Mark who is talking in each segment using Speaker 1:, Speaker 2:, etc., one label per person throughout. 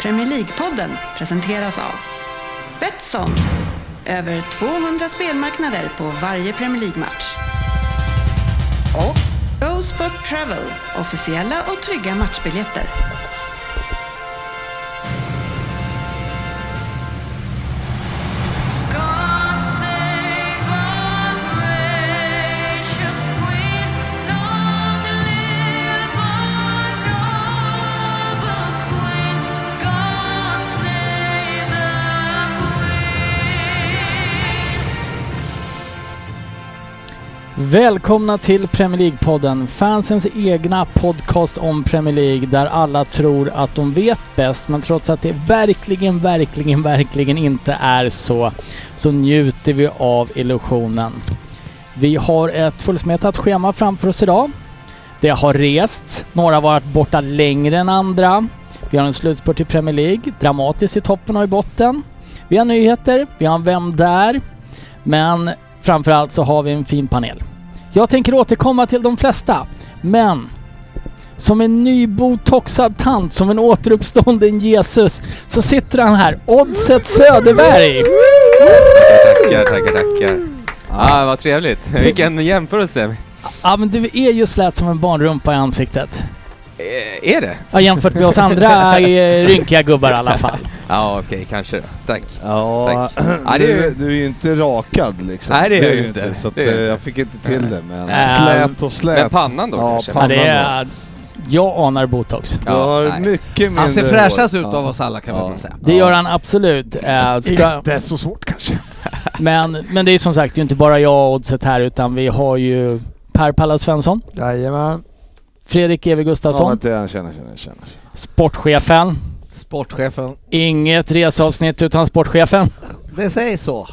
Speaker 1: Premier League-podden presenteras av Betsson. Över 200 spelmarknader på varje Premier League-match. Och Go Sport Travel. Officiella och trygga matchbiljetter.
Speaker 2: Välkomna till Premier League-podden, fansens egna podcast om Premier League där alla tror att de vet bäst men trots att det verkligen, verkligen, verkligen inte är så så njuter vi av illusionen. Vi har ett fullsmetat schema framför oss idag. Det har rest, några har varit borta längre än andra. Vi har en slutspurt i Premier League, dramatiskt i toppen och i botten. Vi har nyheter, vi har en Vem där? Men Framförallt så har vi en fin panel. Jag tänker återkomma till de flesta, men som en nybotoxad tant, som en återuppstånden Jesus, så sitter han här, Oddset Söderberg!
Speaker 3: Tackar, tackar, tackar. Ah, vad trevligt. Vilken jämförelse.
Speaker 2: Ja men du är ju slät som en barnrumpa i ansiktet.
Speaker 3: Eh, Är det?
Speaker 2: Ja, jämfört med oss andra eh, rynkiga gubbar i alla fall.
Speaker 3: Ja, okej, kanske då. Tack.
Speaker 4: Ja,
Speaker 3: Ja, det
Speaker 4: du,
Speaker 3: är ju-
Speaker 4: du är ju inte rakad liksom.
Speaker 3: Nej, det är jag
Speaker 4: du
Speaker 3: ju inte.
Speaker 4: Så att,
Speaker 3: Det är jag
Speaker 4: eh,
Speaker 3: inte.
Speaker 4: jag fick inte till det, men
Speaker 2: Äh,
Speaker 4: slät och slät.
Speaker 3: Men pannan då
Speaker 4: ja,
Speaker 3: kanske?
Speaker 2: Ja,
Speaker 4: Pannan
Speaker 2: det är... eh, Jag anar botox.
Speaker 4: Du har
Speaker 3: nej.
Speaker 4: mycket mindre
Speaker 5: Han ser fräschast
Speaker 4: hår.
Speaker 5: ut av oss alla kan
Speaker 4: Ja.
Speaker 5: man väl säga.
Speaker 2: Det gör han absolut. Eh, ska-
Speaker 4: Inte så svårt kanske.
Speaker 2: Men, men det är som sagt det är inte bara jag och Oddset här utan vi har ju Per Pallas Svensson,
Speaker 6: Jajamän.
Speaker 2: Fredrik E.W.
Speaker 4: Ja, men
Speaker 2: Gustafsson,
Speaker 4: det jag känner, känner, känner.
Speaker 2: sportchefen.
Speaker 5: Sportchefen.
Speaker 2: Inget reseavsnitt utan sportchefen.
Speaker 5: Det sägs så.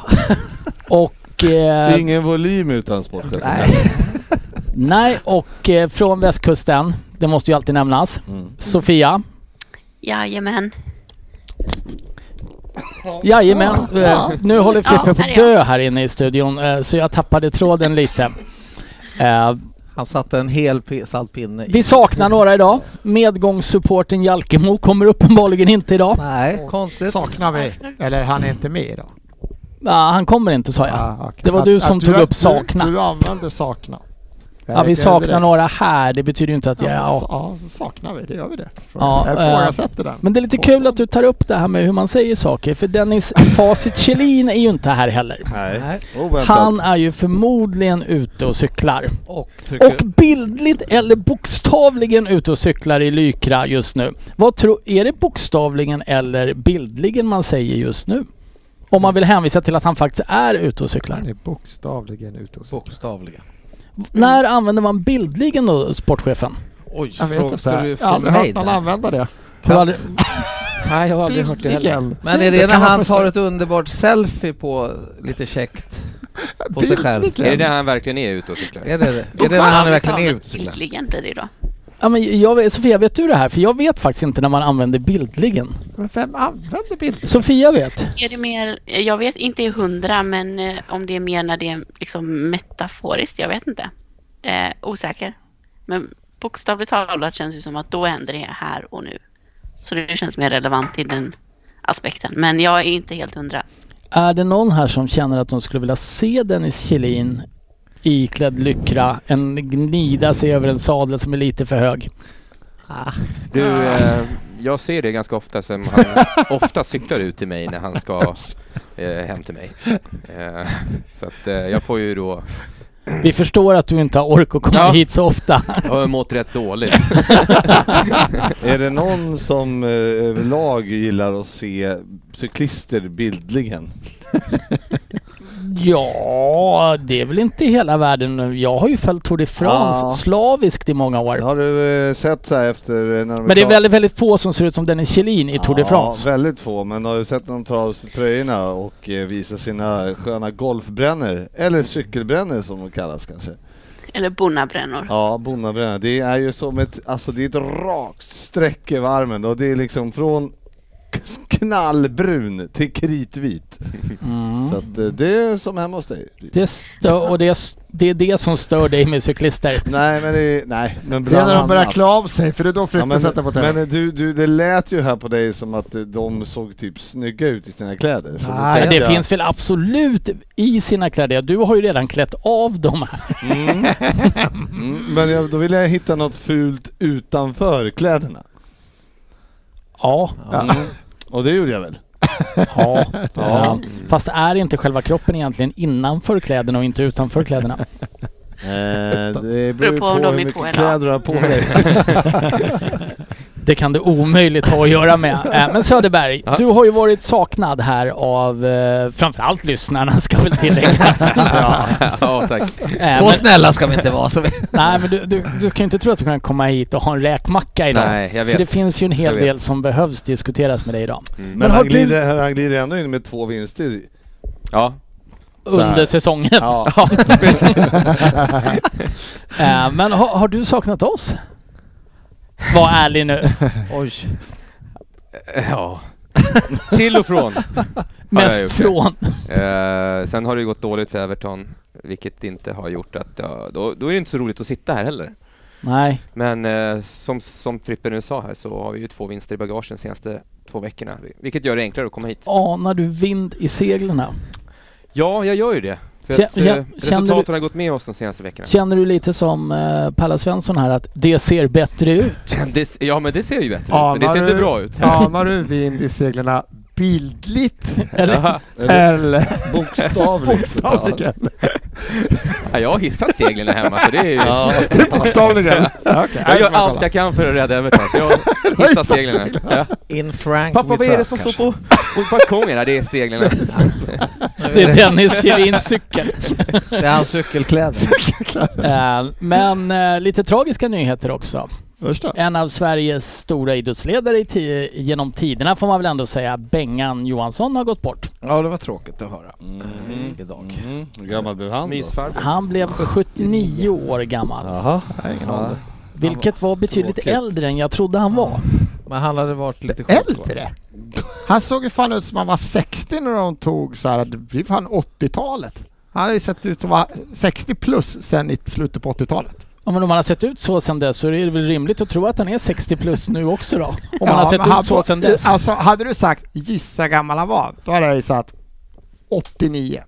Speaker 2: Och, eh,
Speaker 4: Ingen volym utan sportchef.
Speaker 5: Nej.
Speaker 2: nej, och eh, från västkusten, det måste ju alltid nämnas,
Speaker 4: Mm.
Speaker 2: Sofia.
Speaker 1: Jajamän.
Speaker 2: Jajamän, eh, nu håller Frippe
Speaker 1: Ja,
Speaker 2: på
Speaker 1: här
Speaker 2: att
Speaker 1: är jag.
Speaker 2: dö här inne i studion eh, så jag tappade tråden lite. Eh,
Speaker 5: Han satte en hel pi- salt pinne i.
Speaker 2: vi saknar några idag. Medgångssupporten Jalkemo kommer uppenbarligen inte idag.
Speaker 5: Nej, konstigt.
Speaker 6: Saknar vi. Eller han är inte med idag.
Speaker 2: Nej, han kommer inte sa jag.
Speaker 6: Ah, okej.
Speaker 2: Det var du som tog
Speaker 6: du,
Speaker 2: upp sakna.
Speaker 6: Du, du använde sakna. Jag
Speaker 2: Ja, vi
Speaker 6: reagerade
Speaker 2: saknar
Speaker 6: direkt.
Speaker 2: några här, det betyder ju inte att jag...
Speaker 6: Ja,
Speaker 2: Ja.
Speaker 6: ja, så saknar vi. Det gör vi det.
Speaker 2: Ja,
Speaker 6: jag
Speaker 2: eh,
Speaker 6: ifrågasätter den.
Speaker 2: Men det är lite kul att du tar upp det här med hur man säger saker, för Dennis Facit Kjellin är ju inte här heller.
Speaker 4: Nej. Oh, Oväntat.
Speaker 2: Han är ju förmodligen ute och cyklar.
Speaker 5: Och
Speaker 2: Och bildligt eller bokstavligen ute och cyklar i Lykra just nu. Vad tror... Är det bokstavligen eller bildligen man säger just nu? Om man vill hänvisa till att han faktiskt är ute och cyklar.
Speaker 6: Han
Speaker 3: Mm.
Speaker 6: är bokstavligen ute och cyklar.
Speaker 5: Bokstavligen.
Speaker 2: När använder man bildligen då, sportchefen?
Speaker 5: Oj,
Speaker 6: Jag vet
Speaker 5: fråga-
Speaker 6: inte.
Speaker 5: ska vi
Speaker 6: Jag
Speaker 5: få
Speaker 6: har aldrig hört
Speaker 5: mig
Speaker 6: någon
Speaker 5: där?
Speaker 6: använda det.
Speaker 2: Har du aldrig-
Speaker 3: Nej, jag har aldrig hört det heller.
Speaker 6: Bildligen.
Speaker 5: Men är
Speaker 6: Det
Speaker 5: det när
Speaker 6: kan man
Speaker 5: han
Speaker 6: förstå.
Speaker 5: tar ett underbart selfie på lite käckt? på sig själv?
Speaker 6: Bildligen.
Speaker 3: Är det där han verkligen är ute och cyklar?
Speaker 5: Är det, det? Är det när han är verkligen är ute och cyklar?
Speaker 7: Bildligen blir det då.
Speaker 2: Ja, men jag, vet- Sofia, vet du det här? För jag vet faktiskt inte när man använder bildligen.
Speaker 6: Men vem använder bildligen?
Speaker 2: Sofia vet.
Speaker 7: Är det mer, jag vet inte i hundra, men eh, om det är mer när det är liksom metaforiskt, jag vet inte. Eh, osäker. Men bokstavligt talat känns det som att då händer det här och nu. Så det känns mer relevant i den aspekten. Men jag är inte helt hundra.
Speaker 2: Är det någon här som känner att de skulle vilja se Dennis Kjellin iklädd lyckra, en gnida sig över en sadel som är lite för hög?
Speaker 3: Du, eh, jag ser det ganska ofta som han ofta cyklar ut till mig när han ska eh, hem till mig. Eh, så att eh, jag får ju då,
Speaker 2: Vi förstår att du inte har ork att komma
Speaker 3: Ja.
Speaker 2: hit så ofta.
Speaker 3: jag har mått rätt dåligt.
Speaker 4: Är det någon som eh, överlag gillar att se cyklister bildligen?
Speaker 2: Ja, det är väl inte hela världen. nu. Jag har ju följt Tour de France
Speaker 4: Ja.
Speaker 2: slaviskt i många år.
Speaker 4: Har du eh, sett så här efter eh, när de
Speaker 2: Men det är
Speaker 4: tar-
Speaker 2: väldigt, väldigt få som ser ut som Dennis Kjellin i Tour de France.
Speaker 4: Ja, väldigt få. Men har du sett när de tar av sig tröjorna och eh, visar sina sköna golfbrännor? Eller cykelbrännor som de kallas kanske.
Speaker 7: Eller bonnabrännor.
Speaker 4: Ja, bonnabrännor. Det är ju som ett, alltså det är ett rakt streck i armen och det är liksom från k- knallbrun till kritvit. Så att eh, det är som hemma hos dig.
Speaker 2: Mm. Det, stö- och det, s- det är det som stör dig med cyklister.
Speaker 4: Nej men det är, nej men
Speaker 6: Det är
Speaker 4: bland
Speaker 6: när de börjar
Speaker 4: annat.
Speaker 6: klä av sig, för det är då
Speaker 4: Ja,
Speaker 6: frukten
Speaker 4: men
Speaker 6: sätter på tänder.
Speaker 4: men eh, du, du, det lät ju här på dig som att eh, de såg typ snygga ut i sina kläder. Så då
Speaker 6: Nej,
Speaker 2: Ja,
Speaker 4: tänkte
Speaker 2: det
Speaker 4: jag-
Speaker 2: finns väl absolut i sina kläder. Du har ju redan klätt av dem här.
Speaker 4: Mm. Mm. Men jag, då ville jag hitta något fult utanför kläderna.
Speaker 2: Ja.
Speaker 4: Mm. Och det gjorde jag väl?
Speaker 2: ja. ja. Fast är inte själva kroppen egentligen innanför kläderna och inte utanför kläderna?
Speaker 4: Eh, det beror
Speaker 7: Beror
Speaker 4: ju på
Speaker 7: på om de
Speaker 4: hur
Speaker 7: är
Speaker 4: mycket
Speaker 7: på eller
Speaker 4: kläder du har på dig.
Speaker 2: Det kan det omöjligt ha att göra med. Äh, men Söderberg,
Speaker 3: Ja.
Speaker 2: du har ju varit saknad här av eh, framförallt lyssnarna ska väl tilläggas.
Speaker 3: ja. ja, tack.
Speaker 2: Äh,
Speaker 5: Så
Speaker 2: men,
Speaker 5: snälla ska vi inte vara. Så vi...
Speaker 2: nej men du, du, du kan ju inte tro att du kan komma hit och ha en räkmacka idag.
Speaker 3: Nej, jag
Speaker 2: För det
Speaker 3: vet. Mm.
Speaker 2: finns ju en
Speaker 3: Jag
Speaker 2: hel
Speaker 3: vet.
Speaker 2: del som behövs diskuteras med dig idag.
Speaker 4: Men
Speaker 2: har
Speaker 4: han
Speaker 2: du-
Speaker 4: glider, han glider ändå in med två vinster.
Speaker 3: Ja,
Speaker 4: Så här.
Speaker 2: Under säsongen.
Speaker 4: Ja.
Speaker 2: Ja. Äh, men har, har du saknat oss? Var ärlig nu.
Speaker 5: Oj.
Speaker 3: ja. Till och från. jag
Speaker 2: Mest
Speaker 3: gjort det?
Speaker 2: från.
Speaker 3: Eh, sen har det ju gått dåligt för Everton, vilket inte har gjort att jag, då, då är det inte så roligt att sitta här heller.
Speaker 2: Nej.
Speaker 3: Men eh, som, som Trippen nu sa här så har vi ju två vinster i bagagen de senaste två veckorna, vilket gör det enklare att komma hit.
Speaker 2: Anar du vind i seglen?
Speaker 3: Ja, jag gör ju det. För
Speaker 2: Kä-
Speaker 3: att, eh,
Speaker 2: kä- känner
Speaker 3: resultaten
Speaker 2: du-
Speaker 3: har gått med oss de senaste veckorna.
Speaker 2: Känner du lite som eh, Palla Svensson här att det ser bättre ut?
Speaker 3: Kändes, ja men det ser ju bättre
Speaker 6: Anar
Speaker 3: ut, men det ser
Speaker 6: du-
Speaker 3: inte bra ut.
Speaker 6: Anar du vind i seglarna bildligt
Speaker 2: Eller?
Speaker 3: Jaha.
Speaker 6: Eh, eller
Speaker 4: Bokstavligt.
Speaker 6: bokstavligen?
Speaker 3: Ja, jag har hissat seglen här hemma så det är ju...
Speaker 6: Det är bokstavligen. Ja, okej.
Speaker 3: Jag gör
Speaker 6: ska man
Speaker 3: allt
Speaker 6: kolla.
Speaker 3: jag kan för att rädda Everton, så jag har hissat seglen här. Ja.
Speaker 5: In Frank
Speaker 3: Pappa,
Speaker 5: with
Speaker 3: vad är det
Speaker 5: Frank,
Speaker 3: som står
Speaker 5: kanske.
Speaker 3: på, på balkongen? Ja, det är seglen.
Speaker 2: Det är Dennis Kjellins cykel.
Speaker 5: Det är hans cykelkläder.
Speaker 2: Eh, Men eh, lite tragiska nyheter också.
Speaker 6: Första.
Speaker 2: En av Sveriges stora idrottsledare i ti- genom tiderna får man väl ändå säga, Bengan Johansson, har gått bort.
Speaker 5: Ja, det var tråkigt att höra.
Speaker 4: Mm.
Speaker 5: Idag.
Speaker 4: Mm. Hur gammal blev han då?
Speaker 3: Mysfarbror.
Speaker 2: Han blev 79 år gammal,
Speaker 4: Jaha.
Speaker 5: ingen
Speaker 4: Ja.
Speaker 5: ålder.
Speaker 2: vilket var betydligt
Speaker 5: Tråkigt.
Speaker 2: äldre än jag trodde han var.
Speaker 5: Men han hade varit lite sjuk. va?
Speaker 6: Äldre? Han såg ju fan ut som han var 60 när de tog så här, det blir fan 80-talet. Han har ju sett ut som var 60 plus sen i slutet på 80-talet.
Speaker 2: Ja, men om han har sett ut så sedan dess så är det väl rimligt att tro att han är 60 plus nu också då? Om han har
Speaker 6: Ja,
Speaker 2: sett
Speaker 6: men
Speaker 2: ut så sedan dess.
Speaker 6: Alltså hade du sagt gissa gammal han var, då hade jag ju sagt 89.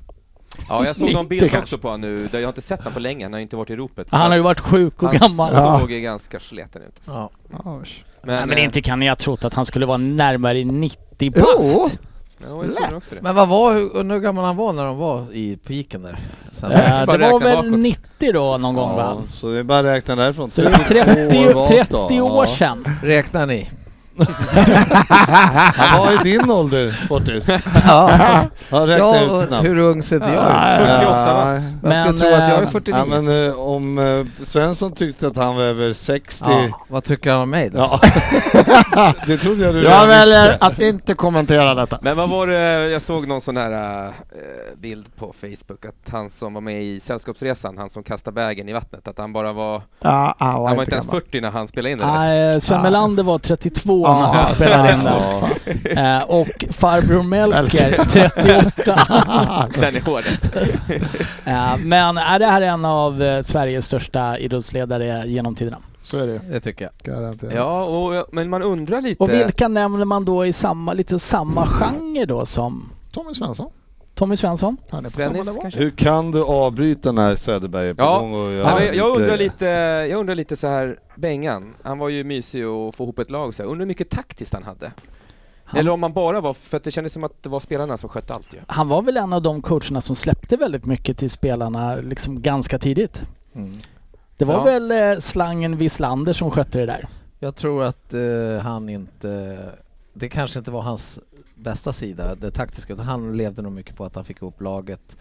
Speaker 3: Ja, jag såg någon
Speaker 6: Lite
Speaker 3: bild
Speaker 6: kanske.
Speaker 3: också på honom nu, där jag har inte sett honom på länge, han har ju inte varit i ropet.
Speaker 2: Han har ju varit sjuk och
Speaker 3: Han
Speaker 2: gammal.
Speaker 6: Ja.
Speaker 3: såg ju ganska sleten ut.
Speaker 5: Ja.
Speaker 6: Ja, usch.
Speaker 3: Men,
Speaker 2: Nej, men
Speaker 3: eh,
Speaker 2: inte kan ni ha trott att han skulle vara närmare 90 bast.
Speaker 6: Jo!
Speaker 3: eh, Ja, jag tror också det.
Speaker 5: Men vad var, hur, undrar hur gammal han var när de var i piken där? Sen,
Speaker 2: Eh,
Speaker 3: Jag ska bara
Speaker 2: det var
Speaker 3: räkna
Speaker 2: väl
Speaker 3: bakåt.
Speaker 2: 90 då någon gång va?
Speaker 4: Ja, så det är bara att räkna därifrån.
Speaker 2: Så det är 30, 30 år
Speaker 4: sedan.
Speaker 2: sedan.
Speaker 5: räknar ni?
Speaker 4: Han var i din ålder, Sportis.
Speaker 5: Ja,
Speaker 4: Han räknade
Speaker 5: ja
Speaker 4: ut
Speaker 5: och
Speaker 4: snabbt.
Speaker 5: hur ung ser inte jag
Speaker 6: Ja.
Speaker 5: ut?
Speaker 3: 48 bast.
Speaker 4: Nej.
Speaker 5: Vem
Speaker 2: Men,
Speaker 5: skulle tro att jag är
Speaker 2: eh,
Speaker 5: 49?
Speaker 4: Ja, men eh, om eh, Svensson tyckte att han var över 60...
Speaker 5: Ja, vad tycker han om mig då?
Speaker 4: Ja. det trodde jag du
Speaker 6: Jag
Speaker 4: redan
Speaker 6: väljer
Speaker 4: visste.
Speaker 6: att inte kommentera detta.
Speaker 3: Men vad var det, jag såg någon sån här eh, bild på Facebook att han som var med i Sällskapsresan, han som kastade bägen i vattnet, att han bara var,
Speaker 6: Ja, han var
Speaker 3: han
Speaker 6: inte
Speaker 3: var inte ens
Speaker 6: gammal.
Speaker 3: 40 när han spelade in det där.
Speaker 2: Nej, Sven
Speaker 6: Ah.
Speaker 2: Melander var 32 när
Speaker 6: Ja,
Speaker 2: han
Speaker 6: så
Speaker 2: spelade
Speaker 6: är
Speaker 2: in
Speaker 6: det.
Speaker 2: där.
Speaker 4: Ja.
Speaker 2: Eh, och farbror Melker 38.
Speaker 3: Den är hårdast.
Speaker 2: Eh, men är det här är en av eh, Sveriges största idrottsledare genom tiderna.
Speaker 6: Så är det ju.
Speaker 5: Det tycker jag.
Speaker 6: Garanterat.
Speaker 3: Ja, och, men man undrar lite.
Speaker 2: Och vilka nämner man då i samma, lite samma genre då som
Speaker 6: Tommy Svensson.
Speaker 2: Tommy Svensson?
Speaker 6: Han är på
Speaker 3: Svennis
Speaker 6: samma nivå.
Speaker 3: kanske?
Speaker 4: Hur kan du avbryta när Söderberg är på
Speaker 3: Ja.
Speaker 4: gång? Och
Speaker 3: Ja, men jag, undrar lite, jag undrar lite så här, Bengan, han var ju mysig att få ihop ett lag så här. undrar hur mycket taktiskt han hade?
Speaker 2: Han-
Speaker 3: Eller om han bara var, för att det kändes som att det var spelarna som skötte allt ju.
Speaker 2: Han var väl en av de coacherna som släppte väldigt mycket till spelarna liksom ganska tidigt.
Speaker 5: Mm.
Speaker 2: Det var
Speaker 3: Ja.
Speaker 2: väl eh, slangen Wislander som skötte det där.
Speaker 5: Jag tror att eh, han inte... Det kanske inte var hans bästa sida, det taktiska, utan han levde nog mycket på att han fick ihop laget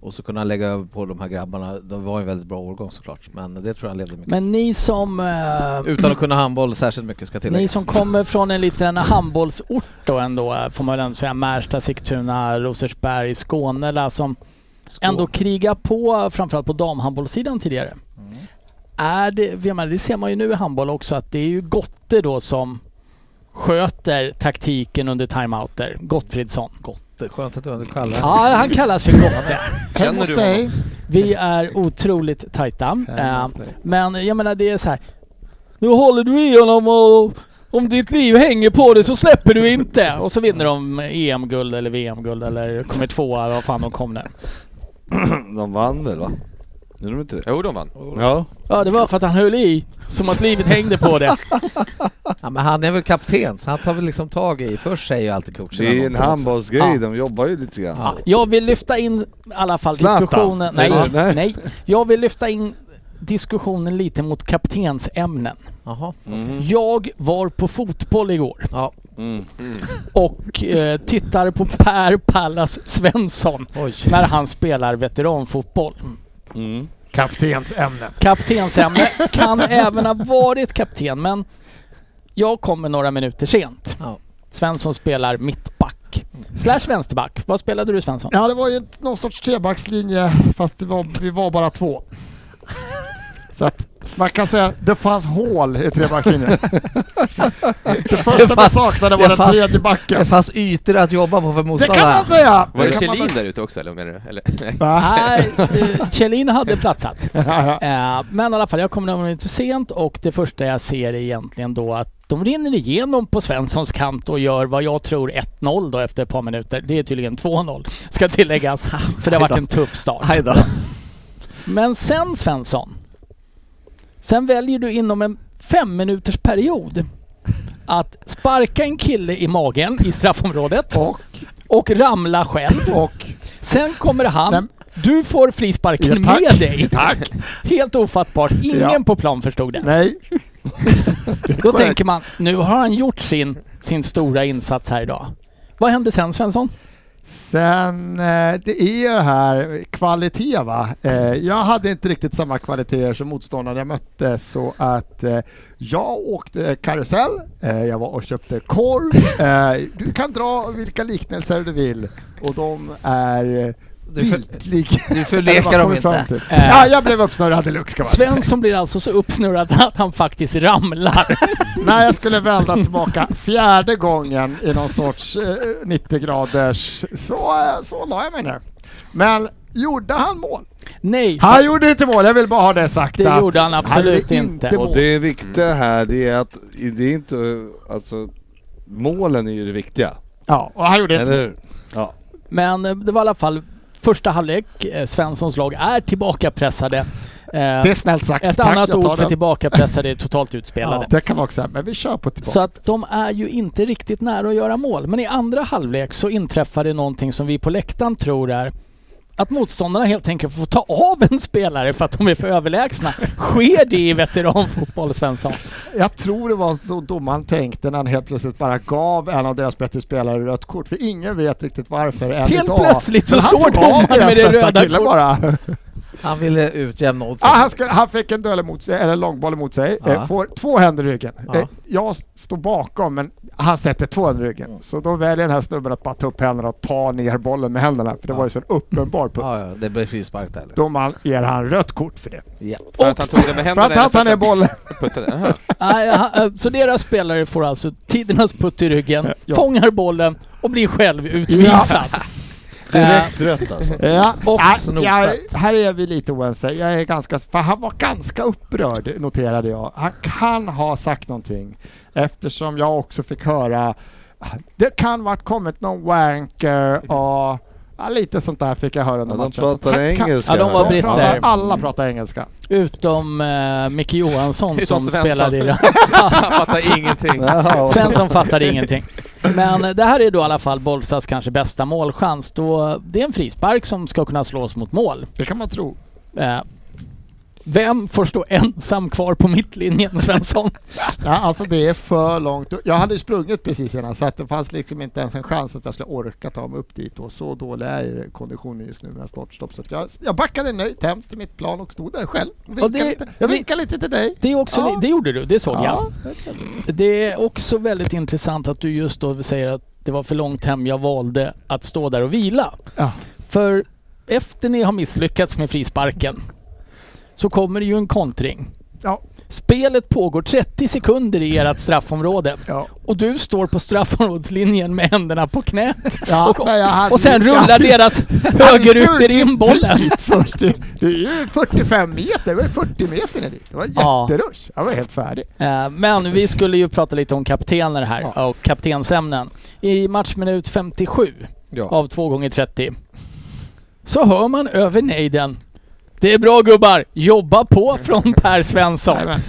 Speaker 5: och så kunde han lägga över på de här grabbarna. De var ju en väldigt bra årgång såklart, men det tror jag han levde mycket
Speaker 2: Men ni som... eh,
Speaker 5: Utan att kunna handboll särskilt mycket ska tilläggas.
Speaker 2: Ni som kommer från en liten handbollsort då ändå, eh, får man väl ändå säga, Märsta, Sigtuna, Rosersberg, Skåne, la, som ändå krigar på, framförallt på damhandbollssidan tidigare. Är det, jag menar, det ser man ju nu i handboll också, att det är ju Gotte då som sköter taktiken under timeouter. Gottfridsson.
Speaker 5: Det är skönt att du inte kallar
Speaker 2: Ja, han kallas för Gotte.
Speaker 6: Hemma hos
Speaker 3: du
Speaker 6: dig.
Speaker 2: Vi är otroligt tajta.
Speaker 5: Hemma hos
Speaker 2: Eh,
Speaker 5: dig.
Speaker 2: Men jag menar det är så här. Nu håller du i honom och om ditt liv hänger på det så släpper du inte. Och så vinner de EM-guld eller VM-guld eller kommer tvåa vad fan de kom nu.
Speaker 4: De vann väl va? Gjorde de inte det?
Speaker 3: Jo, de vann.
Speaker 4: Ja.
Speaker 2: Ja det var för att han höll i. Som att livet hängde på det.
Speaker 5: Ja, men han är väl kapten, så han tar väl liksom tag i... Först säger ju alltid coachen...
Speaker 4: Det är ju en
Speaker 5: någonting också.
Speaker 4: handbollsgrej,
Speaker 2: Ja.
Speaker 4: de jobbar ju lite grann.
Speaker 2: Ja, jag vill lyfta in i alla fall
Speaker 4: Zlatan.
Speaker 2: diskussionen. Nej,
Speaker 4: Eller?
Speaker 2: nej.
Speaker 4: Nej.
Speaker 2: Jag vill lyfta in diskussionen lite mot kaptensämnen.
Speaker 5: Jaha.
Speaker 2: Jag var på fotboll igår
Speaker 5: Ja,
Speaker 4: Mm.
Speaker 2: och eh, tittade på Per Pallas Svensson
Speaker 5: oj.
Speaker 2: när han spelar veteranfotboll.
Speaker 4: Mm.
Speaker 6: Kaptensämne.
Speaker 2: Kaptensämne kan även ha varit kapten men jag kommer några minuter sent.
Speaker 5: Ja.
Speaker 2: Svensson spelar mittback. Slash vänsterback. Vad spelade du Svensson?
Speaker 6: Ja, det var ju ett- någon sorts trebackslinje fast det var, vi var bara två. Så att man kan säga att det fanns hål i trebackslinjen. Det första vi
Speaker 5: fanns-
Speaker 6: saknade
Speaker 5: det
Speaker 6: var den
Speaker 5: fanns-
Speaker 6: tredje
Speaker 5: Det
Speaker 6: backen.
Speaker 5: fanns ytor att jobba på för
Speaker 6: Det
Speaker 5: motståndarna.
Speaker 6: kan man säga!
Speaker 3: Var det
Speaker 6: kan man
Speaker 3: Kjellin
Speaker 6: väl-
Speaker 3: där ute också eller menar du? Eller?
Speaker 6: Va?
Speaker 2: Nej, eh, Kjellin hade platsat.
Speaker 6: Ja, ja.
Speaker 2: Eh, Men i alla fall, jag kommer några minuter sent och det första jag ser är egentligen då att de rinner igenom på Svenssons kant och gör vad jag tror 1-0 då efter ett par minuter. Det är tydligen 2-0 ska tilläggas. För det har varit en tuff start.
Speaker 5: Aj då.
Speaker 2: Men sen Svensson. Sen väljer du inom en fem minuters period att sparka en kille i magen i straffområdet
Speaker 6: Och,
Speaker 2: och ramla själv.
Speaker 6: och,
Speaker 2: Sen kommer han.
Speaker 6: Nej,
Speaker 2: Du får frisparken
Speaker 6: Ja, tack.
Speaker 2: med dig.
Speaker 6: Tack.
Speaker 2: Helt ofattbart. Ingen
Speaker 6: Ja.
Speaker 2: på plan förstod det.
Speaker 6: nej.
Speaker 2: Då tänker man, nu har han gjort sin, sin stora insats här idag. Vad hände sen Svensson?
Speaker 6: Sen, eh, det är ju det här kvalitet va. Eh, Jag hade inte riktigt samma kvaliteter som motståndarna jag mötte så att eh, jag åkte karusell, eh, jag var och köpte korv. Eh, Du kan dra vilka liknelser du vill och de är
Speaker 5: Du för-
Speaker 6: bitliga.
Speaker 5: du förnekar
Speaker 6: Eller vad
Speaker 5: dem
Speaker 6: kommer
Speaker 5: inte.
Speaker 6: fram till?
Speaker 2: Eh.
Speaker 6: Ja, jag blev uppsnurrad deluxe kan man säga.
Speaker 2: Svensson blir alltså så uppsnurrad att han faktiskt ramlar.
Speaker 6: När jag skulle vända tillbaka fjärde gången i någon sorts eh, 90 graders så, eh, så la jag mig ner. Men gjorde han mål?
Speaker 2: Nej,
Speaker 6: Han gjorde inte mål, jag vill bara ha det sagt.
Speaker 2: Det
Speaker 6: att
Speaker 2: gjorde han absolut
Speaker 6: gjorde
Speaker 2: inte.
Speaker 6: mål.
Speaker 4: Och det viktiga här det är att det är inte, alltså målen är ju det viktiga.
Speaker 6: Ja, och han gjorde inte
Speaker 4: Eller
Speaker 6: mål.
Speaker 4: hur? Ja.
Speaker 2: men eh, det var i alla fall första halvlek. Eh, Svenssons lag är tillbakapressade. Eh,
Speaker 6: Det är snällt sagt.
Speaker 2: Ett
Speaker 6: Tack,
Speaker 2: annat
Speaker 6: jag tar
Speaker 2: ord för
Speaker 6: den.
Speaker 2: tillbakapressade är totalt utspelade.
Speaker 6: Ja, det kan vara också, här, men vi kör på tillbaka.
Speaker 2: Så att de är ju inte riktigt nära att göra mål. Men i andra halvlek så inträffar det någonting som vi på läktaren tror är att motståndarna helt enkelt får ta av en spelare för att de är för överlägsna. Sker det i veteranfotboll, Svensson?
Speaker 6: Jag tror det var så domaren tänkte när han helt plötsligt bara gav en av deras bättre spelare rött kort, för ingen vet riktigt varför än
Speaker 2: Helt
Speaker 6: idag.
Speaker 2: plötsligt så
Speaker 6: Men han
Speaker 2: står
Speaker 6: tog av
Speaker 2: domaren
Speaker 6: deras
Speaker 2: med det
Speaker 6: bästa
Speaker 2: röda
Speaker 6: kille
Speaker 2: kort.
Speaker 6: bara.
Speaker 5: Han ville utjämna
Speaker 6: Ja,
Speaker 4: Ah,
Speaker 5: oddsen.
Speaker 6: Ah, han, skulle, han fick en duell emot sig, eller en långboll emot sig,
Speaker 5: Ja.
Speaker 6: eh, får två händer i ryggen.
Speaker 5: Ja.
Speaker 6: Eh, jag s- står bakom men han sätter två händer i ryggen.
Speaker 5: Mm.
Speaker 6: Så då väljer den här snubben att bara ta upp händerna och ta ner bollen med händerna, för det
Speaker 5: Ja.
Speaker 6: var ju så en uppenbar punkt.
Speaker 5: Ja, ja, det blev frispark där. eller?
Speaker 6: Domaren ger han rött kort för det.
Speaker 5: Ja.
Speaker 3: För att han tog den med
Speaker 6: För
Speaker 3: händerna?
Speaker 6: att, att han är bollen.
Speaker 3: puttade? Aha.
Speaker 2: Nej, ha- eh, Så deras spelare får alltså tidernas putt i ryggen,
Speaker 6: Ja.
Speaker 2: fångar bollen och blir Eh, själv utvisad.
Speaker 4: Direkt rött alltså.
Speaker 6: Ja,
Speaker 5: Och
Speaker 6: ja,
Speaker 5: snopat.
Speaker 6: jag, här är vi lite oense. Jag är ganska, för han var ganska upprörd noterade jag. Han kan ha sagt någonting eftersom jag också fick höra det kan varit kommit någon wanker och ja, lite sånt där fick jag höra under
Speaker 4: Ja, de
Speaker 6: matchen.
Speaker 4: pratar
Speaker 6: Så han alltså. kan-
Speaker 4: engelska.
Speaker 2: Ja, de var
Speaker 6: de
Speaker 2: britter.
Speaker 6: pratar- Alla pratar engelska.
Speaker 2: Utom eh, Micke Johansson
Speaker 3: Utom
Speaker 2: som
Speaker 3: Svensson.
Speaker 2: spelade i det.
Speaker 3: Han fattar ingenting.
Speaker 2: Svensson fattade ingenting. Men eh, det här är då i alla fall Bollstads kanske bästa målchans. Då det är en frispark som ska kunna slås mot mål.
Speaker 6: Det kan man tro.
Speaker 2: Eh, vem får stå ensam kvar på mittlinjen, Svensson?
Speaker 6: Ja, alltså det är för långt. Jag hade ju sprungit precis innan så att det fanns liksom inte ens en chans att jag skulle orka ta mig upp dit och så dålig är konditionen just nu med startstopp. Så att jag, jag backade nöjt hem till mitt plan och stod där själv. Och vinkade
Speaker 2: det-
Speaker 6: lite. Jag
Speaker 2: det-
Speaker 6: vinkade lite till dig.
Speaker 2: Det, är också,
Speaker 6: Ja.
Speaker 2: det gjorde du, det såg
Speaker 6: Ja, det känner jag.
Speaker 2: jag. Det är också väldigt intressant att du just då säger att det var för långt hem, jag valde att stå där och vila.
Speaker 6: Ja.
Speaker 2: För efter ni har misslyckats med frisparken så kommer det ju en kontring.
Speaker 6: Ja.
Speaker 2: Spelet pågår 30 sekunder i ert straffområde.
Speaker 6: Ja.
Speaker 2: Och du står på straffområdslinjen med händerna på knät.
Speaker 6: Ja,
Speaker 2: och,
Speaker 6: men jag hade-
Speaker 2: och sen rullar
Speaker 6: jag-
Speaker 2: deras högerutter in bollen.
Speaker 6: Dit först. Det, det är ju 45 meter, det var ju 40 meter ner dit. Det var en
Speaker 2: Ja.
Speaker 6: jätterush. Jag var helt färdig.
Speaker 2: Eh, Men vi skulle ju prata lite om kaptener här och kaptensämnen. I matchminut 57
Speaker 5: Ja.
Speaker 2: av 2 gånger 30 så hör man över nejden. Det är bra gubbar, jobba på från Per Svensson.
Speaker 6: Jajamän.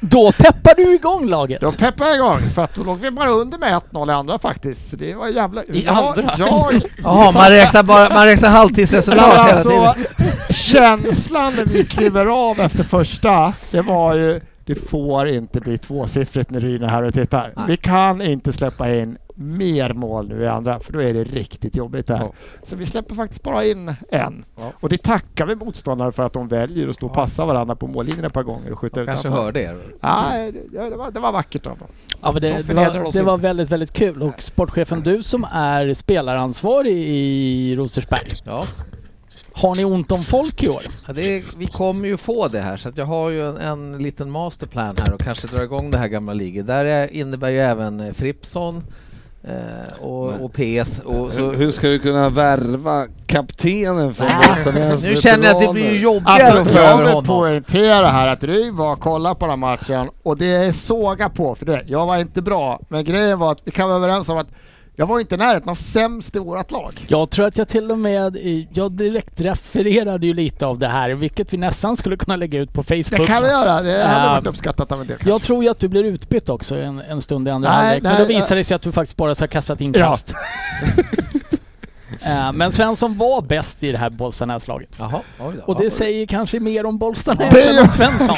Speaker 2: Då peppar du igång laget.
Speaker 6: Då peppade jag igång för att då låg vi bara under med 1-0 i andra faktiskt. Så det var jävla...
Speaker 2: I
Speaker 6: jag,
Speaker 2: andra?
Speaker 6: Jag,
Speaker 5: Jaha, man räknar, bara, man räknar halvtidsresultat
Speaker 6: Ja,
Speaker 5: hela tiden.
Speaker 6: alltså, känslan när vi kliver av efter första, det var ju det får inte bli tvåsiffrigt när Ryn är här och tittar.
Speaker 5: Nej.
Speaker 6: Vi kan inte släppa in mer mål nu i andra, för då är det riktigt jobbigt här.
Speaker 5: Ja.
Speaker 6: Så vi släpper faktiskt bara in en.
Speaker 5: Ja.
Speaker 6: Och det tackar vi motståndare för att de väljer att stå och passa varandra på mållinjen ett par gånger och skjuta
Speaker 5: Kanske
Speaker 6: utanför.
Speaker 5: hörde er.
Speaker 6: Nej, det, det, var, det var vackert av dem.
Speaker 2: Ja, men det,
Speaker 6: De
Speaker 2: det,
Speaker 6: förnedrar
Speaker 2: var,
Speaker 6: oss
Speaker 2: det var
Speaker 6: inte.
Speaker 2: väldigt, väldigt kul. Och sportchefen, du som är spelaransvarig i Rosersberg.
Speaker 5: Ja.
Speaker 2: Har ni ont om folk i år?
Speaker 5: Ja, det är, vi kommer ju få det här så att jag har ju en, en liten masterplan här och kanske drar igång det här gamla liget. Där är, innebär ju även eh, Frippson eh, och, och PS. Och så, Äh,
Speaker 4: Hur, hur ska du kunna värva kaptenen från Bostanäs
Speaker 5: nu känner jag att det blir ju jobbigare
Speaker 6: Alltså,
Speaker 5: att få
Speaker 6: jag
Speaker 5: över
Speaker 6: vill
Speaker 5: honom.
Speaker 6: poängtera här att Ryn var och kollade på den här matchen och det är såga på för det. Jag var inte bra, men grejen var att vi kan vara överens om att jag var inte i närheten av sämst i vårt lag.
Speaker 2: Jag tror att jag till och med, i- jag direkt refererade ju lite av det här, vilket vi nästan skulle kunna lägga ut på
Speaker 6: Det
Speaker 2: Facebook.
Speaker 6: kan vi göra, det hade
Speaker 2: Ja.
Speaker 6: varit uppskattat av en del kanske.
Speaker 2: jag tror ju att du blir utbytt också en, en stund i andra
Speaker 6: Nej,
Speaker 2: halvlek, men
Speaker 6: nej,
Speaker 2: då visade
Speaker 6: nej.
Speaker 2: det sig att du faktiskt bara har kastat in
Speaker 6: Ja.
Speaker 2: kast. Eh, men Svensson var bäst i det här Bollstanäslaget.
Speaker 5: Jaha, oj då.
Speaker 2: Och det
Speaker 5: Ja.
Speaker 2: säger kanske mer om Bollstanäs
Speaker 6: Det är
Speaker 2: än
Speaker 6: ju-
Speaker 2: om Svensson.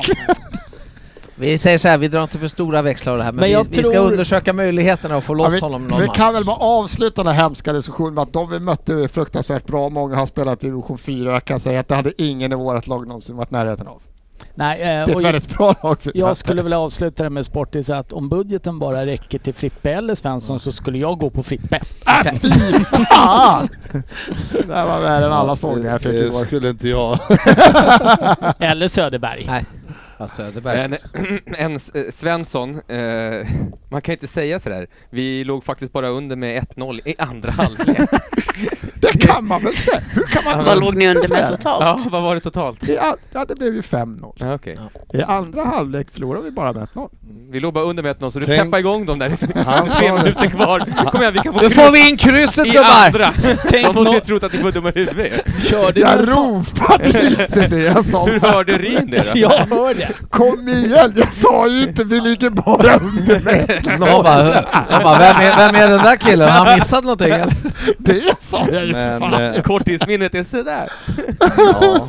Speaker 5: Vi säger så här, vi drar inte för stora växlar av det här men,
Speaker 2: Men jag
Speaker 5: vi, vi ska
Speaker 2: tror-
Speaker 5: undersöka möjligheterna att få
Speaker 6: Ja,
Speaker 5: loss
Speaker 6: vi,
Speaker 5: honom någon
Speaker 6: vi
Speaker 5: match.
Speaker 6: kan väl bara avsluta den här hemska diskussionen med att de vi mötte är fruktansvärt bra, många har spelat i division 4 och jag kan säga att det hade ingen i vårt lag någonsin varit i närheten av.
Speaker 2: Nej, eh,
Speaker 6: Det är ett
Speaker 2: och
Speaker 6: väldigt bra lag. för-
Speaker 2: Jag skulle vilja avsluta det med Sportis att om budgeten bara räcker till Frippe eller Svensson så skulle jag gå på Frippe.
Speaker 6: Ah, fy fan! Det här var värre än alla sågningar jag fick
Speaker 4: Det
Speaker 6: igår.
Speaker 4: skulle inte jag.
Speaker 2: Eller Söderberg.
Speaker 5: Nej, ja, Söderberg.
Speaker 3: Men en S- eh, Svensson, eh, man kan inte säga sådär. Vi låg faktiskt bara under med 1-0 i andra halvlek.
Speaker 6: Det kan man väl säga? Hur kan man
Speaker 7: Vad låg ni under
Speaker 6: Så
Speaker 7: med
Speaker 6: här.
Speaker 3: ja,
Speaker 7: totalt?
Speaker 3: vad var det totalt?
Speaker 6: I an- Ja, det blev ju 5-0.
Speaker 3: Ja, okej.
Speaker 6: I andra halvlek förlorade vi bara med 1-0.
Speaker 3: Vi låg bara under med 1-0 så du
Speaker 4: Tänk-
Speaker 3: peppade igång dem där. Det finns
Speaker 4: Han
Speaker 3: tre
Speaker 4: sa det.
Speaker 3: minuter kvar. Kom igen, vi kan få
Speaker 5: Nu
Speaker 3: kryss
Speaker 5: får vi in krysset
Speaker 3: i
Speaker 5: gubbar!
Speaker 3: andra.
Speaker 2: Tänk
Speaker 3: De måste ju
Speaker 2: nå-
Speaker 3: trott att ni var dumma i huvudet.
Speaker 2: Körde
Speaker 6: Jag
Speaker 2: du en sån?
Speaker 6: ropade inte det jag sa.
Speaker 3: Hur hörde Rin det då?
Speaker 2: Jag hör det.
Speaker 6: Kom igen, jag sa ju inte vi ligger bara under med
Speaker 5: Jag
Speaker 6: 1-0.
Speaker 5: bara, jag bara vem, är, vem är den där killen? Har han missat någonting eller?
Speaker 6: Det sa jag ju för
Speaker 4: Men,
Speaker 6: fan.
Speaker 4: eh,
Speaker 3: Korttidsminnet är sådär.
Speaker 4: ja.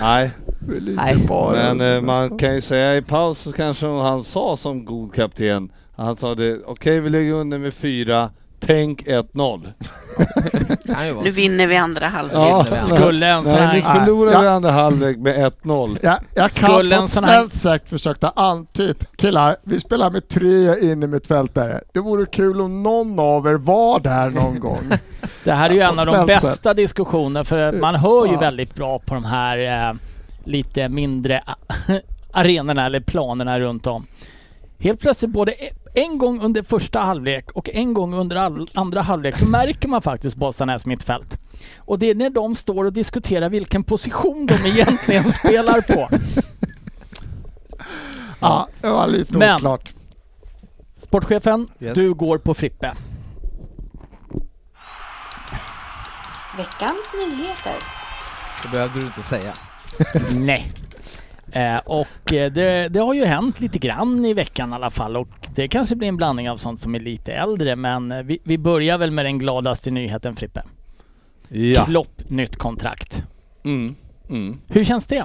Speaker 4: Nej,
Speaker 6: Vi
Speaker 5: Nej.
Speaker 6: ligger bara
Speaker 4: men
Speaker 6: under
Speaker 4: eh,
Speaker 6: med
Speaker 4: man kan ju säga i paus så kanske han sa som god kapten. Han sa det, okej vi ligger under med fyra, tänk 1-0.
Speaker 5: Kan ju vara
Speaker 7: Nu
Speaker 5: så.
Speaker 7: vinner vi andra halvlek.
Speaker 2: Skulle en sån
Speaker 4: Nej, ni
Speaker 2: här...
Speaker 4: förlorade
Speaker 6: Ja.
Speaker 4: andra halvlek med 1-0.
Speaker 6: Jag, jag kan
Speaker 2: Skulle
Speaker 6: på
Speaker 2: en
Speaker 6: ett
Speaker 2: sån här-
Speaker 6: snällt sätt försökt ha antytt, killar, vi spelar med tre innermittfältare. Det vore kul om någon av er var där någon gång.
Speaker 2: Det här är ju
Speaker 6: Ja,
Speaker 2: en av de
Speaker 6: snällt sätt.
Speaker 2: bästa diskussionerna för man hör ju
Speaker 6: Ja.
Speaker 2: väldigt bra på de här eh, lite mindre a- arenorna eller planerna runt om. Helt plötsligt både e- en gång under första halvlek och en gång under all- andra halvlek så märker man faktiskt Bollstanäs mittfält. Och det är när de står och diskuterar vilken position de egentligen spelar på.
Speaker 6: Ja, det var lite
Speaker 2: Men-
Speaker 6: oklart.
Speaker 2: Sportchefen,
Speaker 5: Yes.
Speaker 2: du går på Frippe.
Speaker 8: Veckans nyheter.
Speaker 5: Det behövde du inte säga.
Speaker 2: Nej. Eh, och eh, det, det har ju hänt lite grann i veckan i alla fall och det kanske blir en blandning av sånt som är lite äldre men eh, vi, vi börjar väl med den gladaste nyheten Frippe.
Speaker 4: Ja.
Speaker 2: Klopp, nytt kontrakt.
Speaker 4: Mm. Mm.
Speaker 2: Hur känns det?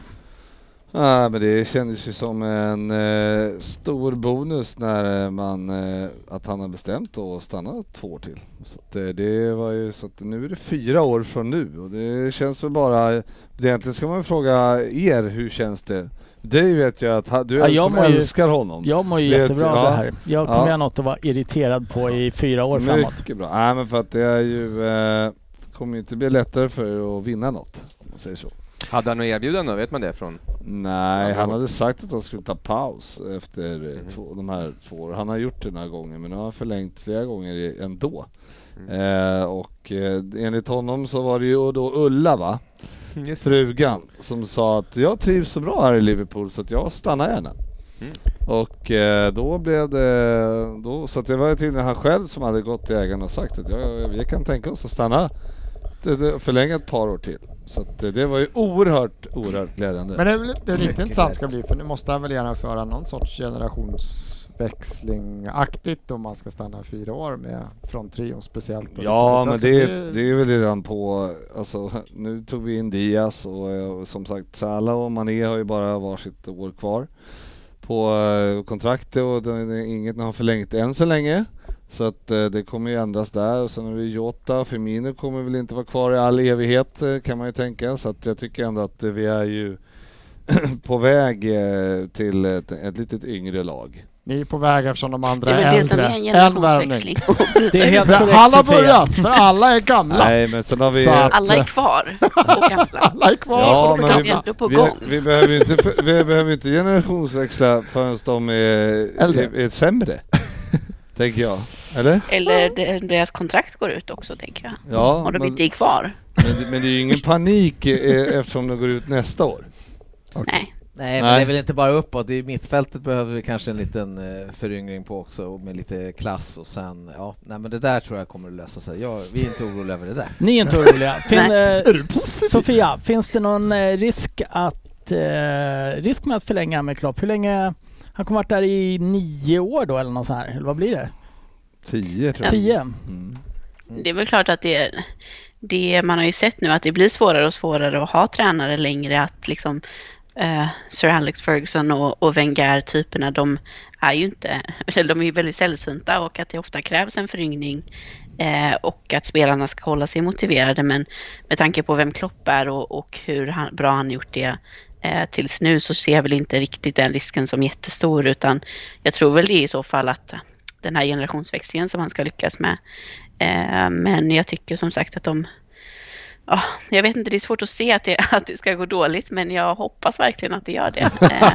Speaker 4: Ja, men det kändes ju som en eh, stor bonus när eh, man, eh, att han har bestämt att stanna två år till. Så att, eh, det var ju så att nu är det fyra år från nu och det känns väl bara, egentligen ska man ju fråga er, hur känns det? Det vet jag att ha- du
Speaker 2: Ja,
Speaker 4: är
Speaker 2: jag
Speaker 4: som
Speaker 2: mår ju-
Speaker 4: älskar honom.
Speaker 2: Jag mår ju
Speaker 4: Vet-
Speaker 2: jättebra av
Speaker 4: ja.
Speaker 2: det här. Jag kommer
Speaker 4: Ja.
Speaker 2: ha något att vara irriterad på i fyra år framåt.
Speaker 4: Mycket bra. Nej men för att det är ju, eh, kommer ju inte bli lättare för er att vinna något. Om man säger så.
Speaker 3: Hade han något erbjudande då? Vet man det från?
Speaker 4: Nej,
Speaker 3: Ja,
Speaker 4: han
Speaker 3: då-
Speaker 4: hade sagt att han skulle ta paus efter eh, två, de här två åren. Han har gjort det den här gången, men nu har han förlängt flera gånger i- ändå. Eh, och eh, enligt honom så var det ju då Ulla va,
Speaker 3: Just
Speaker 4: frugan, som sa att jag trivs så bra här i Liverpool så att jag stannar gärna.
Speaker 3: Mm.
Speaker 4: Och eh, då blev det, då, så att det var tydligen han själv som hade gått till ägaren och sagt att jag, vi kan tänka oss att stanna, det- det- förlänga ett par år till. Så att eh, det var ju oerhört, oerhört glädjande.
Speaker 6: Men det är väl det är
Speaker 5: Mycket
Speaker 6: lite intressant ska bli för nu måste han väl genomföra någon sorts generationsväxlingaktigt om man ska stanna fyra år med från trion speciellt. Och
Speaker 4: Ja, men
Speaker 6: Alltså,
Speaker 4: det, är- det är väl redan på, alltså nu tog vi in Diaz och, eh, och som sagt Salah och Mané har ju bara varsitt år kvar på eh, kontraktet och det, det, inget har förlängt än så länge. Så att eh, det kommer ju ändras där och sen har vi Jota, Firmino kommer väl inte vara kvar i all evighet eh, kan man ju tänka så att jag tycker ändå att eh, vi är ju på väg eh, till ett, ett litet yngre lag.
Speaker 6: Ni är på väg eftersom de andra
Speaker 7: Det är väl
Speaker 6: är
Speaker 7: det som
Speaker 6: äldre.
Speaker 7: är en
Speaker 6: En
Speaker 7: generationsväxling.
Speaker 2: Det är helt korrekt
Speaker 6: Alla har
Speaker 2: Sofia.
Speaker 6: börjat, för alla är gamla.
Speaker 4: Nej men sen har vi...
Speaker 6: Så att-
Speaker 7: Alla är kvar och gamla.
Speaker 6: Alla är kvar.
Speaker 4: Ja,
Speaker 6: och
Speaker 4: men
Speaker 6: gamla.
Speaker 4: vi-
Speaker 7: ändå på
Speaker 4: vi,
Speaker 7: gång.
Speaker 4: vi, behöver ju inte, för- vi behöver inte generationsväxla förrän de är,
Speaker 6: Äldre.
Speaker 4: är, är sämre. tänker jag. Eller?
Speaker 7: Eller de- deras kontrakt går ut också, tänker jag.
Speaker 4: Ja,
Speaker 7: Om
Speaker 4: men,
Speaker 7: de
Speaker 4: men,
Speaker 7: inte är kvar.
Speaker 4: det- men det är ju ingen panik eh, eftersom de går ut nästa år.
Speaker 7: Nej.
Speaker 5: Nej, men
Speaker 4: Nej.
Speaker 5: det är väl inte bara uppåt. I mittfältet behöver vi kanske en liten eh, föryngring på också, och med lite klass och sen, ja, nej men det där tror jag kommer att lösa sig. Jag, vi är inte oroliga över det där.
Speaker 2: Ni är inte oroliga. Fin,
Speaker 7: Nej.
Speaker 2: eh,
Speaker 6: Är du positiv?
Speaker 2: Sofia, finns det någon eh, risk att eh, risk med att förlänga med Klopp? Hur länge? Han kommer varit där i nio år då eller något sånt här. Eller vad blir det?
Speaker 4: Tio tror jag.
Speaker 2: Tio?
Speaker 4: Mm.
Speaker 7: Det är väl klart att det är det man har ju sett nu att det blir svårare och svårare att ha tränare längre att liksom eh, Sir Alex Ferguson och, och Wenger-typerna de är ju inte, eller de är ju väldigt sällsynta och att det ofta krävs en föryngring eh, och att spelarna ska hålla sig motiverade men med tanke på vem Klopp är och, och hur han, bra han gjort det eh, tills nu så ser jag väl inte riktigt den risken som jättestor utan jag tror väl det i så fall att den här generationsväxlingen som han ska lyckas med Eh, Men jag tycker som sagt att de... ja, jag vet inte, det är svårt att se att det, att det ska gå dåligt men jag hoppas verkligen att det gör det. Eh,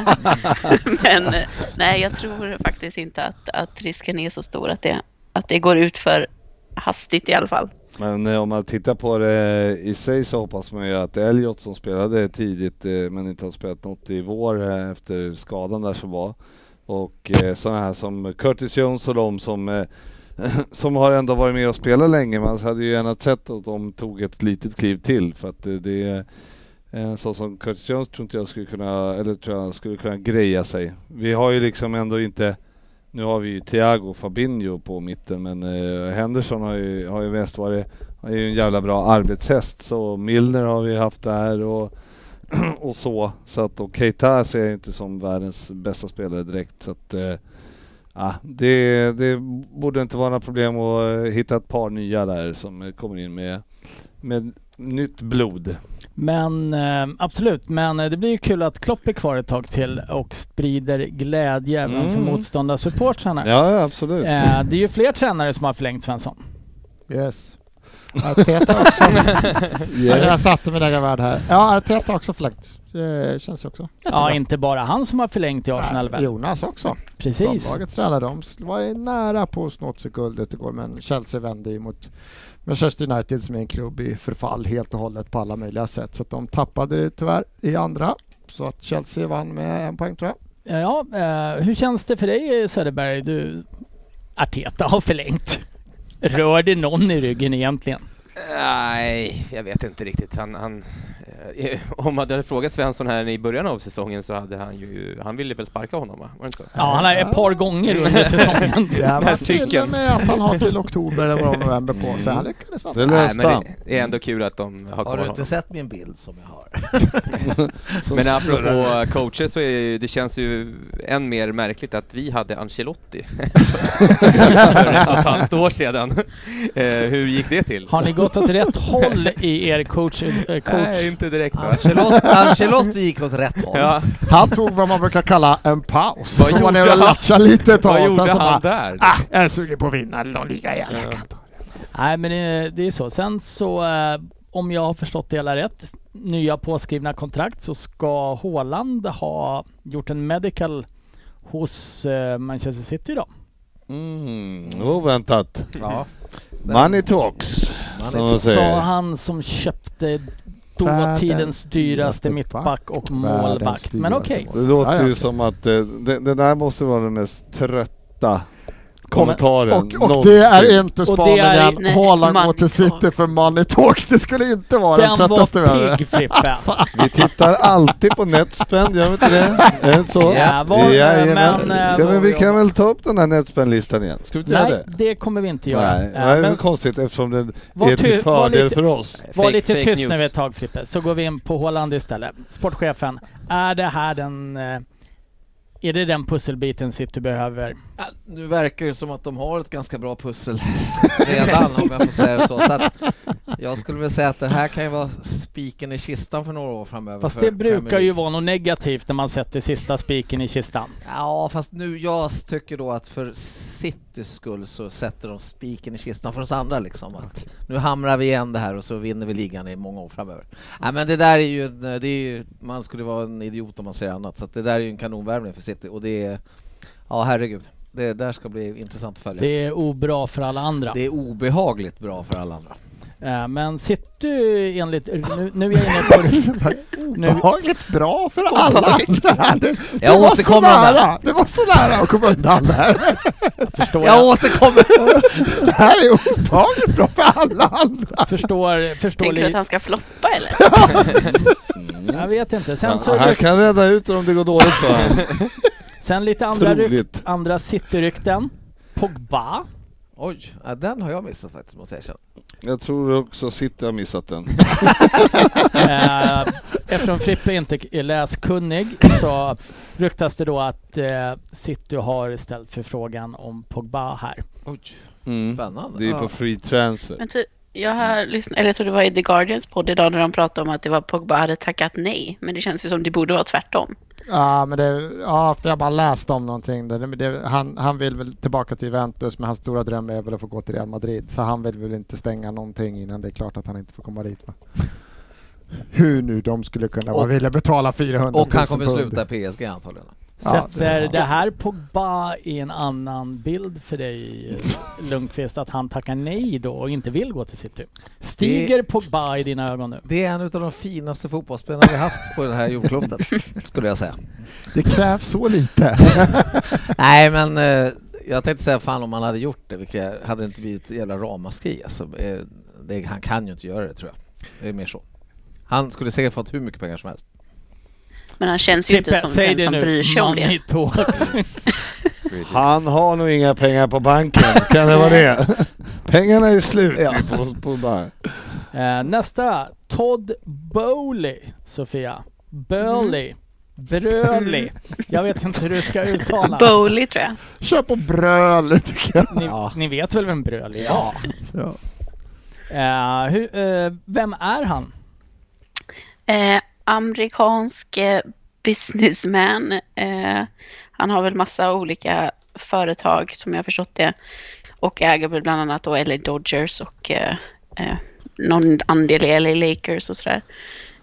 Speaker 7: men eh, nej, jag tror faktiskt inte att, att risken är så stor att det, att det går ut för hastigt i alla fall.
Speaker 4: Men eh, om man tittar på det i sig så hoppas man ju att Elliot som spelade tidigt eh, men inte har spelat något i vår eh, efter skadan där som var och eh, sådana här som Curtis Jones och de som eh, som har ändå varit med och spelat länge. Man hade ju gärna sett att de tog ett litet kliv till för att eh, det är en sån som Curtis Jones tror inte jag skulle kunna, eller tror jag skulle kunna greja sig. Vi har ju liksom ändå inte nu har vi ju Thiago och Fabinho på mitten men eh, Henderson har ju, har ju mest varit, han är ju en jävla bra arbetshäst så Milner har vi haft där och, och så. Så att och Keita ser jag ju inte som världens bästa spelare direkt så att eh, ja, det, det borde inte vara några problem att eh, hitta ett par nya där som eh, kommer in med, med nytt blod.
Speaker 2: Men eh, absolut, men eh, det blir ju kul att Klopp är kvar ett tag till och sprider glädje även för
Speaker 4: Mm.
Speaker 2: motståndarsupportrarna.
Speaker 4: Ja, ja, absolut.
Speaker 2: Eh, det är ju fler tränare som har förlängt Svensson.
Speaker 6: Yes. Arteta har också. Ja,
Speaker 3: alltså,
Speaker 6: Jag satte min egen värld här. Ja, Arteta har också fläkt. Det känns ju också.
Speaker 2: Ja, inte bara han som har förlängt i Arsenal väl?
Speaker 6: Jonas också.
Speaker 2: Precis.
Speaker 6: Damlagets tränare, de var ju nära på att snå åt sig guldet igår men Chelsea vände ju mot Manchester United som är en klubb i förfall helt och hållet på alla möjliga sätt så att de tappade det tyvärr i andra. Så att Chelsea vann med en poäng tror jag.
Speaker 2: Ja, eh, hur känns det för dig eh, Söderberg? Du, Arteta har förlängt. Rör det någon i ryggen egentligen?
Speaker 3: Nej, jag vet inte riktigt. Han, han, eh, om man hade frågat Svensson här i början av säsongen så hade han ju... Han ville väl sparka honom, va? Var det inte så?
Speaker 2: Ja, han har ett par gånger under säsongen.
Speaker 6: Det här var
Speaker 3: Den här
Speaker 6: till och
Speaker 3: cykeln.
Speaker 6: med att han har till oktober eller vad det var, november på sig. Han lyckades
Speaker 4: Det
Speaker 6: vann.
Speaker 3: Nej,
Speaker 4: löste
Speaker 3: men
Speaker 4: han.
Speaker 3: det- det är ändå kul att de har
Speaker 5: Har
Speaker 3: kvar
Speaker 5: du inte
Speaker 3: honom.
Speaker 5: sett min bild som jag har?
Speaker 4: Som
Speaker 3: Men
Speaker 4: snurrar.
Speaker 3: apropå coacher så är ju, det känns ju än mer märkligt att vi hade Ancelotti för ett och ett halvt år sedan. Eh, hur gick det till?
Speaker 2: Har ni gått åt rätt håll i er coach... eh,
Speaker 3: Nej,
Speaker 2: coach? Alltså.
Speaker 3: inte direkt va?
Speaker 5: Ancelotti, Ancelotti gick åt rätt håll.
Speaker 3: Ja,
Speaker 6: Han tog vad man brukar kalla en paus.
Speaker 3: Vad
Speaker 6: Han var
Speaker 3: gjorde
Speaker 6: nere och
Speaker 3: han?
Speaker 6: latchade lite ett
Speaker 3: vad
Speaker 6: tag
Speaker 3: gjorde
Speaker 6: sen så bara
Speaker 3: han där?
Speaker 6: ah, jag är sugen på att vinna någon liga igen.
Speaker 3: Ja.
Speaker 6: Jag kan ta det."
Speaker 2: eh, Nej, men det, det är så. Sen så, eh, om jag har förstått det hela rätt, nya påskrivna kontrakt så ska Haaland ha gjort en medical hos eh, Manchester City då.
Speaker 4: Mm, oväntat.
Speaker 5: Ja.
Speaker 4: Money talks.
Speaker 5: Man
Speaker 4: Som
Speaker 5: är-
Speaker 2: Sa
Speaker 4: de säger.
Speaker 2: han som köpte
Speaker 6: Världens
Speaker 2: dåtidens
Speaker 6: dyraste
Speaker 2: dyraste mittback och målvakt. Men
Speaker 6: dyraste
Speaker 2: okej.
Speaker 4: Det låter
Speaker 6: Ja, ja.
Speaker 4: ju som att eh, det, det där måste vara den mest trötta
Speaker 2: Kommer-
Speaker 4: kommentaren
Speaker 6: Och, och det är
Speaker 4: någonsin.
Speaker 6: inte
Speaker 2: Och det är-
Speaker 6: spaningen.
Speaker 7: Nej,
Speaker 6: Haaland går
Speaker 7: money
Speaker 6: till City
Speaker 7: talks.
Speaker 6: för money talks. Det skulle inte vara den,
Speaker 2: Den
Speaker 6: tröttaste vi
Speaker 2: var
Speaker 6: hade.
Speaker 2: pigg Frippe.
Speaker 4: Vi tittar alltid på Netspend, gör vi inte det? Är det så?
Speaker 2: Jävlar,
Speaker 4: Jajamän.
Speaker 2: men, eh,
Speaker 4: ja,
Speaker 2: då har
Speaker 4: men vi
Speaker 2: vi
Speaker 4: kan
Speaker 2: jobbat.
Speaker 4: väl ta upp den här Netspend-listan igen? Ska vi inte göra
Speaker 2: Nej,
Speaker 4: det?
Speaker 2: det kommer vi inte göra.
Speaker 4: Nej,
Speaker 2: Eh,
Speaker 4: det är väl
Speaker 2: men
Speaker 4: konstigt eftersom den
Speaker 2: Var
Speaker 4: är
Speaker 2: ty-
Speaker 4: till
Speaker 2: var
Speaker 4: fördel
Speaker 2: lite-
Speaker 4: för oss.
Speaker 2: var
Speaker 3: Fake-
Speaker 2: lite
Speaker 3: fake
Speaker 2: tyst
Speaker 3: news.
Speaker 2: nu ett tag Frippe, så går vi in på Haaland istället. Sportchefen, är det här den... eh, Är det den pusselbiten City behöver?
Speaker 5: Ja, nu verkar det som att de har ett ganska bra pussel redan om jag får säga det så. så att jag skulle väl säga att det här kan ju vara spiken i kistan för några år framöver.
Speaker 2: Fast
Speaker 5: för
Speaker 2: det
Speaker 5: Premier
Speaker 2: brukar ju
Speaker 5: League.
Speaker 2: vara något negativt när man sätter sista spiken i kistan.
Speaker 5: Ja, fast nu jag tycker då att för Citys skull så sätter de spiken i kistan för oss andra liksom. Att nu hamrar vi igen det här och så vinner vi ligan i många år framöver. Nej men det där är ju, en- det är ju man skulle vara en idiot om man säger annat. Så att det där är ju en kanonvärvning för City och det är, ja herregud. Det där ska bli intressant att följa.
Speaker 2: Det är obra för alla andra.
Speaker 5: Det är obehagligt bra för alla andra.
Speaker 2: Eh, Men City enligt... Nu, nu är jag inne på... Nu-
Speaker 6: Behagligt bra för alla. Det, det
Speaker 5: Jag
Speaker 6: var så
Speaker 5: återkommer om det.
Speaker 6: nära. Det var så nära att komma undan det här.
Speaker 2: Förstår
Speaker 5: Jag
Speaker 2: jag,
Speaker 5: återkommer!
Speaker 6: Det här är obehagligt bra för alla andra.
Speaker 2: förstår, förstår
Speaker 7: Tänker du att
Speaker 2: lite.
Speaker 7: han ska floppa eller?
Speaker 2: Jag vet inte. Sen,
Speaker 4: Ja,
Speaker 2: så,
Speaker 4: han kan rädda ut om det går dåligt för honom.
Speaker 2: sen lite andra, rykt,
Speaker 4: Otroligt.
Speaker 2: andra City-rykten. Pogba.
Speaker 5: Oj, ja, den har jag missat faktiskt måste jag erkänna.
Speaker 4: Jag tror också City har missat den.
Speaker 2: Eh, eftersom Frippe inte är läskunnig så ryktas det då att eh, City har ställt förfrågan om Pogba här.
Speaker 5: Oj,
Speaker 4: Mm.
Speaker 5: spännande.
Speaker 4: Det är ju på
Speaker 5: Ja.
Speaker 4: free transfer.
Speaker 7: Men ty, jag har lyssnat, eller jag tror det var i The Guardians podd idag när de pratade om att det var Pogba hade tackat nej. Men det känns ju som det borde vara tvärtom.
Speaker 6: Ja, men det, ja, för jag har bara läst om någonting. Där. Men Det, han, han vill väl tillbaka till Juventus, men hans stora dröm är väl att få gå till Real Madrid. Så han vill väl inte stänga någonting innan det är klart att han inte får komma dit. Va? Hur nu de skulle kunna vara
Speaker 5: Och-
Speaker 6: vilja betala 400 000
Speaker 5: Och han kommer
Speaker 6: pund.
Speaker 5: sluta i PSG antagligen.
Speaker 6: Ja,
Speaker 2: Sätter
Speaker 6: det-
Speaker 2: det här Pogba i en annan bild för dig eh, Lundqvist? Att han tackar nej då och inte vill gå till City? Stiger Pogba i dina ögon nu?
Speaker 5: Det är en av de finaste fotbollsspelarna vi haft på det här jordklotet, skulle jag säga.
Speaker 6: Det krävs så lite.
Speaker 5: Nej men eh, jag tänkte säga fan om han hade gjort det, vilket hade det inte blivit ett jävla ramaskri alltså, eh, det, Han kan ju inte göra det tror jag. Det är mer så. Han skulle säkert fått hur mycket pengar som helst.
Speaker 7: Men han känns ju inte som den som bryr sig om det.
Speaker 2: money talks.
Speaker 4: Typ. Han har nog inga pengar på banken, kan det vara det? Pengarna är slut typ,
Speaker 2: Ja.
Speaker 4: på, på bara.
Speaker 2: Eh, nästa, Todd Bowley, Sofia. Burley.
Speaker 7: Mhm.
Speaker 2: Bröli. Jag vet inte hur du ska uttalas.
Speaker 7: Bowley tror jag.
Speaker 6: Kör på bröl tycker jag.
Speaker 2: Ni, ni vet väl vem Bröli är? Ja.
Speaker 6: Ja.
Speaker 2: Eh, hur, eh, vem är han?
Speaker 7: Eh, amerikansk eh, businessman. Eh, han har väl massa olika företag som jag har förstått det. Och äger väl bland annat då LA Dodgers och eh, eh, någon andel i LA Lakers och sådär.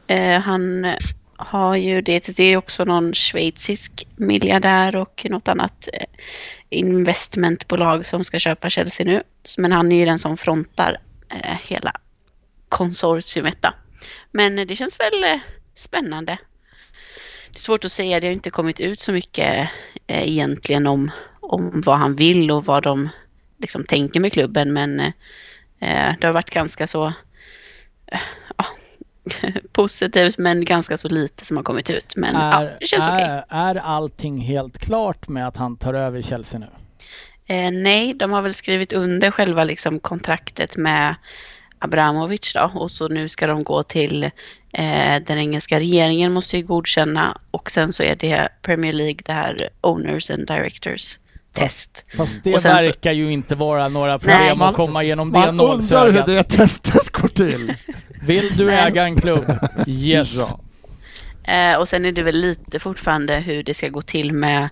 Speaker 7: Eh, han har ju det, det är också någon schweizisk miljardär och något annat eh, investmentbolag som ska köpa Chelsea nu. Så- Men han är ju den som frontar eh, hela konsortiumet. Då. Men eh, det känns väl eh, spännande. Det är svårt att säga, det har inte kommit ut så mycket eh, egentligen om, om vad han vill och vad de liksom tänker med klubben. Men eh, eh, det har varit ganska så eh, ja, positivt men ganska så lite som har kommit ut. Men ja, det känns okej.
Speaker 2: är, är allting helt klart med att han tar över Chelsea nu?
Speaker 7: Eh, nej, de har väl skrivit under själva liksom, kontraktet med Abramovic då och så nu ska de gå till eh, den engelska regeringen måste ju godkänna och sen så är det Premier League det här Owners and Directors test.
Speaker 2: Fast det
Speaker 7: Och sen så-
Speaker 2: verkar ju inte vara några problem
Speaker 7: Nej,
Speaker 2: att
Speaker 6: man-
Speaker 2: komma igenom det
Speaker 6: Man undrar hur
Speaker 2: nålsögat.
Speaker 6: det testet går till.
Speaker 2: Vill du
Speaker 7: Nej.
Speaker 2: äga en klubb? Yes.
Speaker 6: Ja.
Speaker 7: Eh, och sen är det väl lite fortfarande hur det ska gå till med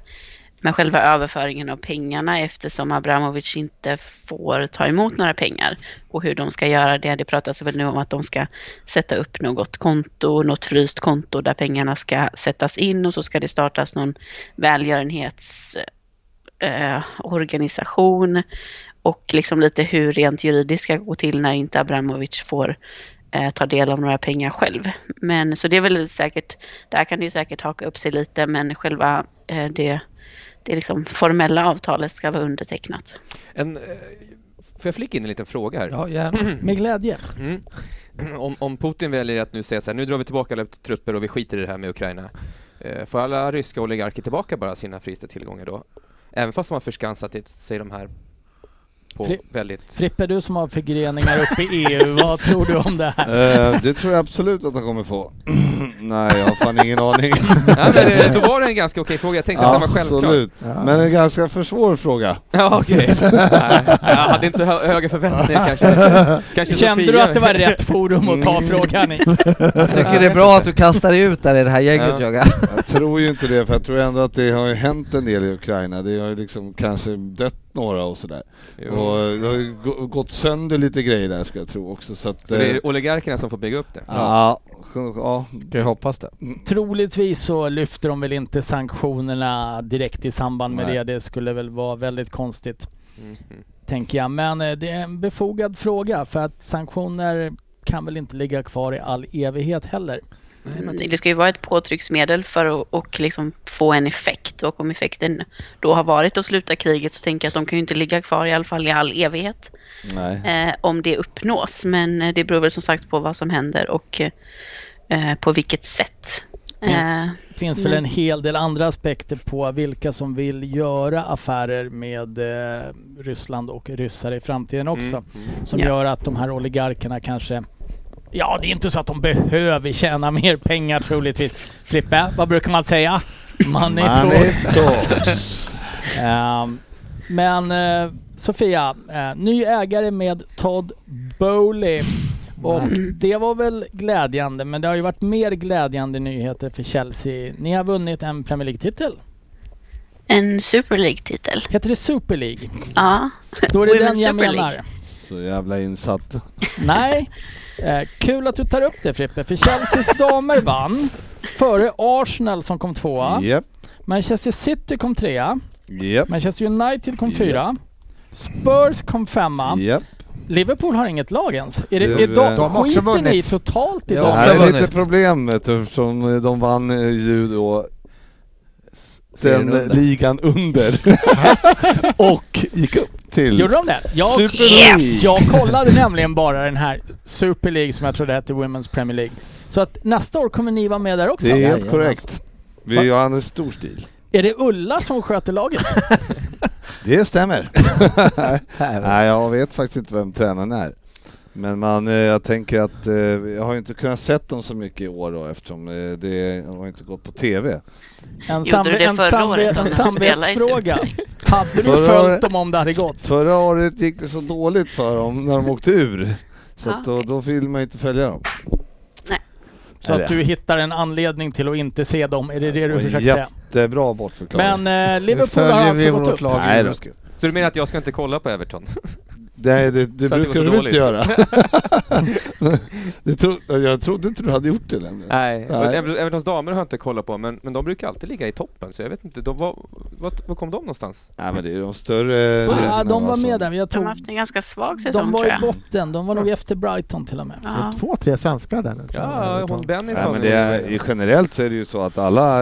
Speaker 7: Men själva överföringen av pengarna eftersom Abramovic inte får ta emot några pengar och hur de ska göra det. Det pratas väl nu om att de ska sätta upp något konto, något fryst konto där pengarna ska sättas in och så ska det startas någon välgörenhetsorganisation eh, organisation och liksom lite hur rent juridiskt ska gå till när inte Abramovic får eh, ta del av några pengar själv. Men så det är väl säkert, där kan det ju säkert haka upp sig lite men själva eh, det, det liksom formella avtalet ska vara undertecknat.
Speaker 3: En, eh, får jag flika in en liten fråga här?
Speaker 5: Ja, gärna.
Speaker 2: Med glädje.
Speaker 3: Mm. Om, om Putin väljer att nu säga så här, nu drar vi tillbaka alla trupper och vi skiter i det här med Ukraina. Eh, får alla ryska oligarker tillbaka bara sina frysta tillgångar då? Även fast de har förskansat i- sig de här på
Speaker 2: Fri-
Speaker 3: väldigt...
Speaker 2: Frippe, du som har förgreningar uppe i EU, vad tror du om det här?
Speaker 4: Eh, det tror jag absolut att han kommer få. Nej, jag har fan ingen aning.
Speaker 3: ja, men, eh, då var det en ganska okej fråga, jag tänkte att den var självklar.
Speaker 4: absolut. Men en ganska för svår fråga.
Speaker 3: Ja, okej. Nej, jag hade inte så hö- höga förväntningar kanske. kanske
Speaker 2: Kände
Speaker 3: Sofia-
Speaker 2: du att det var rätt forum att ta
Speaker 3: Mm.
Speaker 2: frågan i?
Speaker 5: Jag
Speaker 3: Ja,
Speaker 5: tycker det
Speaker 3: jag
Speaker 5: är bra att du kastar dig ut där i det här gänget
Speaker 3: Ja.
Speaker 5: Jögga.
Speaker 4: Jag tror ju inte det, för jag tror ändå att det har ju hänt en del i Ukraina. Det har ju liksom kanske dött några och sådär.
Speaker 3: Jo.
Speaker 4: Och det har ju gå- gått sönder lite grejer där ska jag tro också. Så att,
Speaker 3: Så det
Speaker 4: eh,
Speaker 3: är oligarkerna som får bygga upp det?
Speaker 4: ja, ja,
Speaker 5: Jag hoppas det.
Speaker 2: Troligtvis så lyfter de väl inte sanktionerna direkt i samband med
Speaker 4: Nej.
Speaker 2: det. Det skulle väl vara väldigt konstigt,
Speaker 3: Mm. mm.
Speaker 2: tänker jag. Men eh, det är en befogad fråga för att sanktioner kan väl inte ligga kvar i all evighet heller.
Speaker 7: Men Mm, Det ska ju vara ett påtrycksmedel för att och liksom få en effekt och om effekten då har varit att sluta kriget så tänker jag att de kan ju inte ligga kvar i alla fall i all evighet.
Speaker 4: nej.
Speaker 7: eh, om det uppnås. Men eh, det beror väl som sagt på vad som händer och eh, på vilket sätt. Eh,
Speaker 2: Det finns väl en hel del andra aspekter på vilka som vill göra affärer med eh, Ryssland och ryssar i framtiden också.
Speaker 3: Mm.
Speaker 2: Som
Speaker 7: Ja.
Speaker 2: gör att de här oligarkerna kanske Ja, det är inte så att de behöver tjäna mer pengar troligtvis. Frippe, vad brukar man säga? Money talk.
Speaker 4: talks.
Speaker 2: Ehm, men eh, Sofia, eh, ny ägare med Todd Bowley. Och det var väl glädjande, men det har ju varit mer glädjande nyheter för Chelsea. Ni har vunnit en Premier League-titel.
Speaker 7: en Super League-titel.
Speaker 2: Heter det Super League?
Speaker 7: Ja.
Speaker 2: Då är det
Speaker 7: Women's
Speaker 2: den jag
Speaker 7: Super League.
Speaker 2: menar.
Speaker 4: Så jävla insatt.
Speaker 2: Nej. Eh, kul att du tar upp det Frippe, för Chelseas damer vann före Arsenal som kom tvåa.
Speaker 4: Japp,
Speaker 2: Manchester City kom trea.
Speaker 4: japp,
Speaker 2: Manchester United kom
Speaker 4: Ja.
Speaker 2: fyra. Spurs kom femma.
Speaker 4: japp.
Speaker 2: Liverpool har inget lag ens. Är det,
Speaker 4: Du,
Speaker 2: är de,
Speaker 4: de
Speaker 6: har också
Speaker 2: skiter
Speaker 6: vunnit.
Speaker 2: ni totalt i
Speaker 5: Ja,
Speaker 2: dem?
Speaker 4: Det
Speaker 5: också
Speaker 4: här är
Speaker 5: vunnit.
Speaker 4: lite problem vet du, eftersom de vann eh, ju då den
Speaker 5: Serien under.
Speaker 4: ligan under och gick upp till
Speaker 2: Gjorde de det? Jag,
Speaker 4: Super League.
Speaker 2: jag kollade nämligen bara den här Super League som jag trodde hette Women's Premier League. Så att nästa år kommer ni vara med där också?
Speaker 4: Det är helt
Speaker 5: Jajamän.
Speaker 4: korrekt. Vi har en stor stil.
Speaker 2: Är det Ulla som sköter laget?
Speaker 4: Det stämmer. Nej, jag vet faktiskt inte vem tränaren är. Men man, eh, jag tänker att eh, jag har ju inte kunnat sett dem så mycket i år då eftersom eh, det har inte gått på TV.
Speaker 2: En,
Speaker 7: Gjorde du det
Speaker 2: en,
Speaker 7: förra året när
Speaker 2: en
Speaker 7: de spelade i
Speaker 2: samvetsfråga.
Speaker 7: Super League?
Speaker 2: Hade du
Speaker 4: Förra
Speaker 2: följt
Speaker 4: året-
Speaker 2: dem om det hade gått?
Speaker 4: Förra året gick det så dåligt för dem när de åkte ur. Så
Speaker 7: Ah,
Speaker 4: att då,
Speaker 7: okej.
Speaker 4: då vill man ju inte följa dem.
Speaker 2: Så
Speaker 4: Eller-
Speaker 2: att du hittar en anledning till att inte se dem, är det det du
Speaker 4: Och
Speaker 2: försöker säga?
Speaker 4: Jättebra bortförklaring.
Speaker 2: Men eh,
Speaker 5: Nu
Speaker 2: Liverpool har
Speaker 5: följer vi
Speaker 2: alltså gått upp.
Speaker 5: vårt lag.
Speaker 4: Nej då.
Speaker 3: Så du menar att jag ska inte kolla på Everton?
Speaker 4: Nej, det, det
Speaker 3: För att det var så
Speaker 4: brukar du
Speaker 3: dåligt.
Speaker 4: inte göra. det tro, jag trodde inte du hade gjort det nämligen.
Speaker 3: Nej, men
Speaker 4: Nej.
Speaker 3: Ever- Evertons damer har jag inte kollat på, men, men de brukar alltid ligga i toppen, så jag vet inte, de var, var, var kom de någonstans?
Speaker 4: Nej men det är de större...
Speaker 2: Ja,
Speaker 4: ligorna,
Speaker 2: de var
Speaker 4: va, som-
Speaker 2: med där. Jag
Speaker 7: De har
Speaker 2: tog,
Speaker 7: haft en ganska svag säsong
Speaker 2: de var
Speaker 7: tror
Speaker 2: i
Speaker 7: jag.
Speaker 2: botten. De var nog efter Brighton till och med.
Speaker 6: Det är
Speaker 7: Ja.
Speaker 6: två, tre svenskar där nu.
Speaker 3: Ja, hon Bennison.
Speaker 4: Nej, men det är, i- generellt så är det ju så att alla,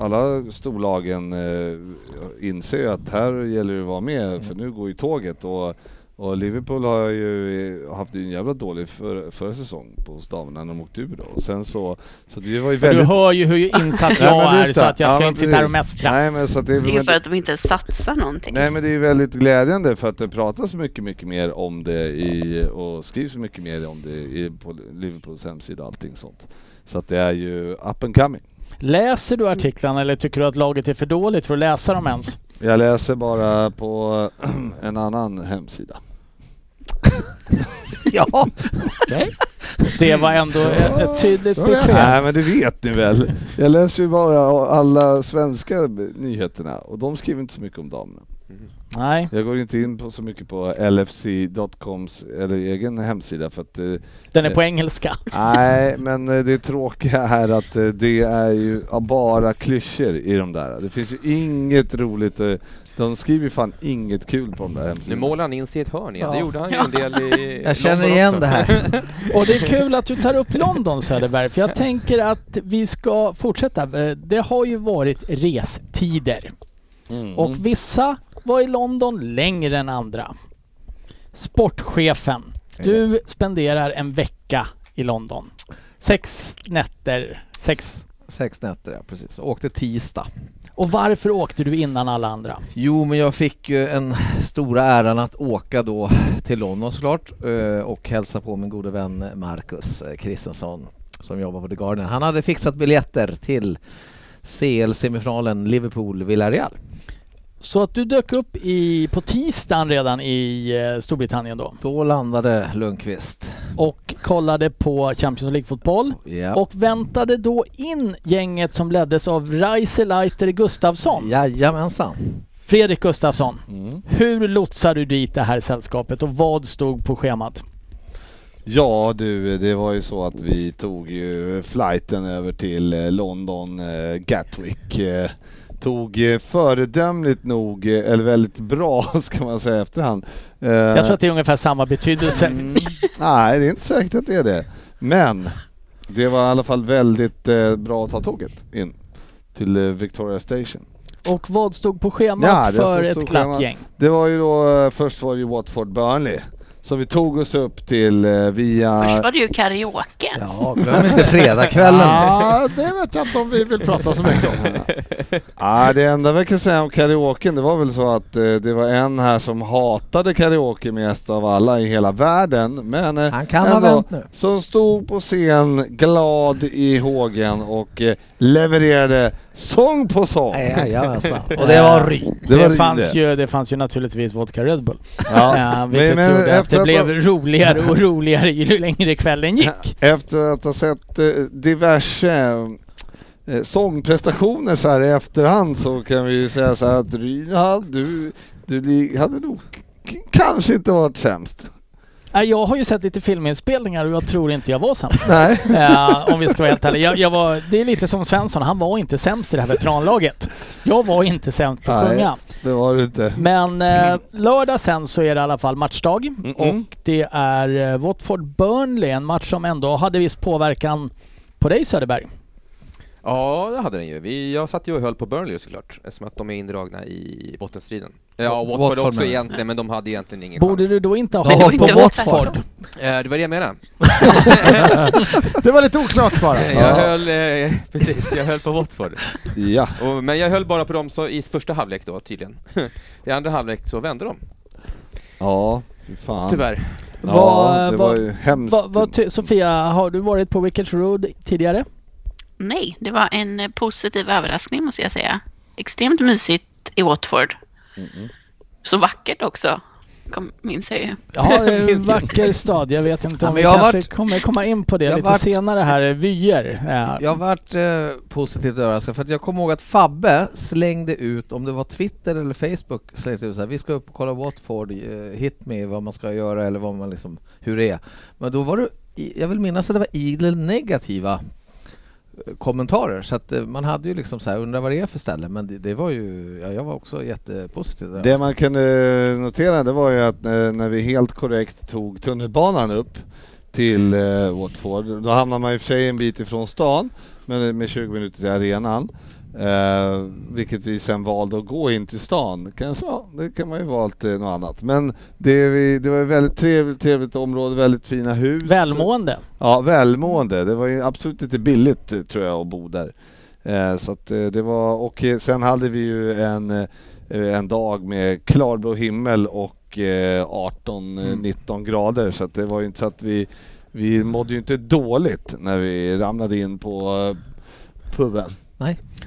Speaker 4: alla storlagen eh, inser ju att här gäller det att vara
Speaker 2: Mm.
Speaker 4: med för nu går ju tåget och, och Liverpool har ju eh, haft en jävla dålig för, förra säsong på hos damerna när de åkte ur då. Och Sen så, så det var ju
Speaker 2: Du
Speaker 4: väldigt...
Speaker 2: hör ju hur insatt
Speaker 4: Nej, men
Speaker 2: jag är
Speaker 4: just det.
Speaker 2: så att jag
Speaker 4: Ja,
Speaker 2: ska
Speaker 4: men
Speaker 2: inte sitta här och
Speaker 4: precis.
Speaker 2: mästra.
Speaker 4: Nej men så att det,
Speaker 7: Det är ju
Speaker 4: men,
Speaker 7: för att de inte satsar någonting.
Speaker 4: Nej men det är väldigt glädjande för att det pratas mycket, mycket mer om det i, och skrivs mycket mer om det i, på Liverpools hemsida och allting sånt. Så att det är ju up and coming.
Speaker 2: Läser du artiklarna eller tycker du att laget är för dåligt för att läsa dem ens?
Speaker 4: Jag läser bara på en annan hemsida.
Speaker 5: Ja,
Speaker 2: Okej. Det var ändå ett, ett tydligt
Speaker 6: Ja, ja.
Speaker 2: besked.
Speaker 4: Nej men det vet ni väl. Jag läser ju bara alla svenska nyheterna och de skriver inte så mycket om damerna.
Speaker 2: Nej.
Speaker 4: Jag går inte in på så mycket på LFC.coms eller egen hemsida för att eh,
Speaker 2: Den är på engelska.
Speaker 4: Nej, men eh, det tråkiga är att eh, det är ju ja, bara klyschor i de där. Det finns ju inget roligt. eh, De skriver ju fan inget kul på de där
Speaker 3: Nu
Speaker 4: hemsidorna.
Speaker 3: målar han in sig i ett hörn igen. Det
Speaker 5: Ja.
Speaker 3: gjorde han ju en del i
Speaker 5: Jag känner
Speaker 3: London
Speaker 5: igen
Speaker 3: också.
Speaker 5: det här.
Speaker 2: Och det är kul att du tar upp London Söderberg, för jag tänker att vi ska fortsätta. Eh, Det har ju varit restider.
Speaker 4: Mm.
Speaker 2: Och vissa var i London längre än andra. Sportchefen, du spenderar en vecka i London. Sex nätter, sex.
Speaker 5: Sex nätter, ja precis. Åkte tisdag.
Speaker 2: Och varför åkte du innan alla andra?
Speaker 5: Jo, men jag fick ju en stora äran att åka då till London såklart eh, och hälsa på min gode vän Marcus eh, Kristensson som jobbar på The Guardian. Han hade fixat biljetter till CL-semifinalen Liverpool-Villarreal.
Speaker 2: Så att du dök upp i, på tisdagen redan i eh, Storbritannien då
Speaker 5: Då landade Lundqvist.
Speaker 2: och kollade på Champions League-fotboll
Speaker 5: Ja.
Speaker 2: och väntade då in gänget som leddes av Reise Leiter Gustafsson.
Speaker 5: Jajamensan.
Speaker 2: Fredrik Gustafsson,
Speaker 4: Mm.
Speaker 2: hur lotsar du dit det här sällskapet och vad stod på schemat?
Speaker 4: Ja du, eh, det var ju så att vi tog ju flighten över till eh, London, eh, Gatwick. eh, Tog eh, föredömligt nog, eh, eller väldigt bra ska man säga efterhand. Eh,
Speaker 2: Jag tror att det är ungefär samma betydelse.
Speaker 4: Mm. Nej, det är inte säkert att det är det. Men det var i alla fall väldigt eh, bra att ta tåget in till eh, Victoria Station.
Speaker 2: Och vad stod på schemat
Speaker 4: Ja, det
Speaker 2: för
Speaker 4: som
Speaker 2: ett
Speaker 4: stod
Speaker 2: glatt
Speaker 4: schemat-
Speaker 2: gäng?
Speaker 4: Det var ju då, eh, först var det ju Watford Burnley. Så vi tog oss upp till eh, via...
Speaker 7: Först var det ju karaoke.
Speaker 5: Ja, glöm inte fredagskvällen.
Speaker 6: Ja, det vet jag inte om vi vill prata så mycket om.
Speaker 4: Ja, Ah, det enda vi kan säga om karaoken det var väl så att eh, det var en här som hatade karaoke mest av alla i hela världen. Men eh,
Speaker 5: Han kan ha vänt nu.
Speaker 4: Som stod på scen glad i hågen och eh, levererade sång på sång.
Speaker 5: Jajamensan. Och det var Ryd.
Speaker 4: Eh, Det
Speaker 2: Det,
Speaker 4: var det
Speaker 2: fanns
Speaker 4: inte.
Speaker 2: ju, det fanns ju naturligtvis vodka Red Bull.
Speaker 4: Ja.
Speaker 2: Eh, vilket
Speaker 4: Men- men
Speaker 2: gjorde att
Speaker 4: efter
Speaker 2: det blev
Speaker 4: att man-
Speaker 2: roligare och roligare ju längre kvällen gick.
Speaker 4: Efter att ha sett eh, diverse eh, sångprestationer så här i efterhand så kan vi ju säga så här att Ryn hade, du, du li- hade nog k- kanske inte varit sämst.
Speaker 2: Eh, Jag har ju sett lite filminspelningar och jag tror inte jag var sämst.
Speaker 4: Nej.
Speaker 2: Eh, om vi ska vara helt ärliga. Jag, jag var, det är lite som Svensson, han var inte sämst i det här veteranlaget. Jag var inte sämst på att
Speaker 4: Nej.
Speaker 2: sjunga.
Speaker 4: Det var du inte.
Speaker 2: Men eh, lördag sen så är det i alla fall matchdag
Speaker 4: mm.
Speaker 2: och det är eh, Watford-Burnley, en match som ändå hade viss påverkan på dig Söderberg.
Speaker 3: Ja, det hade den ju. Vi, jag satt ju och höll på Burnley såklart, eftersom att de är indragna i bottenstriden. Ja, Watford,
Speaker 5: Watford
Speaker 3: också
Speaker 5: menar du?
Speaker 3: egentligen, men de hade egentligen ingen
Speaker 2: Borde
Speaker 3: chans.
Speaker 2: du då inte ha
Speaker 5: Nej,
Speaker 2: hållit
Speaker 7: det var
Speaker 2: på
Speaker 7: inte
Speaker 2: Watford?
Speaker 3: Eh, det var det jag menade.
Speaker 6: Det var lite oklart bara.
Speaker 3: Eh, Jag höll, eh, precis, jag höll på Watford.
Speaker 4: Ja.
Speaker 3: Och, men jag höll bara på dem så, i första halvlek då, tydligen. I andra halvlek så vände de,
Speaker 4: Ja, fy fan.
Speaker 3: tyvärr.
Speaker 4: Ja,
Speaker 2: Vad-
Speaker 4: det
Speaker 2: vad-
Speaker 4: var ju hemskt.
Speaker 2: Va, vad ty- Sofia, har du varit på Wickets Road tidigare?
Speaker 7: Nej, det var en eh, positiv överraskning måste jag säga. Extremt mysigt i Watford. Så vackert också, kom, minns jag ju.
Speaker 2: Ja, det är en Eh, vacker stad. Jag vet inte
Speaker 5: Ja,
Speaker 2: om
Speaker 5: men
Speaker 2: vi
Speaker 5: jag har
Speaker 2: kanske
Speaker 5: varit-
Speaker 2: kommer komma in på det
Speaker 5: jag har
Speaker 2: lite
Speaker 5: varit-
Speaker 2: senare här, vyer. Eh,
Speaker 5: Jag vart eh, positivt överraskad för att jag kommer ihåg att Fabbe slängde ut, om det var Twitter eller Facebook, slängde ut så här, vi ska upp och kolla Watford, eh, hit me, vad man ska göra eller vad man liksom, hur det är. Men då var det, i- jag vill minnas att det var idel negativa eh, kommentarer så att eh, man hade ju liksom så här, undrar vad det är för ställe men det, det var ju, ja, jag var också jättepositiv
Speaker 4: Det
Speaker 5: överraskad.
Speaker 4: man kunde notera det var ju att eh, när vi helt korrekt tog tunnelbanan upp till eh, Watford, då hamnar man i och för sig en bit ifrån stan men med 20 minuter till arenan. Eh, vilket vi sen valde att gå in till stan. Kanske, ja, det kan man ju valt eh, något annat. Men det, vi, det var ett väldigt trevligt, trevligt område, väldigt fina hus.
Speaker 2: Välmående.
Speaker 4: Ja, välmående. Det var ju absolut inte billigt eh, tror jag att bo där. Eh, så att, eh, det var, och eh, sen hade vi ju en, eh, en dag med klarblå himmel och eh, 18-19 grader så att det var ju inte så att vi, vi mådde ju inte dåligt när vi ramlade in på eh, puben.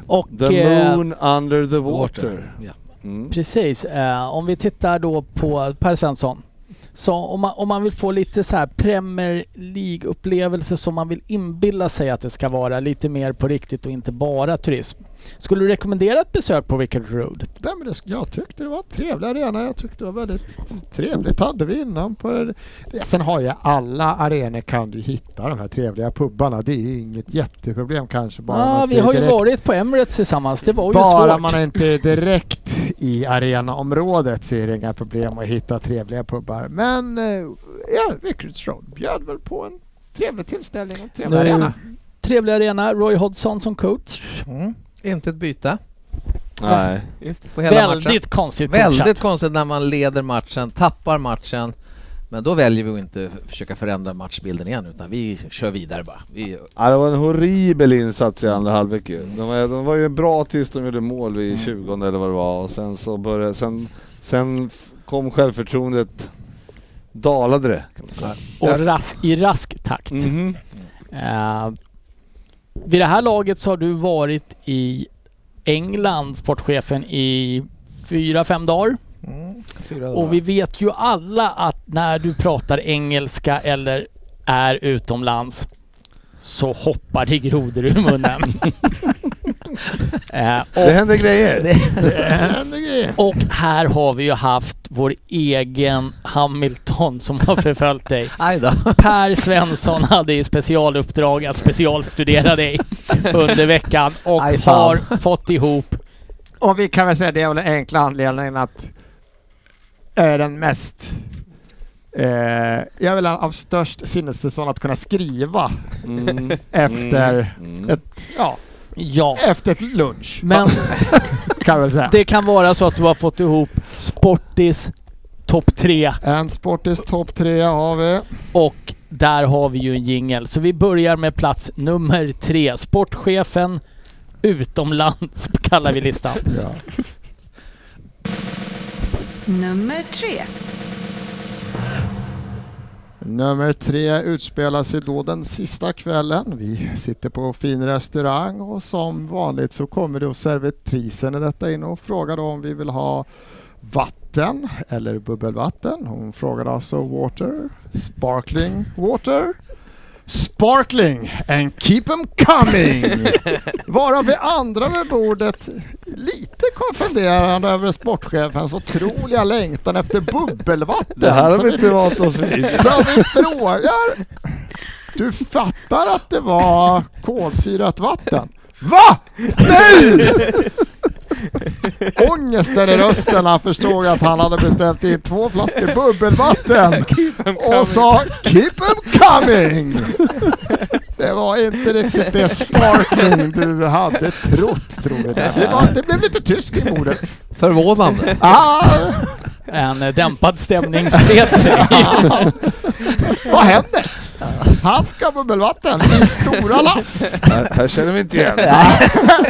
Speaker 2: Och
Speaker 4: The
Speaker 2: eh,
Speaker 4: moon under the water.
Speaker 5: Ja.
Speaker 4: Mm.
Speaker 2: precis, eh, om vi tittar då på Per Svensson Så om man, om man vill få lite så här Premier League-upplevelse som man vill inbilla sig att det ska vara lite mer på riktigt och inte bara turism. Skulle du rekommendera ett besök på Wicked Road?
Speaker 6: Nej, men det, jag tyckte det var en trevlig arena. Jag tyckte det var väldigt trevligt. Hade vi innan på det. Sen har ju alla arenor kan du hitta de här trevliga pubbarna. Det är ju inget jätteproblem kanske. Bara
Speaker 2: Ja,
Speaker 6: att
Speaker 2: vi har ju
Speaker 6: direkt-
Speaker 2: varit på Emirates tillsammans. Det var ju
Speaker 6: Bara
Speaker 2: svårt.
Speaker 6: man inte är direkt i arenaområdet så är det inga problem att hitta trevliga pubbar. Men eh, ja, Recruits Road bjöd väl på en trevlig tillställning och en trevlig
Speaker 2: Nu-
Speaker 6: arena.
Speaker 2: Trevlig arena. Roy Hodgson som coach.
Speaker 5: Mm. Inte ett byte
Speaker 4: Nej.
Speaker 3: Just.
Speaker 5: på hela
Speaker 2: Väldigt
Speaker 5: matchen.
Speaker 2: konstigt
Speaker 5: Väldigt
Speaker 2: coachat.
Speaker 5: konstigt när man leder matchen, tappar matchen. Men då väljer vi att inte försöka förändra matchbilden igen utan vi kör vidare bara. Vi,
Speaker 4: Ja, det var en horribel insats i andra halvlek ju. De var, de var ju bra tills de gjorde mål vid 20 eller vad det var och sen så började, sen, sen f- kom självförtroendet, dalade det. kan man säga.
Speaker 2: Och rask, i rask takt.
Speaker 5: Mm-hmm.
Speaker 4: Mhm.
Speaker 2: Eh, vid det här laget så har du varit i England, sportchefen, i fyra, fem dagar.
Speaker 5: mm, fyra
Speaker 2: Och vi vet ju alla att när du pratar engelska eller är utomlands så hoppar det grodor ur munnen. Eh,
Speaker 4: Det hände grejer!
Speaker 2: och här har vi ju haft vår egen Hamilton som har förföljt dig.
Speaker 5: Aj då.
Speaker 2: Per Svensson hade i specialuppdrag att specialstudera dig under veckan och
Speaker 5: Aj, fan.
Speaker 2: har fått ihop
Speaker 6: Och vi kan väl säga det av den enkla anledningen att är den mest eh, jag vill ha av störst sinnestillstånd att kunna skriva
Speaker 4: Mm.
Speaker 6: efter,
Speaker 4: Mm.
Speaker 6: Ett, ja,
Speaker 2: Ja,
Speaker 6: efter lunch.
Speaker 2: men
Speaker 6: Kan jag väl säga.
Speaker 2: det kan vara så att du har fått ihop Sportis topp 3
Speaker 6: En sportis topp tre har vi.
Speaker 2: och där har vi ju en jingel. Så vi börjar med plats nummer 3. Sportchefen utomlands kallar vi listan.
Speaker 6: Ja.
Speaker 1: Nummer tre.
Speaker 6: Nummer tre utspelar sig då den sista kvällen. Vi sitter på fin restaurang och som vanligt så kommer då servitrisen i detta in och frågar då om vi vill ha vatten eller bubbelvatten. Hon frågar alltså water, sparkling water. Sparkling and keep 'em coming! Varav vi andra vid bordet lite konfunderande över sportchefens otroliga längtan efter bubbelvatten.
Speaker 4: Det här har
Speaker 6: Så
Speaker 4: vi inte vant oss vid.
Speaker 6: så vi frågar. Du fattar att det var kolsyrat vatten? Va? Nej! Ångesten i rösten när han förstod att han hade beställt in två flaskor bubbelvatten och sa Keep 'em coming! Det var inte riktigt det sparkling du hade trott tror vi. Det, var, det blev lite tysk i mordet.
Speaker 5: Förvånande.
Speaker 6: Ah,
Speaker 2: En eh, dämpad stämning spred sig.
Speaker 6: vad händer? Han ska ha bubbelvatten i stora lass.
Speaker 4: Här, här känner vi inte igen.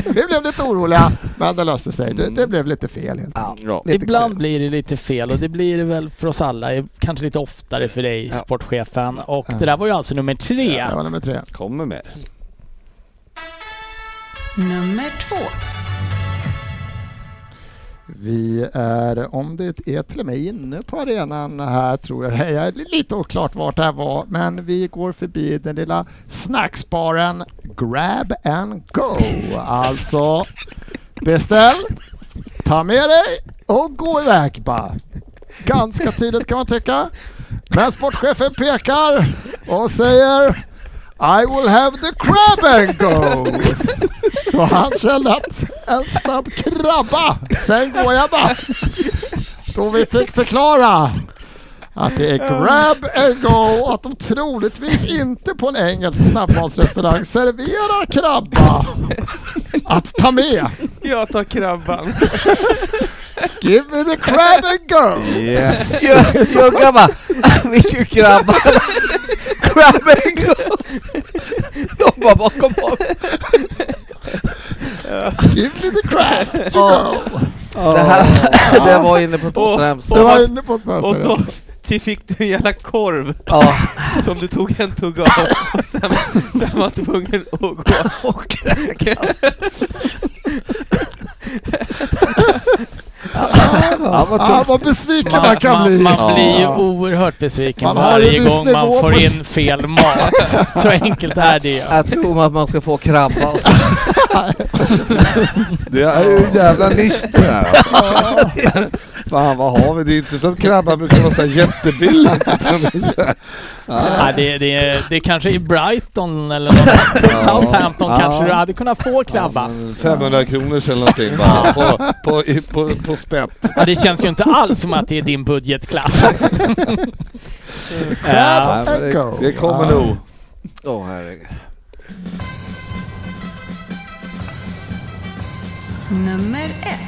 Speaker 6: Vi blev lite oroliga, men det löste sig. Det, det blev lite fel helt enkelt.
Speaker 4: Ja.
Speaker 2: Ibland blir det lite fel och det blir det väl för oss alla. eh, Kanske lite oftare för dig, sportchefen. Och
Speaker 6: Ja.
Speaker 2: det där var ju alltså nummer tre.
Speaker 6: Det var nummer tre.
Speaker 4: Kommer med.
Speaker 1: Nummer två.
Speaker 6: Vi är, om det är till och med inne på arenan här tror jag det är. Jag är lite oklart vart det här var, men vi går förbi den lilla snacksbaren Grab and Go. Alltså, beställ, ta med dig och gå iväg bara. Ganska tydligt kan man tycka. Men sportchefen pekar och säger I will have the crab and go. Då han kände att en snabb krabba, sen går jag bara. Då vi fick förklara att det är grab and go och att de troligtvis inte på en engelsk snabbmatsrestaurang serverar krabba att ta med.
Speaker 3: Jag tar krabban.
Speaker 6: Give me the crab and go!
Speaker 4: Yes!
Speaker 5: Jugga bara. Vilken grabb. Grab and go. De var bakom honom.
Speaker 6: Give me the crab to go!
Speaker 5: Det, här, det var inne på Tottenhams.
Speaker 6: Det var
Speaker 3: Och-
Speaker 6: inne på ett
Speaker 3: Och så
Speaker 6: mönster.
Speaker 3: till fick du en jävla korv
Speaker 5: Ja.
Speaker 3: som du tog en tugga av och sen, sen var tvungen att gå.
Speaker 5: Och kräkas.
Speaker 6: Ja, vad, ja, vad besviken man kan
Speaker 2: man,
Speaker 6: bli.
Speaker 2: man blir ju
Speaker 4: Ja.
Speaker 2: oerhört besviken
Speaker 6: Man har ju
Speaker 2: varje
Speaker 6: viss
Speaker 2: gång man
Speaker 6: nivå
Speaker 2: får
Speaker 6: på-
Speaker 2: in fel mat. Så enkelt är det ju.
Speaker 5: Jag tror att man ska få krabba och så.
Speaker 4: Det är ju en jävla nisch det här alltså. Fan vad har vi? Det är intressant. Krabbar brukar vara såhär jättebilligt. utan det är så här-
Speaker 2: Nej, det, det, det kanske i Brighton eller något,
Speaker 4: Ja.
Speaker 2: Southampton
Speaker 4: Ja.
Speaker 2: kanske du hade kunnat få krabba.
Speaker 4: Ja, men 500 kronor eller någonting bara på, på, i- på, på spett.
Speaker 2: Ja, det känns ju inte alls som att det är din budgetklass. Ja,
Speaker 4: Nej, men det, det kommer nog.
Speaker 5: Åh herregud.
Speaker 1: Nummer ett.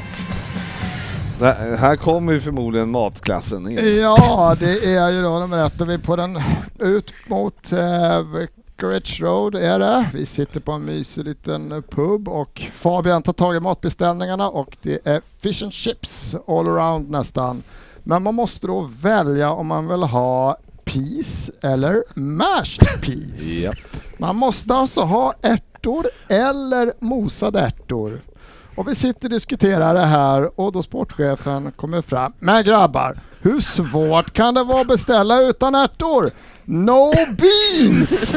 Speaker 4: Det, här kommer ju förmodligen matklassen in.
Speaker 6: Ja, det är ju då nummer ett. Och Vi är på den ut mot eh, Vicarage Road är det. Vi sitter på en mysig liten pub och Fabian tar tag i matbeställningarna och det är fish and chips all around nästan. Men man måste då välja om man vill ha peas eller mashed peas.
Speaker 4: Japp.
Speaker 6: Man måste alltså ha ärtor eller mosade ärtor. Och vi sitter och diskuterar det här och då sportchefen kommer fram. Men grabbar, hur svårt kan det vara att beställa utan ärtor? No beans!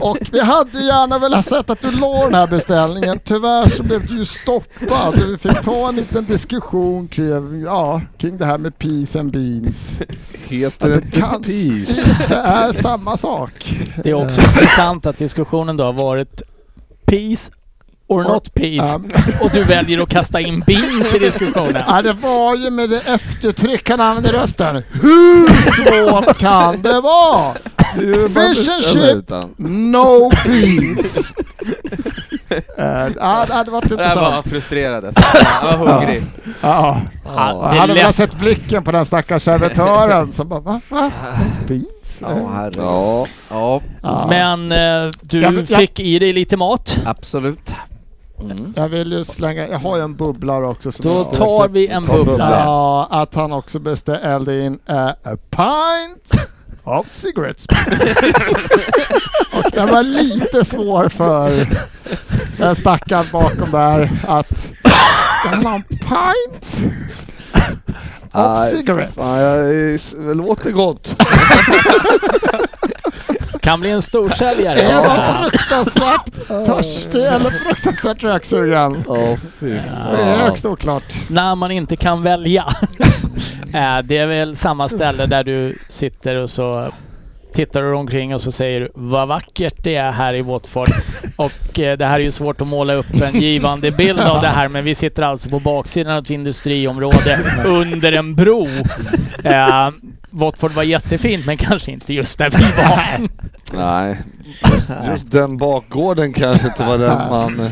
Speaker 6: Och vi hade gärna velat sett att du la den här beställningen. Tyvärr så blev du ju stoppad. Vi fick ta en liten diskussion kring, ja, kring det här med peas and beans.
Speaker 4: Heter det inte
Speaker 6: kan-
Speaker 4: peas?
Speaker 6: Det är samma sak.
Speaker 2: det är
Speaker 6: Eh.
Speaker 2: också intressant att diskussionen då har varit peace or not peace.
Speaker 6: Um,
Speaker 2: Och du väljer att kasta in beans i diskussionen.
Speaker 6: Ja, det var ju med det eftertryck han använde i rösten. Hur svårt kan det vara?
Speaker 4: Det är ju vad man
Speaker 6: Fish and
Speaker 4: beställer
Speaker 6: chip.
Speaker 4: utan.
Speaker 6: No beans! Eh, Ja, det hade varit
Speaker 3: Där var han
Speaker 6: intressant.
Speaker 3: frustrerad alltså. Han var hungrig.
Speaker 6: Ja, alltså,
Speaker 2: Ja,
Speaker 6: jag
Speaker 2: det är
Speaker 6: hade velat
Speaker 2: lätt.
Speaker 6: sett blicken på den stackars servitören som bara va, va? Beans?
Speaker 5: Åh herregud. Ja.
Speaker 4: Ja,
Speaker 6: Ja.
Speaker 2: Men eh, du
Speaker 6: Ja, men jag-
Speaker 2: fick i dig lite mat.
Speaker 5: absolut.
Speaker 4: Mm.
Speaker 6: Jag vill ju slänga, jag har ju en bubblare också. Som
Speaker 2: Då
Speaker 6: jag-
Speaker 2: tar vi en
Speaker 4: Ta bubbla.
Speaker 2: bubbla.
Speaker 6: Ja, att han också beställde in eh, a pint of cigarettes. Och den var lite svår för den stackaren bakom där att ska han ha en pint
Speaker 4: Nej,
Speaker 6: of cigarettes?
Speaker 4: fan, jag är- det låter gott.
Speaker 2: Kan bli en storsäljare.
Speaker 6: Är
Speaker 2: Ja.
Speaker 6: man fruktansvärt törstig eller fruktansvärt röksugen?
Speaker 4: Åh fy
Speaker 6: Det är
Speaker 4: fan.
Speaker 6: högst oklart.
Speaker 2: När man inte kan välja. Eh, det är väl samma ställe där du sitter och så tittar du omkring och så säger du vad vackert det är här i Watford. Och eh, det här är ju svårt att måla upp en givande bild av det här men vi sitter alltså på baksidan av ett industriområde under en bro. Eh, Watford var jättefint men kanske inte just där vi var.
Speaker 4: Nej, just, just den bakgården kanske inte var den man...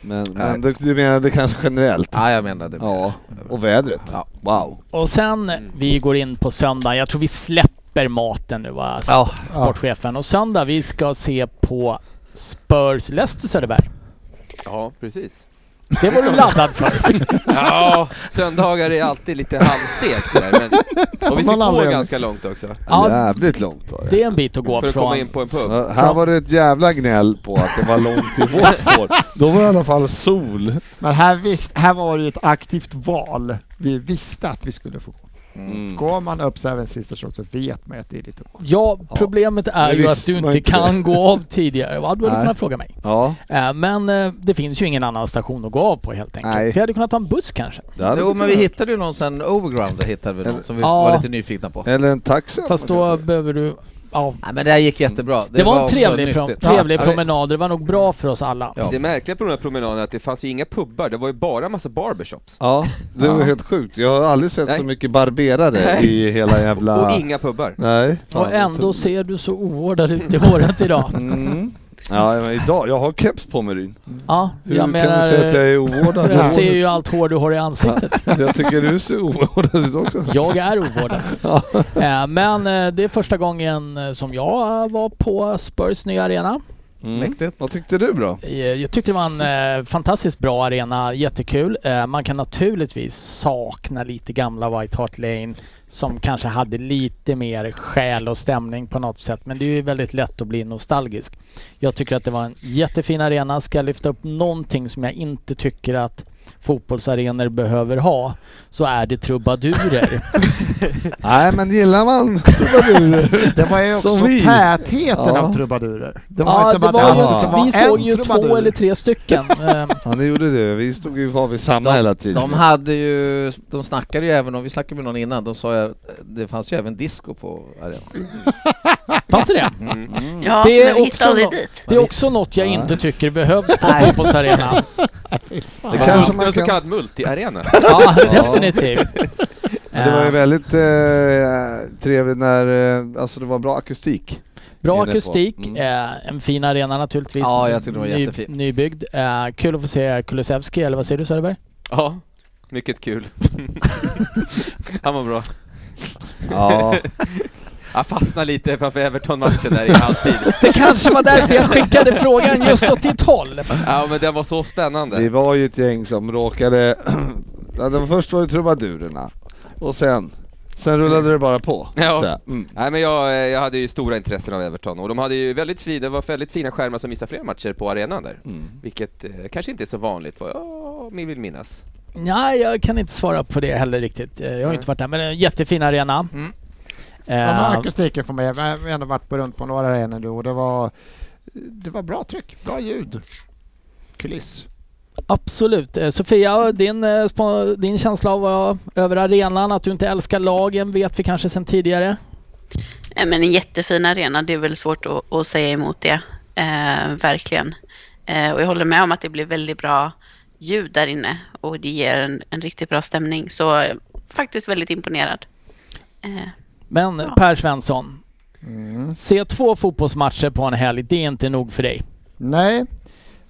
Speaker 4: Men, men du, du menar det kanske generellt?
Speaker 5: Ja, jag menade det.
Speaker 4: Ja, och vädret.
Speaker 5: Ja.
Speaker 4: Wow.
Speaker 2: Och sen vi går in på söndag. Jag tror vi släpper maten nu va?
Speaker 5: Ja.
Speaker 2: sportchefen. Och söndag vi ska se på Spurs Leicester Söderberg.
Speaker 3: Ja, precis.
Speaker 2: Det var du laddad för.
Speaker 3: Ja, söndagar är alltid lite halvsegt där, men... Och vi
Speaker 6: Av någon
Speaker 3: fick gå
Speaker 6: anledning.
Speaker 3: ganska långt också.
Speaker 2: Ja.
Speaker 4: Jävligt långt var
Speaker 2: Det
Speaker 4: det.
Speaker 2: är en bit att gå
Speaker 3: För att
Speaker 2: från.
Speaker 3: komma in på en pub.
Speaker 4: Så här var det ett jävla gnäll på att det var långt till Watford. Då var det i alla fall sol.
Speaker 6: Men här, visst, här var det ju ett aktivt val. Vi visste att vi skulle få gå.
Speaker 4: Mm.
Speaker 6: Går man upp Seven Sisters Road så vet man ju att det är lite oklart.
Speaker 2: Ja, problemet är
Speaker 4: Det
Speaker 2: ju att
Speaker 4: visste
Speaker 2: du
Speaker 4: man
Speaker 2: inte
Speaker 4: inte.
Speaker 2: kan gå av tidigare. Vad hade du
Speaker 4: Nej.
Speaker 2: kunnat fråga mig?
Speaker 4: Ja,
Speaker 2: Eh, Men eh, det finns ju ingen annan station att gå av på helt enkelt.
Speaker 4: Nej.
Speaker 2: Vi hade kunnat ta en buss kanske.
Speaker 4: det hade
Speaker 5: Jo
Speaker 4: vi
Speaker 5: men vi
Speaker 4: kunnat.
Speaker 5: hittade ju någon sen, Overground hittade vi någon som vi
Speaker 2: Ja.
Speaker 5: var lite nyfikna på.
Speaker 4: Eller en taxi.
Speaker 2: Fast då behöver du... Ja.
Speaker 5: Nej men det här gick jättebra.
Speaker 2: Mm. Det, var en
Speaker 5: också
Speaker 2: trevlig, pro-
Speaker 5: nyttigt.
Speaker 2: trevlig
Speaker 5: Ja,
Speaker 2: promenad. Det var nog bra för oss alla.
Speaker 5: Ja.
Speaker 3: Det märkliga på den här promenaden är att det fanns ju inga pubbar, det var ju bara massa barbershops.
Speaker 4: Ja, det var
Speaker 6: Ja.
Speaker 4: helt sjukt. Jag har aldrig sett
Speaker 3: Nej.
Speaker 4: så mycket barberare i hela jävla...
Speaker 3: Och inga pubbar.
Speaker 4: Nej.
Speaker 2: Och ändå ser du så oordnad ut i håret idag.
Speaker 4: Mm. Ja, men idag, jag har keps på mig Ryn.
Speaker 2: Ja,
Speaker 4: Hur
Speaker 2: jag
Speaker 4: kan
Speaker 2: menar...
Speaker 4: du säga att jag är ovårdad?
Speaker 2: Jag ser ju allt hår du har i ansiktet.
Speaker 4: Jag tycker du ser ovårdad ut också.
Speaker 2: Jag är ovårdad. Eh, Men eh, det är första gången eh, som jag var på Spurs nya arena.
Speaker 4: Mm.
Speaker 5: Mäktigt.
Speaker 4: Vad tyckte du då?
Speaker 2: Eh, Jag tyckte det var en eh, fantastiskt bra arena, jättekul. Eh, Man kan naturligtvis sakna lite gamla White Hart Lane som kanske hade lite mer själ och stämning på något sätt. Men det är ju väldigt lätt att bli nostalgisk. Jag tycker att det var en jättefin arena. Ska jag lyfta upp någonting som jag inte tycker att fotbollsarenor behöver ha så är det trubadurer.
Speaker 4: Nej men gillar man trubadurer?
Speaker 6: Det var ju också
Speaker 4: Som vi.
Speaker 6: tätheten
Speaker 4: Ja.
Speaker 6: av trubadurer. Det
Speaker 2: ja, det
Speaker 6: inte bara
Speaker 2: var
Speaker 6: att
Speaker 2: ju,
Speaker 4: Ja.
Speaker 6: det var
Speaker 2: vi
Speaker 6: en
Speaker 2: såg ju två
Speaker 6: trubadur.
Speaker 2: eller tre stycken. Ehm,
Speaker 4: Ja ni gjorde det, vi stod ju var vid samma hela tiden.
Speaker 5: De hade ju, de snackade ju även om, vi snackade med någon innan, de sa ju, eh, det fanns ju även disco på arenan.
Speaker 2: Fanns det det?
Speaker 3: Mm.
Speaker 7: Ja,
Speaker 2: Det är
Speaker 7: men
Speaker 2: också
Speaker 7: vi hittar aldrig
Speaker 2: nå-
Speaker 7: dit.
Speaker 2: Det är också något jag
Speaker 4: Nej.
Speaker 2: inte tycker behövs på en fotbollsarena.
Speaker 4: Det
Speaker 3: Det var
Speaker 4: kanske
Speaker 3: en-
Speaker 4: man
Speaker 3: en så
Speaker 4: kan...
Speaker 3: kallad multiarena.
Speaker 2: Ja,
Speaker 4: Ja.
Speaker 2: definitivt.
Speaker 4: Men det var ju
Speaker 2: Ehm,
Speaker 4: väldigt eh, trevligt när, eh, alltså det var bra akustik.
Speaker 2: Bra
Speaker 4: inne på.
Speaker 2: akustik,
Speaker 4: Mm.
Speaker 2: eh, en fin arena naturligtvis.
Speaker 5: Ja, jag tyckte det var
Speaker 2: Ny-
Speaker 5: jättefint.
Speaker 2: Nybyggd. Eh, kul att få se Kulusevski, eller vad säger du Söderberg?
Speaker 3: Ja, mycket kul. Han var bra.
Speaker 4: Ja,
Speaker 3: Jag fastnade lite framför Everton-matchen där i halvtid.
Speaker 2: Det kanske var därför jag skickade frågan just åt ditt håll.
Speaker 3: Ja men den var så
Speaker 4: vi
Speaker 3: spännande.
Speaker 4: var ju ett gäng som råkade, ja, det var först var det trubadurerna och sen, sen
Speaker 5: Mm.
Speaker 4: rullade det bara på.
Speaker 3: Ja.
Speaker 4: Så här, mm.
Speaker 3: Nej men jag, eh, jag hade ju stora intressen av Everton och de hade ju väldigt fina, det var väldigt fina skärmar som visade flera matcher på arenan där.
Speaker 4: Mm.
Speaker 3: Vilket eh, kanske inte är så vanligt vad jag vill minnas.
Speaker 2: Nej, jag kan inte svara på det heller riktigt. Eh, Jag har
Speaker 3: Nej.
Speaker 2: inte varit där, men en jättefin arena.
Speaker 3: Mm.
Speaker 6: Den här
Speaker 2: Eh,
Speaker 6: akustiken för mig, jag har ändå varit på runt på några arenor nu och det var, det var bra tryck, bra ljud. Kuliss.
Speaker 2: absolut. Eh, Sofia, din, eh, spa- din känsla av att vara över arenan, att du inte älskar lagen, vet vi kanske sedan tidigare.
Speaker 7: Nej, Men en jättefin arena, det är väl svårt att, att säga emot det. Eh, verkligen. Eh, och jag håller med om att det blir väldigt bra ljud där inne och det ger en, en riktigt bra stämning. Så eh, faktiskt väldigt imponerad. Eh,
Speaker 2: Men
Speaker 7: Ja.
Speaker 2: Per Svensson,
Speaker 6: Mm.
Speaker 2: se två fotbollsmatcher på en helg, det är inte nog för dig.
Speaker 6: Nej,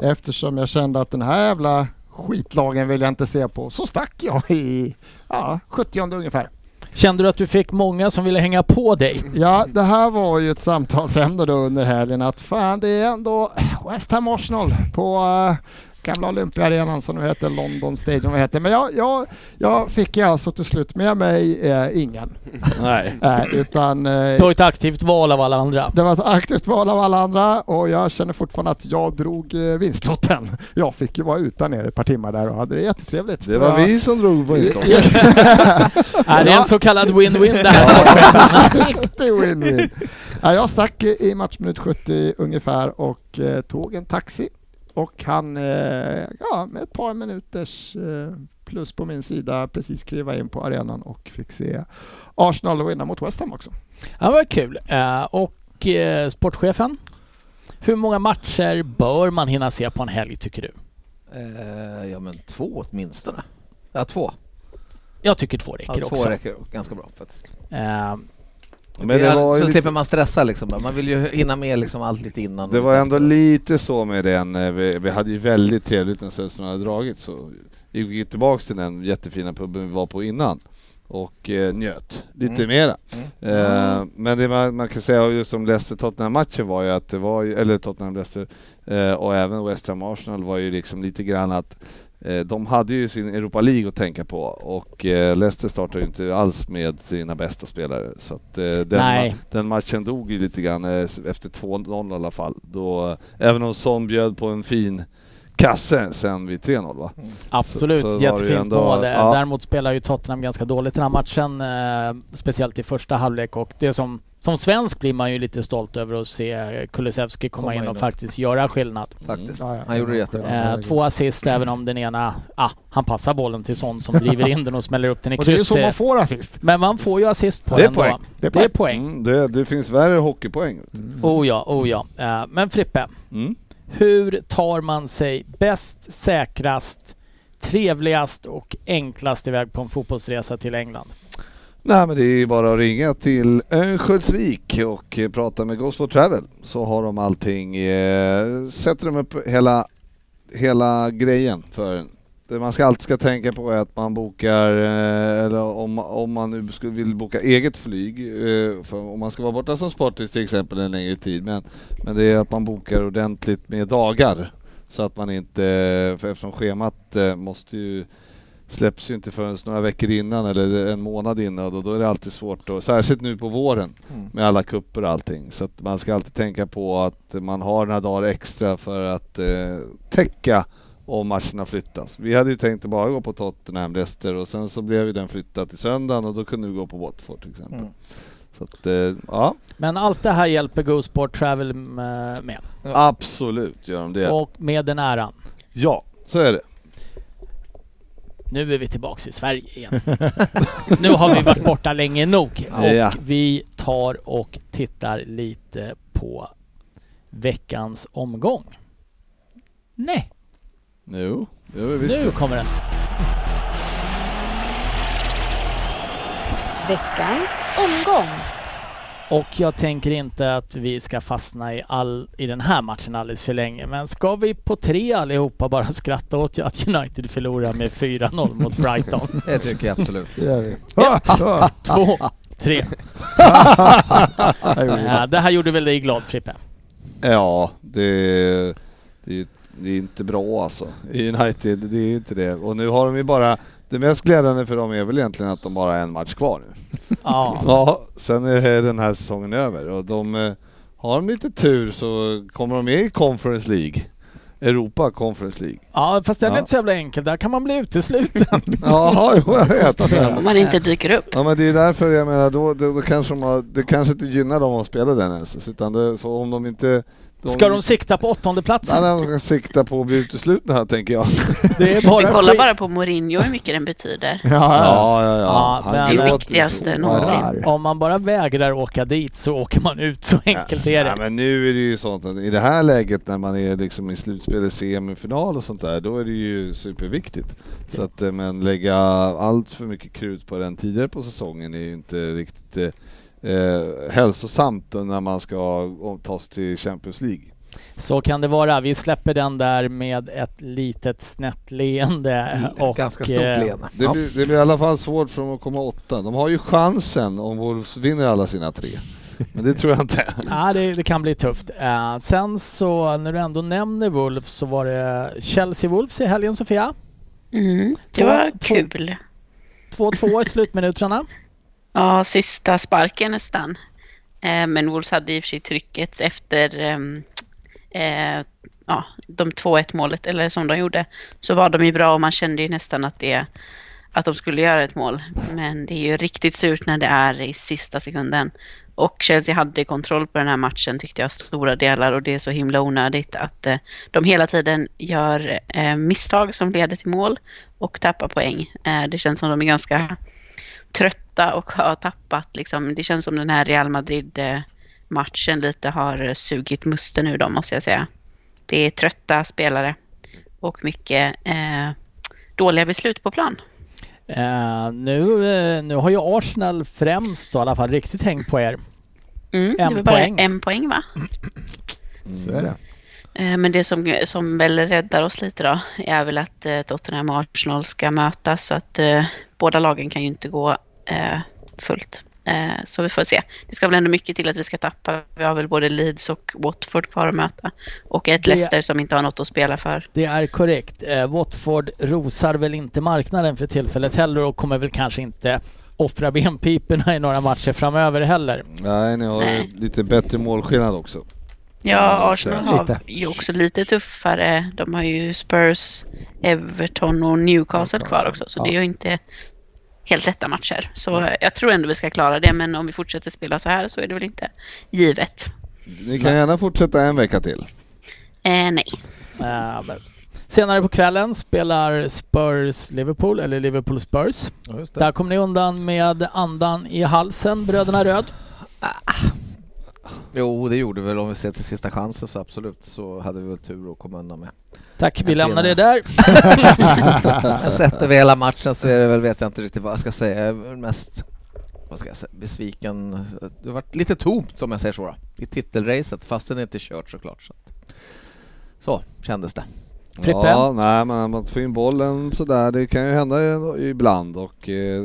Speaker 6: eftersom jag kände att den här jävla skitlagen vill jag inte se på. Så stack jag i ja, 70 ungefär.
Speaker 2: Kände du att du fick många som ville hänga på dig?
Speaker 6: Ja, det här var ju ett samtalsämne då under helgen att fan det är ändå West Ham Arsenal på eh, gamla Olympiaarenan som nu heter London Stadium. Vad det heter. Men jag, jag, jag fick ju alltså till slut med mig eh, ingen.
Speaker 4: Nej.
Speaker 6: Eh, utan eh,
Speaker 2: Det var ett aktivt val av alla andra.
Speaker 6: det var ett aktivt val av alla andra och jag känner fortfarande att jag drog eh, vinstlotten. Jag fick ju vara utan er ett par timmar där och hade det jättetrevligt.
Speaker 4: Det var
Speaker 6: jag...
Speaker 4: vi som drog på instånd.
Speaker 2: Är det
Speaker 6: Ja.
Speaker 2: en så kallad win-win det här sportchefen?
Speaker 6: Riktig win-win. Ja, jag stack i matchminut 70 ungefär och eh, tog en taxi och han, eh, ja, med ett par minuters eh, plus på min sida, precis kliva in på arenan och fick se Arsenal vinna mot West Ham också.
Speaker 2: Ja, vad kul. Eh, Och eh, sportchefen? Hur många matcher bör man hinna se på en helg tycker du?
Speaker 5: Eh, ja men två åtminstone. Ja två.
Speaker 2: Jag tycker två
Speaker 5: Ja,
Speaker 2: räcker
Speaker 5: två
Speaker 2: också.
Speaker 5: räcker ganska bra faktiskt.
Speaker 2: Eh,
Speaker 4: Men det var
Speaker 5: så
Speaker 4: ju lite
Speaker 5: slipper man stressa liksom. Man vill ju hinna med liksom allt lite innan.
Speaker 4: Det
Speaker 5: och
Speaker 4: var
Speaker 5: lite
Speaker 4: ändå
Speaker 5: efter.
Speaker 4: lite så med den, eh, vi, vi hade ju väldigt trevligt när Söderström hade dragit så gick vi tillbaks till den jättefina puben vi var på innan och eh, njöt lite
Speaker 5: Mm.
Speaker 4: mera.
Speaker 5: Mm.
Speaker 4: Eh, men det man, man kan säga just om Leicester-Tottenham-matchen var ju att det var ju, eller Tottenham-Leicester eh, och även West Ham-Arsenal var ju liksom lite grann att eh, de hade ju sin Europa League att tänka på och eh, Leicester startade ju inte alls med sina bästa spelare så att eh, den,
Speaker 2: Nej.
Speaker 4: ma- den matchen dog ju lite grann eh, s- efter 2-0 i alla fall. Då, eh, även om Son bjöd på en fin kasse sen vid 3-0 va?
Speaker 2: absolut,
Speaker 4: så var det ju
Speaker 2: jättefint
Speaker 4: ändå-
Speaker 2: mål. Eh,
Speaker 4: ja.
Speaker 2: Däremot spelar ju Tottenham ganska dåligt den här matchen. eh, Speciellt i första halvlek och det som, som svensk blir man ju lite stolt över att se Kulusevski komma
Speaker 5: Komma
Speaker 2: in
Speaker 5: in
Speaker 2: och
Speaker 5: och-
Speaker 2: faktiskt göra skillnad.
Speaker 5: Faktiskt.
Speaker 6: Ja, ja.
Speaker 5: Han gjorde det jättebra.
Speaker 2: Eh, Två assist även om den ena, ah, han passar bollen till sån som driver in den och smäller upp den i
Speaker 6: Och det är ju
Speaker 2: kryss.
Speaker 6: så man får assist.
Speaker 2: Men man får ju assist på
Speaker 4: Det är
Speaker 2: den
Speaker 4: poäng.
Speaker 2: då. Det är poäng. Det är poäng.
Speaker 4: Mm, det, det finns värre hockeypoäng.
Speaker 2: Oh ja, oh ja. Eh, Men Frippe,
Speaker 4: Mm.
Speaker 2: hur tar man sig bäst, säkrast, trevligast och enklast iväg på en fotbollsresa till England?
Speaker 4: Nej men det är ju bara att ringa till Örnsköldsvik och eh, prata med Gosport Travel så har de allting, eh, sätter de upp hela, hela grejen för en. Det man ska alltid ska tänka på är att man bokar, eh, eller om, om man nu skulle vill boka eget flyg, eh, för om man ska vara borta som sportis till exempel en längre tid, men, men det är att man bokar ordentligt med dagar så att man inte, för eftersom schemat eh, måste ju släpps ju inte förrän några veckor innan eller en månad innan och då är det alltid svårt. Och, särskilt nu på våren
Speaker 5: Mm.
Speaker 4: med alla kupper och allting. Så att man ska alltid tänka på att man har några dagar extra för att eh, täcka om matcherna flyttas. Vi hade ju tänkt att bara gå på Tottenham, Leicester och sen så blev ju den flyttad till söndagen och då kunde vi gå på Watford till exempel.
Speaker 6: Mm.
Speaker 4: Så att, eh, ja,
Speaker 2: Men allt det här hjälper Go Sport Travel med. med.
Speaker 4: absolut gör de det.
Speaker 2: Och med den äran.
Speaker 4: Ja, så är det.
Speaker 2: Nu är vi tillbaks i Sverige igen. nu har vi varit borta länge nog. Och
Speaker 4: Ja.
Speaker 2: vi tar och tittar lite på veckans omgång. Nej,
Speaker 4: Jo, det gör vi visst.
Speaker 2: nu kommer den.
Speaker 8: Veckans omgång.
Speaker 2: Och jag tänker inte att vi ska fastna i, all, i den här matchen alldeles för länge. Men ska vi på tre allihopa bara skratta åt att United förlorar med 4-0 mot Brighton?
Speaker 5: Det tycker jag absolut.
Speaker 6: Det gör vi. Hört, hört.
Speaker 2: Två, tre.
Speaker 6: Här gjorde vi det.
Speaker 2: Ja, det här gjorde väl dig glad Frippe?
Speaker 4: Ja, det, det, det är inte bra alltså. I United, det är ju inte det. Och nu har de ju bara, det mest glädjande för dem är väl egentligen att de bara har en match kvar nu.
Speaker 2: Ja.
Speaker 4: Ja, sen är den här säsongen över och de eh, har de lite tur så kommer de med i Conference League. Europa Conference League.
Speaker 2: ja, fast den är
Speaker 4: Ja.
Speaker 2: inte så jävla enkel. Där kan man bli utesluten.
Speaker 4: Jaha, jo, jag vet.
Speaker 7: Om man inte dyker upp.
Speaker 4: Ja men det är därför jag menar, då, då, då kanske de har, det kanske inte gynnar dem att spela den ens. Utan det, så om de inte...
Speaker 2: Ska de sikta på åttondeplatsen?
Speaker 4: Nej, de kan sikta på att bli uteslutna här tänker jag.
Speaker 2: Det är
Speaker 7: Vi
Speaker 2: bara
Speaker 7: kollar
Speaker 2: skit.
Speaker 7: bara på Mourinho hur mycket den betyder.
Speaker 6: Ja, ja.
Speaker 4: ja,
Speaker 2: Ja,
Speaker 4: Han
Speaker 2: men- Det
Speaker 4: gråter
Speaker 7: viktigaste
Speaker 4: så.
Speaker 7: någonsin.
Speaker 4: Ja.
Speaker 6: Där.
Speaker 2: Om man bara vägrar åka dit så åker man ut. Så enkelt är
Speaker 4: Ja,
Speaker 2: det.
Speaker 4: men nu är det ju sånt att i det här läget när man är liksom i slutspelet, semifinal och sånt där, då är det ju superviktigt. Så att, eh, men lägga allt för mycket krut på den tidigare på säsongen är ju inte riktigt eh, eh, hälsosamt när man ska ta sig till Champions League.
Speaker 2: Så kan det vara. Vi släpper den där med ett litet snett leende. Och,
Speaker 5: Ganska stort
Speaker 2: eh,
Speaker 5: leende.
Speaker 4: Det, blir, det blir i alla fall svårt för dem att komma åtta. De har ju chansen om Wolves vinner alla sina tre. Men det tror jag inte.
Speaker 2: Ja, det, det kan bli tufft. Eh, sen så, när du ändå nämner Wolves så var det Chelsea-Wolves i helgen Sofia.
Speaker 7: Mm, det
Speaker 2: Två-
Speaker 7: var
Speaker 2: två-
Speaker 7: kul.
Speaker 2: 2-2 i slutminuterna.
Speaker 7: Ja, sista sparken nästan. Eh, Men Wolves hade i och för sig trycket efter ehm, eh, ja, de 2-1 målet, eller som de gjorde, så var de ju bra och man kände ju nästan att, det, att de skulle göra ett mål. Men det är ju riktigt surt när det är i sista sekunden. Och Chelsea hade kontroll på den här matchen tyckte jag, stora delar och det är så himla onödigt att eh, de hela tiden gör eh, misstag som leder till mål och tappar poäng. Eh, det känns som de är ganska trötta och har tappat liksom. Det känns som den här Real Madrid-matchen lite har sugit musten ur dem måste jag säga. Det är trötta spelare och mycket eh, dåliga beslut på plan.
Speaker 2: Eh, nu, eh, nu har ju Arsenal främst då, i alla fall riktigt hängt på er.
Speaker 7: Mm,
Speaker 2: En
Speaker 7: det var bara
Speaker 2: poäng.
Speaker 7: en poäng va?
Speaker 6: Så är det.
Speaker 7: Eh, Men det som, som väl räddar oss lite då är väl att eh, Tottenham och Arsenal ska mötas så att eh, båda lagen kan ju inte gå eh, fullt. Eh, så vi får se. Det ska väl ändå mycket till att vi ska tappa. Vi har väl både Leeds och Watford kvar att möta. Och ett
Speaker 2: Det-
Speaker 7: Leicester som inte har något att spela för.
Speaker 2: Det är korrekt. Eh, Watford rosar väl inte marknaden för tillfället heller och kommer väl kanske inte offra benpiporna i några matcher framöver heller.
Speaker 4: Nej, ni har ju
Speaker 7: Nej.
Speaker 4: lite bättre målskillnad också.
Speaker 7: Ja, Arsenal
Speaker 6: Lite.
Speaker 7: har ju också lite tuffare. De har ju Spurs, Everton och Newcastle kvar också. Så det är ju inte helt lätta matcher. Så jag tror ändå vi ska klara det. Men om vi fortsätter spela så här så är det väl inte givet.
Speaker 4: Ni kan gärna fortsätta en vecka till.
Speaker 7: Eh, nej.
Speaker 2: Eh, men Senare på kvällen spelar Spurs Liverpool, eller Liverpool Spurs.
Speaker 5: Ja, just
Speaker 2: Där kom ni undan med andan i halsen, bröderna Röd.
Speaker 5: Jo, det gjorde vi väl om vi ser till sista chansen så absolut så hade vi väl tur att komma undan med.
Speaker 2: Tack, vi
Speaker 5: Jag
Speaker 2: lämnar det
Speaker 5: menar-
Speaker 2: där.
Speaker 5: Jag sätter vi hela matchen så är det väl, vet jag inte riktigt vad jag ska säga, jag är väl mest vad ska jag säga, besviken. Det har varit lite tomt som jag säger så då, i titelracet fastän det inte är kört såklart. Så, att. så kändes det.
Speaker 2: Frippe?
Speaker 4: Ja, nej, men när man får in bollen sådär, det kan ju hända i- ibland och eh,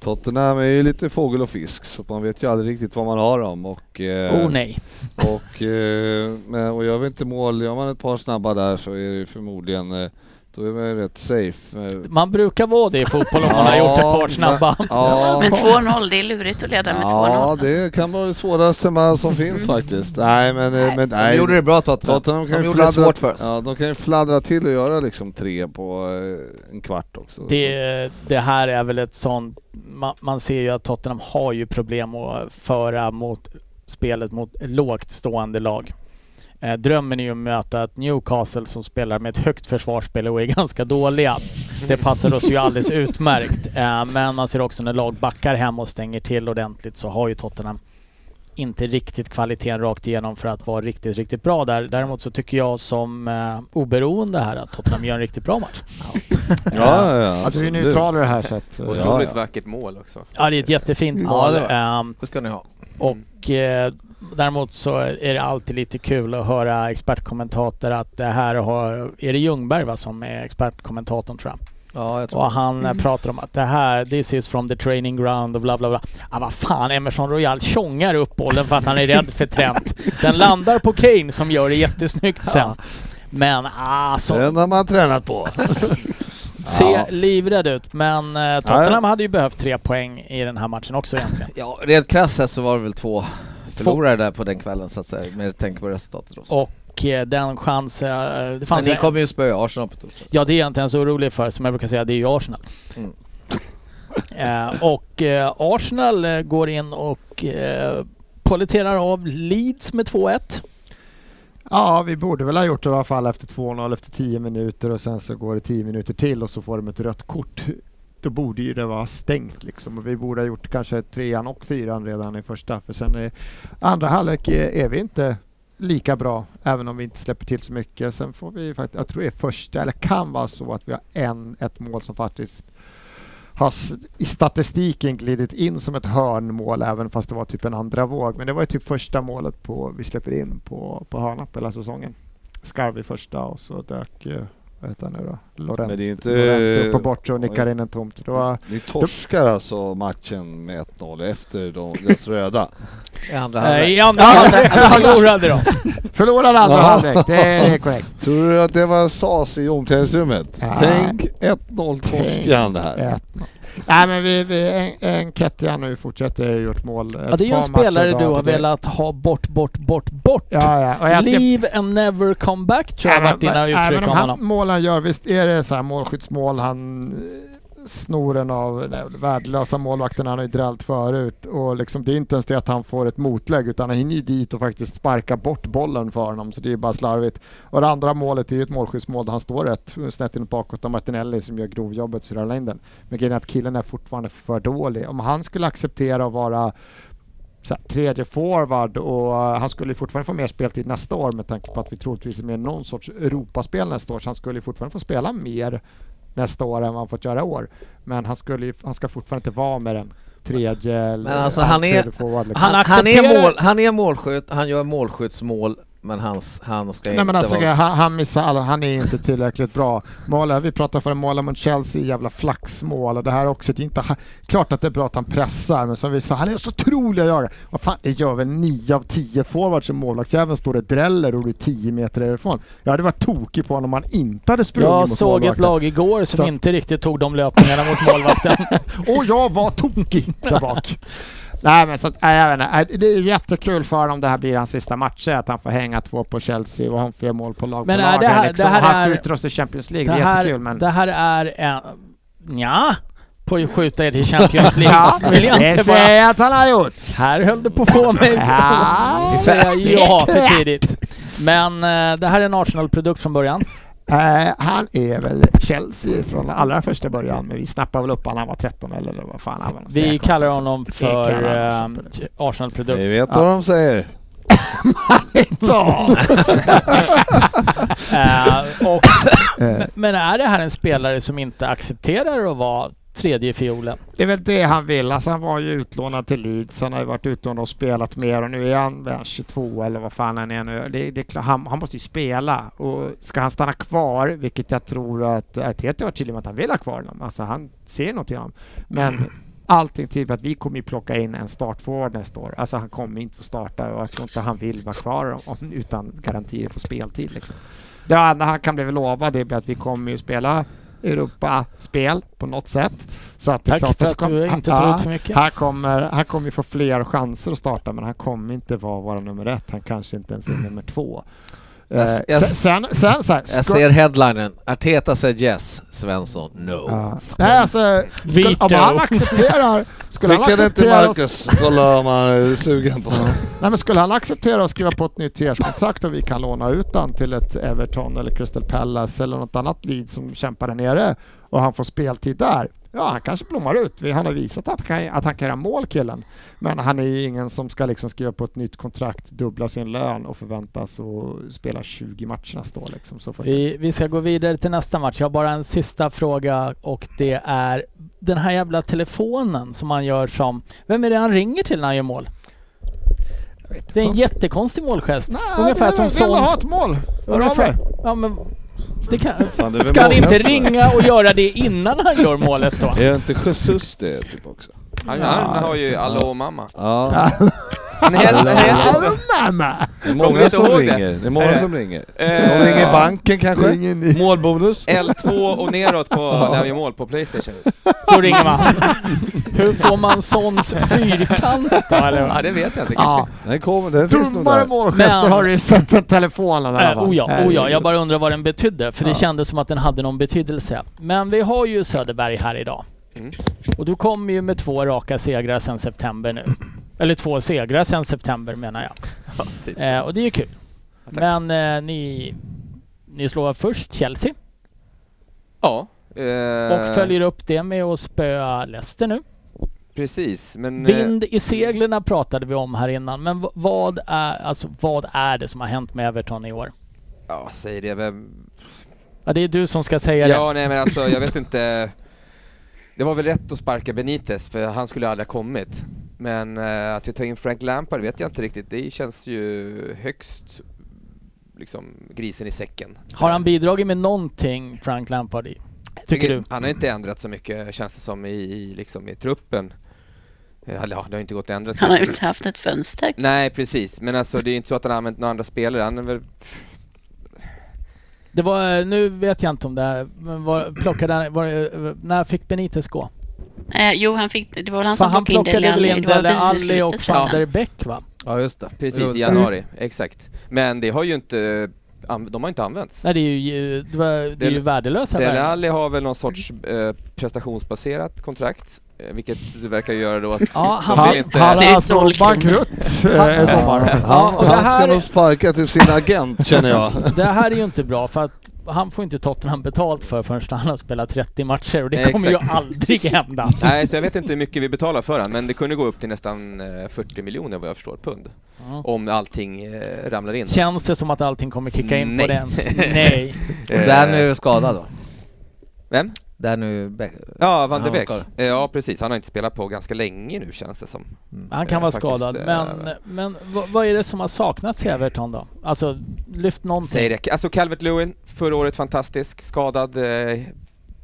Speaker 4: Tottenham är ju lite fågel och fisk så att man vet ju aldrig riktigt vad man har dem. Och, eh,
Speaker 2: Oh nej.
Speaker 4: Och, eh, men, och gör vi inte mål, gör man ett par snabba där så är det förmodligen eh, Då är man ju rätt safe. Eh,
Speaker 2: Man brukar vara det i fotboll om man har gjort ett par snabba.
Speaker 4: Ja,
Speaker 7: Men 2-0, det är lurigt att leda med
Speaker 4: ja
Speaker 7: 2-0.
Speaker 4: det kan vara det svåraste man som finns faktiskt. Nej, men... eh, men
Speaker 5: De
Speaker 4: nej.
Speaker 5: gjorde det bra Tottenham.
Speaker 4: Tottenham kan
Speaker 5: de
Speaker 4: ju
Speaker 5: gjorde det
Speaker 4: fladdra,
Speaker 5: svårt för oss.
Speaker 4: Ja, de kan ju fladdra till och göra liksom tre på eh, en kvart också.
Speaker 2: Det, det här är väl ett sånt... Man, man ser ju att Tottenham har ju problem att föra mot spelet mot lågt stående lag. Eh, drömmen är ju att möta ett Newcastle som spelar med ett högt försvarsspel och är ganska dåliga. Det passar oss ju alldeles utmärkt. Eh, men man ser också när lag backar hem och stänger till ordentligt så har ju Tottenham inte riktigt kvaliteten rakt igenom för att vara riktigt, riktigt bra där. Däremot så tycker jag som eh, oberoende här att Tottenham gör en riktigt bra match.
Speaker 4: Ja, ja, ja,
Speaker 6: Ja, du är
Speaker 4: absolut.
Speaker 6: neutral i det här så att, eh,
Speaker 4: Ja,
Speaker 3: Otroligt
Speaker 4: ja.
Speaker 3: vackert mål också.
Speaker 2: Ja,
Speaker 4: Eh,
Speaker 2: det är ett jättefint
Speaker 4: mm.
Speaker 5: Ja,
Speaker 2: mål.
Speaker 5: det var det.
Speaker 2: Ehm,
Speaker 5: Det ska ni ha.
Speaker 2: och eh, däremot så är det alltid lite kul att höra expertkommentatorer att det här har... Är det Ljungberg va, som är expertkommentatorn tror jag?
Speaker 5: Ja, jag tror
Speaker 2: Och han
Speaker 4: Mm.
Speaker 2: eh, pratar om att det här, this is from the training ground och bla bla bla. Ah, vad fan, Emerson Royal tjongar upp bollen för att han är rädd för Trent. Den landar på Kane som gör det jättesnyggt sen. Men alltså,
Speaker 4: Den har man tränat på.
Speaker 2: se
Speaker 4: Ja.
Speaker 2: livrädd ut. Men eh, Tottenham hade ju behövt tre poäng i den här matchen också egentligen.
Speaker 5: Ja, rent krasst sett så var det väl två förlorare där på den kvällen så att säga, med tanke på resultatet också.
Speaker 2: Och eh, den chans... eh, Det
Speaker 5: Men
Speaker 2: fanns
Speaker 5: ni
Speaker 2: en-
Speaker 5: kommer ju spöa Arsenal på torsdag.
Speaker 2: Ja, det är jag inte ens orolig för. Som jag brukar säga, det är ju Arsenal.
Speaker 5: Mm.
Speaker 2: Eh, och eh, Arsenal eh, går in och eh, politerar av Leeds med 2-1.
Speaker 6: Ja, vi borde väl ha gjort det i alla fall efter 2-0 efter 10 minuter och sen så går det 10 minuter till och så får de ett rött kort. Då borde ju det vara stängt liksom och vi borde ha gjort kanske trean och fyran redan i första för sen i andra halvlek är är vi inte lika bra även om vi inte släpper till så mycket. Sen får vi faktiskt, jag tror det är första eller kan vara så att vi har en, ett mål som faktiskt har s- i statistiken glidit in som ett hörnmål även fast det var typ en andra våg. Men det var ju typ första målet på, vi släpper in på, på hörna på hela säsongen. Skarv i första och så dök, eh, vad heter han nu då, Lorent,
Speaker 4: Men det är inte-
Speaker 6: Lorente
Speaker 4: eh,
Speaker 6: upp och bort och nickar in en tomt. Det var,
Speaker 4: Ni torskar alltså matchen med 1-0 efter de, deras röda.
Speaker 5: I andra
Speaker 2: Eh,
Speaker 5: halvlek.
Speaker 2: I andra halvlek så förlorade de.
Speaker 6: förlorade andra
Speaker 4: Ja.
Speaker 6: halvlek, det är det är korrekt.
Speaker 4: Tror du att det var sas i omklädningsrummet?
Speaker 6: Ja.
Speaker 4: Tänk 1-0 torskan det här.
Speaker 6: Ett. Nej men vi, vi en, en Kettia nu fortsätter ju gjort mål.
Speaker 2: Ja, det är ju en spelare du har velat ha bort, bort, bort, bort.
Speaker 6: Ja, ja. Och jag,
Speaker 2: Leave and never come back tror jag har varit dina uttryck
Speaker 6: även
Speaker 2: om
Speaker 6: om han,
Speaker 2: honom.
Speaker 6: mål han gör, visst är det så här målskyddsmål han eh, snor en av nej, värdelösa målvakterna han har ju drällt förut och liksom, det är inte ens det att han får ett motlägg utan han hinner ju dit och faktiskt sparka bort bollen för honom så det är ju bara slarvigt. Och det andra målet är ju ett målskyddsmål där han står rätt snett in bakåt av Martinelli som gör grovjobbet så rullar in den. Men grejen är att killen är fortfarande för dålig. Om han skulle acceptera att vara så här, tredje forward och eh, han skulle ju fortfarande få mer speltid nästa år med tanke på att vi troligtvis är med i någon sorts Europaspel nästa år så han skulle ju fortfarande få spela mer nästa år än vad han fått göra i år. Men han, skulle ju, han ska fortfarande inte vara med den tredje eller
Speaker 5: Men alltså,
Speaker 6: ja,
Speaker 5: han är-
Speaker 6: tredje forward. Liksom.
Speaker 2: han
Speaker 5: Han, han, är
Speaker 2: accepterar-
Speaker 5: mål, han är målskytt, han gör målskyddsmål, men hans, han ska
Speaker 6: Nej
Speaker 5: inte
Speaker 6: men alltså
Speaker 5: vara...
Speaker 6: han, han missar alla, han är inte tillräckligt bra. Måla, vi pratar för måla mot Chelsea, jävla flaxmål och det här också. Det är inte, ha- klart att det är bra att han pressar men som vi sa, han är så otrolig att jaga. Vad fan, det gör väl 9 av 10 forwards som målvaktsjäveln står och dräller och blir 10 meter därifrån. Jag hade varit tokig på honom om han inte hade sprungit
Speaker 2: Jag
Speaker 6: mot
Speaker 2: såg ett
Speaker 6: målvakten.
Speaker 2: lag igår som
Speaker 6: Så-
Speaker 2: inte riktigt tog de löpningarna mot målvakten.
Speaker 6: Och jag var tokig där bak. Nej men så att, nej, jag vet inte. Nej, Det är jättekul för honom om det här blir hans sista match, att han får hänga två på Chelsea och han får göra mål på lag
Speaker 2: Men
Speaker 6: på
Speaker 2: är
Speaker 6: lag.
Speaker 2: det här-
Speaker 6: liksom.
Speaker 2: det här
Speaker 6: Och han
Speaker 2: är-
Speaker 6: skjuter oss till Champions League,
Speaker 2: Det
Speaker 6: det är
Speaker 2: här,
Speaker 6: jättekul men...
Speaker 2: det här är en... Nja, på att skjuta er till Champions League. vill jag
Speaker 6: det
Speaker 2: inte bara...
Speaker 6: säger jag att han har gjort!
Speaker 2: Här höll du på att få mig
Speaker 6: Ja.
Speaker 2: att säga ja för tidigt. Men eh, det här är en Arsenal-produkt från början.
Speaker 6: Eh, han är väl Chelsea från allra första början, men vi snappade väl upp honom när han var 13 eller vad fan han var.
Speaker 2: Vi kallar honom för
Speaker 6: kallar
Speaker 2: eh,
Speaker 6: han för
Speaker 2: Arsenal-produkt.
Speaker 4: Ni vet vad de säger.
Speaker 6: Ja.
Speaker 2: Eh, och,
Speaker 6: Eh,
Speaker 2: men är det här en spelare som inte accepterar att vara tredje fiolen?
Speaker 6: Det är väl det han vill. Alltså han var ju utlånad till Leeds, han har ju varit utlånad och spelat mer och nu är han väl 22 eller vad fan han är nu. Det, det, är klart, han, han måste ju spela och ska han stanna kvar,
Speaker 2: Mm.
Speaker 6: vilket jag tror att Arteta var tydlig med att han vill ha kvar honom, alltså han ser något i honom. Men allting typ att vi kommer ju plocka in en startforward nästa år. Alltså han kommer ju inte få starta och jag tror inte han vill vara kvar om, om, utan garantier på speltid. Liksom. Det enda han kan bli lovad det blir att vi kommer ju spela Europa-spel på något sätt. Så att det är
Speaker 2: Tack
Speaker 6: klart
Speaker 2: för
Speaker 6: det
Speaker 2: att du inte
Speaker 6: Ja,
Speaker 2: tar ut för mycket.
Speaker 6: Han kommer, han kommer ju få fler chanser att starta men han kommer inte vara vår nummer ett. Han kanske inte
Speaker 2: Mm.
Speaker 6: ens är nummer två. Eh,
Speaker 5: Jag- jag-
Speaker 6: sen, sen, sen så här,
Speaker 5: Jag
Speaker 6: ska-
Speaker 5: ser headlinen. Arteta said yes, Svensson no.
Speaker 6: Ja. Nej alltså, skulle, om
Speaker 2: Vito.
Speaker 6: han accepterar... Skulle han
Speaker 4: Skickade inte
Speaker 6: acceptera oss,
Speaker 4: Marcus, kolla om han är sugen på
Speaker 6: nej, men skulle han acceptera att skriva på ett nytt treårskontrakt och vi kan låna ut han till ett Everton eller Crystal Palace eller något annat lead som kämpar där nere och han får speltid där. Ja, han kanske blommar ut. Vi- Han har visat att han, kan, att han kan göra mål, killen. Men han är ju ingen som ska liksom skriva på ett nytt kontrakt, dubbla sin lön och förväntas att spela 20 matcher nästa år. Liksom. Så får
Speaker 2: Vi, vi ska gå vidare till nästa match. Jag har bara en sista fråga och det är den här jävla telefonen som han gör som... Vem är det han ringer till när han gör mål?
Speaker 6: jag vet
Speaker 2: Det är en
Speaker 6: inte.
Speaker 2: jättekonstig målgest.
Speaker 6: Nej,
Speaker 2: Ungefär
Speaker 6: vill,
Speaker 2: som
Speaker 6: vill du
Speaker 2: Son...
Speaker 6: ha ett mål? Hör av dig.
Speaker 2: Ungefär. Ja men... Det kan...
Speaker 4: Fan, det är väl
Speaker 2: Ska han
Speaker 4: många
Speaker 2: inte
Speaker 4: som-
Speaker 2: ringa och göra det innan han gör målet då?
Speaker 4: Är inte Jesus det typ också?
Speaker 3: Han, han har ju Allo mamma.
Speaker 4: Ja,
Speaker 3: Han heter, han heter så.
Speaker 6: Alltså, mamma!
Speaker 4: det är
Speaker 3: Kommer
Speaker 4: många
Speaker 3: inte
Speaker 4: som
Speaker 3: ihåg
Speaker 4: ringer.
Speaker 3: det.
Speaker 4: Det är många som ringer.
Speaker 3: Eh,
Speaker 4: De ringer banken kanske? Målbonus?
Speaker 3: L2 och neråt på när vi gör mål på Playstation.
Speaker 2: Då ringer man. Hur får man Sons fyrkant då eller?
Speaker 3: Ja,
Speaker 2: vad?
Speaker 3: det vet jag inte. Kanske.
Speaker 6: Ja,
Speaker 4: Den kommer, den finns nog
Speaker 6: dummare
Speaker 4: där.
Speaker 6: målgester
Speaker 2: Men-
Speaker 6: har du ju sett än telefonen. här,
Speaker 2: Eh,
Speaker 6: va?
Speaker 2: oh ja, oh ja,
Speaker 6: Herregud.
Speaker 2: jag bara undrar vad den betydde, för det
Speaker 6: Ja.
Speaker 2: kändes som att den hade någon betydelse. Men vi har ju Söderberg här idag.
Speaker 3: Mm.
Speaker 2: Och du kommer ju med två raka segrar sedan september nu. Eller två segrar sedan september menar jag.
Speaker 3: Ja, typ.
Speaker 2: Eh, och det är ju kul.
Speaker 3: tack.
Speaker 2: Men eh, ni, ni slår först Chelsea
Speaker 3: ja.
Speaker 2: och
Speaker 3: eh,
Speaker 2: följer upp det med att spöa Leicester nu.
Speaker 3: Precis, men... eh,
Speaker 2: Vind i seglerna pratade vi om här innan, men v- vad är, alltså, vad är det som har hänt med Everton i år?
Speaker 3: Ja, säg det. Vem...
Speaker 2: Ja, det är du som ska säga
Speaker 3: Ja,
Speaker 2: det.
Speaker 3: nej men alltså jag vet inte. Det var väl rätt att sparka Benitez, för han skulle aldrig ha kommit. Men eh, att vi tar in Frank Lampard vet jag inte riktigt. Det känns ju högst liksom grisen i säcken.
Speaker 2: Har han bidragit med någonting, Frank Lampard, i? Tycker du?
Speaker 3: Han har inte ändrat så mycket känns det som i, i, liksom, i truppen. Eh, Eller ja, det har inte gått att ändra.
Speaker 7: Han har ju
Speaker 3: kanske.
Speaker 7: inte haft ett fönster.
Speaker 3: Nej precis, men alltså det är inte så att han har använt några andra spelare. Han är väl...
Speaker 2: Det var, nu vet jag inte om det här, men var, plockade han, var, det- när fick Benitez gå?
Speaker 7: Eh, jo, han fick, det var väl han
Speaker 2: För
Speaker 7: som
Speaker 2: han
Speaker 7: plockade in
Speaker 2: plockade
Speaker 7: Dele
Speaker 2: väl
Speaker 7: Alli.
Speaker 2: in
Speaker 7: Det var
Speaker 2: Dele
Speaker 7: precis i
Speaker 2: Alli och
Speaker 7: slutet.
Speaker 2: van
Speaker 7: Ja.
Speaker 2: der Beck va?
Speaker 5: Ja just det.
Speaker 3: Precis,
Speaker 5: Just det.
Speaker 3: i januari. Exakt. Men det har ju inte... an- De har inte använts.
Speaker 2: Nej det är ju, det var, det är ju
Speaker 3: Dele-
Speaker 2: värdelösa
Speaker 3: Dele
Speaker 2: värden.
Speaker 3: Alli har väl någon sorts eh, prestationsbaserat kontrakt, eh, vilket det verkar göra då att
Speaker 2: Ja,
Speaker 3: de
Speaker 2: han-
Speaker 3: vill inte...
Speaker 6: Han
Speaker 7: Det
Speaker 6: är
Speaker 7: är
Speaker 6: alltså
Speaker 7: noll kronor.
Speaker 6: bankrutt eh, i sommar.
Speaker 4: Han,
Speaker 2: och det
Speaker 4: han
Speaker 2: här-
Speaker 4: ska nog sparka till sin agent känner jag.
Speaker 2: Det här är ju inte bra för att han får inte Tottenham betalt för förrän han har spelat 30 matcher och det
Speaker 3: Nej,
Speaker 2: kommer ju
Speaker 3: exakt.
Speaker 2: aldrig hända.
Speaker 3: Nej, så jag vet inte hur mycket vi betalar för han, men det kunde gå upp till nästan eh, 40 miljoner vad jag förstår, pund.
Speaker 2: Ja.
Speaker 3: Om allting eh, ramlar in.
Speaker 2: Känns det som att allting kommer kicka in
Speaker 3: Nej.
Speaker 2: på den? Nej.
Speaker 5: Och där nu skadad då.
Speaker 3: Vem?
Speaker 5: Där nu Beck.
Speaker 3: Ja, van de
Speaker 5: Han var
Speaker 3: Beek.
Speaker 5: skadad.
Speaker 3: Eh, Ja, precis. Han har inte spelat på ganska länge nu känns det som.
Speaker 2: Han kan
Speaker 3: Eh,
Speaker 2: vara
Speaker 3: faktiskt,
Speaker 2: skadad,
Speaker 3: eh,
Speaker 2: men, men vad, vad är det som har saknats i Everton då? Alltså, lyft någonting.
Speaker 3: Säg det. Alltså Calvert Lewin, förra året fantastisk, skadad eh,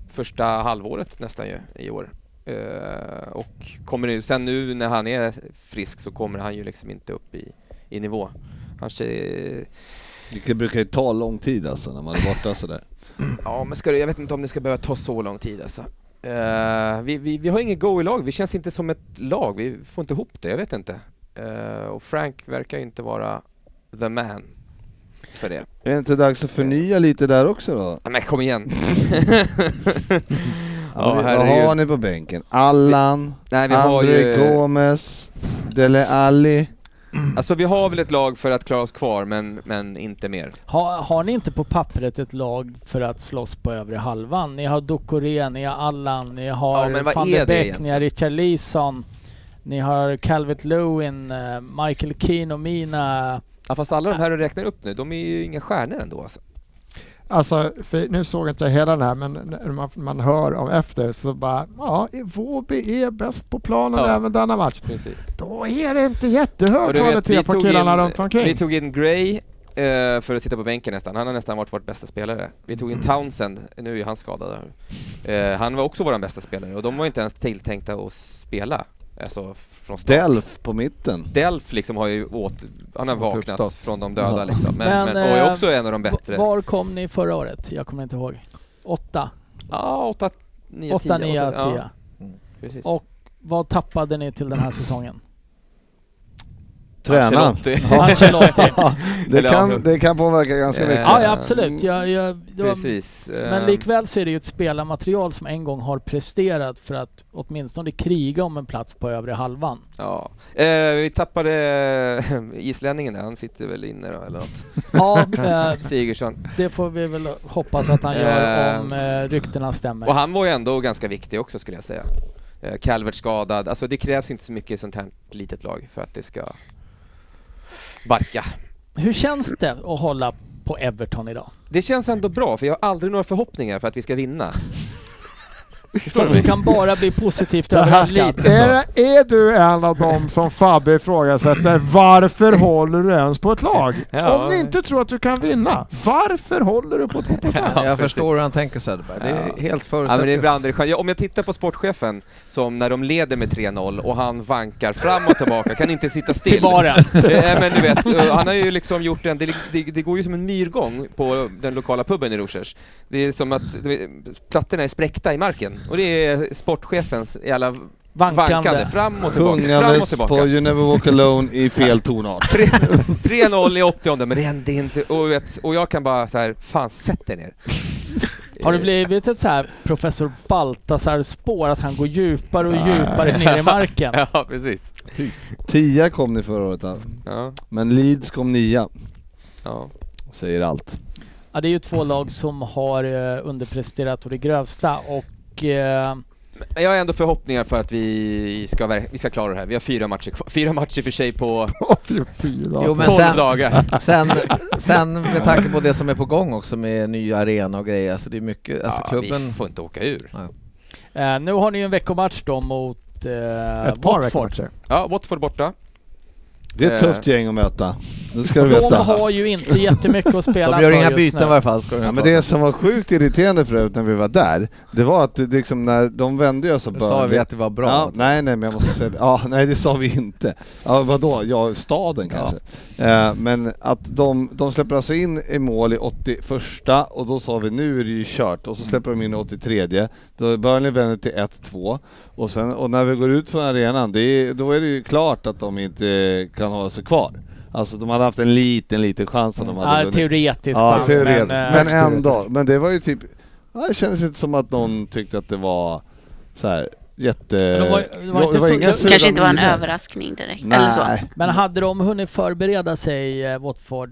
Speaker 3: första halvåret nästan ju i år. Eh, och kommer nu, sen nu när han är frisk så kommer han ju liksom inte upp i, i nivå. Han säger,
Speaker 4: Det brukar ju ta lång tid alltså när man är borta sådär.
Speaker 3: ja men ska det, jag vet inte om det ska behöva ta så lång tid alltså. Eh, vi, vi, vi har ingen go i lag, vi känns inte som ett lag, vi får inte ihop det, jag vet inte. Eh, och Frank verkar ju inte vara the man för det.
Speaker 4: Är det inte dags att förnya lite där också då?
Speaker 3: Nej, Men kom igen!
Speaker 4: Ja,
Speaker 3: ja,
Speaker 4: men vad har
Speaker 3: herregud.
Speaker 4: ni på bänken? Allan,
Speaker 3: Nej, vi har
Speaker 4: André
Speaker 3: ju...
Speaker 4: Gomes, Dele Alli.
Speaker 3: Alltså vi har väl ett lag för att klara oss kvar, men, men inte mer.
Speaker 2: Ha, har ni inte på pappret ett lag för att slåss på övre halvan? Ni har Ducoré, ni har Allan, ni har
Speaker 3: Ja, men vad
Speaker 2: van
Speaker 3: är
Speaker 2: der
Speaker 3: det
Speaker 2: Beek,
Speaker 3: egentligen?
Speaker 2: ni har Richard Leeson, ni har Calvert Lewin, eh, Michael Keane och Mina.
Speaker 3: Ja, fast alla de här du räknar upp nu, de är ju inga stjärnor ändå alltså.
Speaker 6: Alltså, för nu såg jag inte hela den här, men när man, man hör om efter så bara ja, Vårby är bäst på planen
Speaker 3: Ja.
Speaker 6: även denna match.
Speaker 3: Precis.
Speaker 6: Då är det inte jättehög kvalitet på killarna runt omkring.
Speaker 3: vi tog in Gray eh, för att sitta på bänken nästan. Han har nästan varit vår bästa spelare. Vi tog in
Speaker 6: Mm.
Speaker 3: Townsend, nu är han skadad. Eh, han var också vår bästa spelare och de var inte ens tilltänkta att spela. Alltså från start.
Speaker 4: Delf på mitten.
Speaker 3: Delf liksom har ju åt, han har vaknat
Speaker 4: Återuppstått.
Speaker 3: från de döda
Speaker 4: Ja.
Speaker 3: liksom. Men, men,
Speaker 2: Men,
Speaker 3: och är
Speaker 2: eh,
Speaker 3: också en av de bättre.
Speaker 2: Var kom ni förra året? Jag kommer inte ihåg. Åtta?
Speaker 3: Ja, 8, 9,
Speaker 2: 8,
Speaker 3: 10.
Speaker 2: 9, 10.
Speaker 3: Ja, precis.
Speaker 2: Och Vad tappade ni till den här säsongen?
Speaker 4: Träna.
Speaker 3: Ancelotti.
Speaker 2: Ancelotti.
Speaker 4: Det
Speaker 3: Eller ja.
Speaker 4: kan, det kan påverka ganska
Speaker 3: Eh,
Speaker 4: mycket.
Speaker 2: Ja, ja absolut. Jag, jag, det var,
Speaker 3: Precis.
Speaker 2: Men
Speaker 3: Ehm,
Speaker 2: likväl så är det ju ett spelarmaterial som en gång har presterat för att åtminstone kriga om en plats på övre halvan.
Speaker 3: Ja. Eh, vi tappade eh, islänningen där, han sitter väl inne då eller något.
Speaker 2: Ja,
Speaker 3: ehm.
Speaker 2: eh,
Speaker 3: Sigurdsson.
Speaker 2: det får vi väl hoppas att han gör om eh, ryktena
Speaker 3: Ehm. Och
Speaker 2: stämmer.
Speaker 3: han var ju ändå ganska viktig också skulle jag säga. Eh, Calvert skadad, alltså det krävs inte så mycket i sånt här litet lag för att det ska barka.
Speaker 2: Hur känns det att hålla på Everton idag?
Speaker 3: Det känns ändå bra för jag har aldrig några förhoppningar för att vi ska vinna.
Speaker 2: Så du kan bara bli positivt överraskad.
Speaker 6: Är, är du en av dem som Fabbe ifrågasätter varför håller du ens på ett lag?
Speaker 3: Ja.
Speaker 6: Om ni inte tror att du kan vinna, varför håller du på ett fotbollslag?
Speaker 3: Ja,
Speaker 5: jag
Speaker 3: precis.
Speaker 5: förstår hur han tänker Söderberg. Det är
Speaker 3: Ja.
Speaker 5: helt
Speaker 3: Ja, men det är
Speaker 5: förutsättningslöst.
Speaker 3: bland det sköna. Ja, Om jag tittar på sportchefen som när de leder med 3-0 och han vankar fram och tillbaka, kan inte sitta still.
Speaker 2: Till baren.
Speaker 3: Eh, men du vet, eh, han har ju liksom gjort en, det, det, det går ju som en myrgång på den lokala puben i Rosers. Det är som att du vet, plattorna är spräckta i marken och det är sportchefens jävla vankande,
Speaker 2: Vankande.
Speaker 3: fram och tillbaka, fram och
Speaker 4: Sjungandes
Speaker 3: tillbaka.
Speaker 4: på You Never Walk Alone i fel tonart.
Speaker 3: 3-0 i 80 men det hände inte och, du vet, och jag kan bara så här, fan sätt er ner.
Speaker 2: Har det blivit ett så här professor Baltasar-spår att han går djupare och djupare ner i marken?
Speaker 3: Ja, precis.
Speaker 4: Tia kom ni förra året, alltså.
Speaker 3: Ja,
Speaker 4: men Leeds kom nia.
Speaker 3: ja.
Speaker 4: Säger allt.
Speaker 2: Ja, det är ju två lag som har eh, underpresterat och det grövsta och eh,
Speaker 3: Men jag har ändå förhoppningar för att vi ska, ver- vi ska klara det här. Vi har fyra matcher kvar. Fyra matcher för sig på
Speaker 6: Åh, fy, alltså. tio dagar.
Speaker 5: Jo, men
Speaker 3: 12
Speaker 5: sen-
Speaker 3: dagar.
Speaker 5: Sen, sen med tanke på det som är på gång också med ny arena och grejer, alltså det är mycket, alltså
Speaker 3: Ja, vi
Speaker 5: klubben...
Speaker 3: får inte åka ur.
Speaker 2: eh, nu har ni ju en veckomatch då mot eh,
Speaker 6: Ett par
Speaker 2: Watford.
Speaker 6: veckomatcher.
Speaker 3: Ja, Watford borta.
Speaker 4: Det är ett
Speaker 3: Eh.
Speaker 4: tufft gäng att möta. Nu ska du
Speaker 2: De
Speaker 4: veta.
Speaker 2: har ju inte jättemycket att spela
Speaker 5: De gör
Speaker 2: för
Speaker 5: inga
Speaker 2: just
Speaker 5: byten i
Speaker 2: nu.
Speaker 5: varje fall, ska de
Speaker 4: Ja, men det som var sjukt irriterande förut när vi var där, det var att det, liksom när de vände ju alltså
Speaker 5: Då sa vi
Speaker 4: Burnley-
Speaker 5: att det var bra.
Speaker 4: Ja, nej, nej, men jag måste säga det. Ja, nej, det sa vi inte. Ja, vadå? Ja, staden kanske. Eh, men att de, de släpper alltså in i mål i 81 och då sa vi nu är det ju kört och så släpper de in i 83. Då är Burnley vänder till 1-2 och, sen, och när vi går ut från arenan det är, då är det ju klart att de inte kan hålla sig kvar. Alltså de hade haft en liten, liten chans om de hade
Speaker 2: Ja, teoretisk
Speaker 4: Ja,
Speaker 2: chans,
Speaker 4: teoretiskt.
Speaker 2: men,
Speaker 4: Men,
Speaker 2: eh,
Speaker 4: ändå. Men det var ju typ... Ja, det kändes inte som att någon tyckte att det var så här jätte...
Speaker 2: de var- det var
Speaker 4: Ja,
Speaker 2: inte så- det-
Speaker 4: sura
Speaker 7: Kanske inte var en
Speaker 4: miner.
Speaker 7: överraskning direkt. Eller så.
Speaker 4: Nej.
Speaker 2: men hade de hunnit förbereda sig, eh,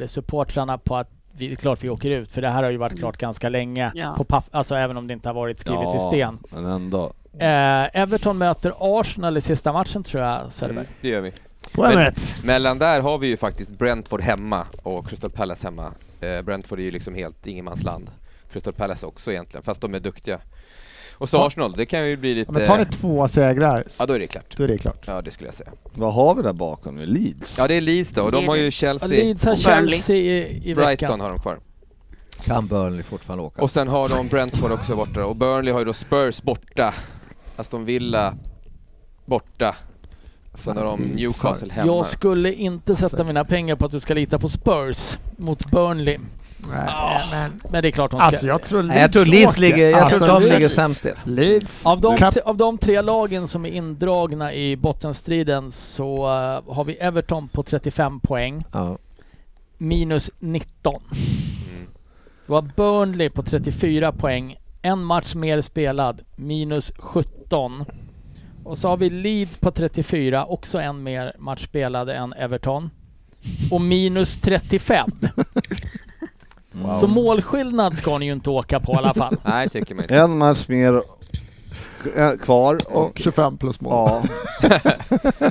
Speaker 2: Watford-supportrarna, på att vi, det är klart vi åker ut, för det här har ju varit klart ganska länge.
Speaker 7: Ja.
Speaker 2: På papp, alltså även om det inte har varit skrivet i
Speaker 4: Ja,
Speaker 2: sten.
Speaker 4: Men ändå.
Speaker 2: Eh, Everton möter Arsenal i sista matchen tror jag, Söderberg.
Speaker 3: Mm, Det gör vi.
Speaker 6: På
Speaker 3: Men-
Speaker 6: Emirates.
Speaker 3: Mellan där har vi ju faktiskt Brentford hemma och Crystal Palace hemma. Eh, Brentford är ju liksom helt ingenmansland. Crystal Palace också egentligen, fast de är duktiga. Och så
Speaker 6: Ta-
Speaker 3: Arsenal, det kan ju bli lite...
Speaker 6: Ja, men tar ni två segrar,
Speaker 3: ja, då är det klart.
Speaker 6: då är det klart.
Speaker 3: Ja, det skulle jag säga.
Speaker 4: Vad har vi där bakom nu? Leeds?
Speaker 3: Ja, det är Leeds då, och de har ju
Speaker 2: Ja,
Speaker 3: Chelsea,
Speaker 2: Leeds har
Speaker 7: och Burnley.
Speaker 2: Chelsea i, i veckan.
Speaker 3: Brighton har de kvar.
Speaker 5: Kan Burnley fortfarande åka?
Speaker 3: Och sen har de Brentford också borta och Burnley har ju då Spurs borta, Aston Villa borta, sen har de Newcastle hemma.
Speaker 2: Jag skulle inte sätta
Speaker 6: Alltså.
Speaker 2: mina pengar på att du ska lita på Spurs mot Burnley.
Speaker 6: Nej, men,
Speaker 2: Men det är klart de ska.
Speaker 6: alltså jag tror Leeds
Speaker 5: Nej, jag tror Leeds
Speaker 6: åker.
Speaker 5: ligger, jag tror de
Speaker 6: Leeds-
Speaker 5: ligger sämst till.
Speaker 6: Leeds.
Speaker 2: av, de,
Speaker 6: Kap-
Speaker 2: tre- av de tre lagen som är indragna i bottenstriden så eh, har vi Everton på 35 poäng,
Speaker 5: Ja.
Speaker 2: minus 19.
Speaker 3: Mm.
Speaker 2: Vi har Burnley på 34 poäng, en match mer spelad, minus 17. Och så har vi Leeds på 34, också en mer match spelad än Everton. Och minus 35. Så målskillnad ska ni ju inte åka på i alla fall.
Speaker 3: Nej, tycker man inte.
Speaker 4: En match mer eh, kvar
Speaker 6: och
Speaker 4: och...
Speaker 6: 25 plus mål.
Speaker 4: Ja,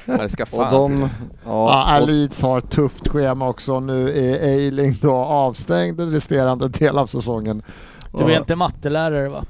Speaker 3: Ja, det ska fan
Speaker 4: och de... Ja,
Speaker 6: Ja,
Speaker 4: och,
Speaker 6: Leeds har ett tufft schema också. Nu är Eiling då avstängd den resterande del av säsongen.
Speaker 2: Du är inte mattelärare va?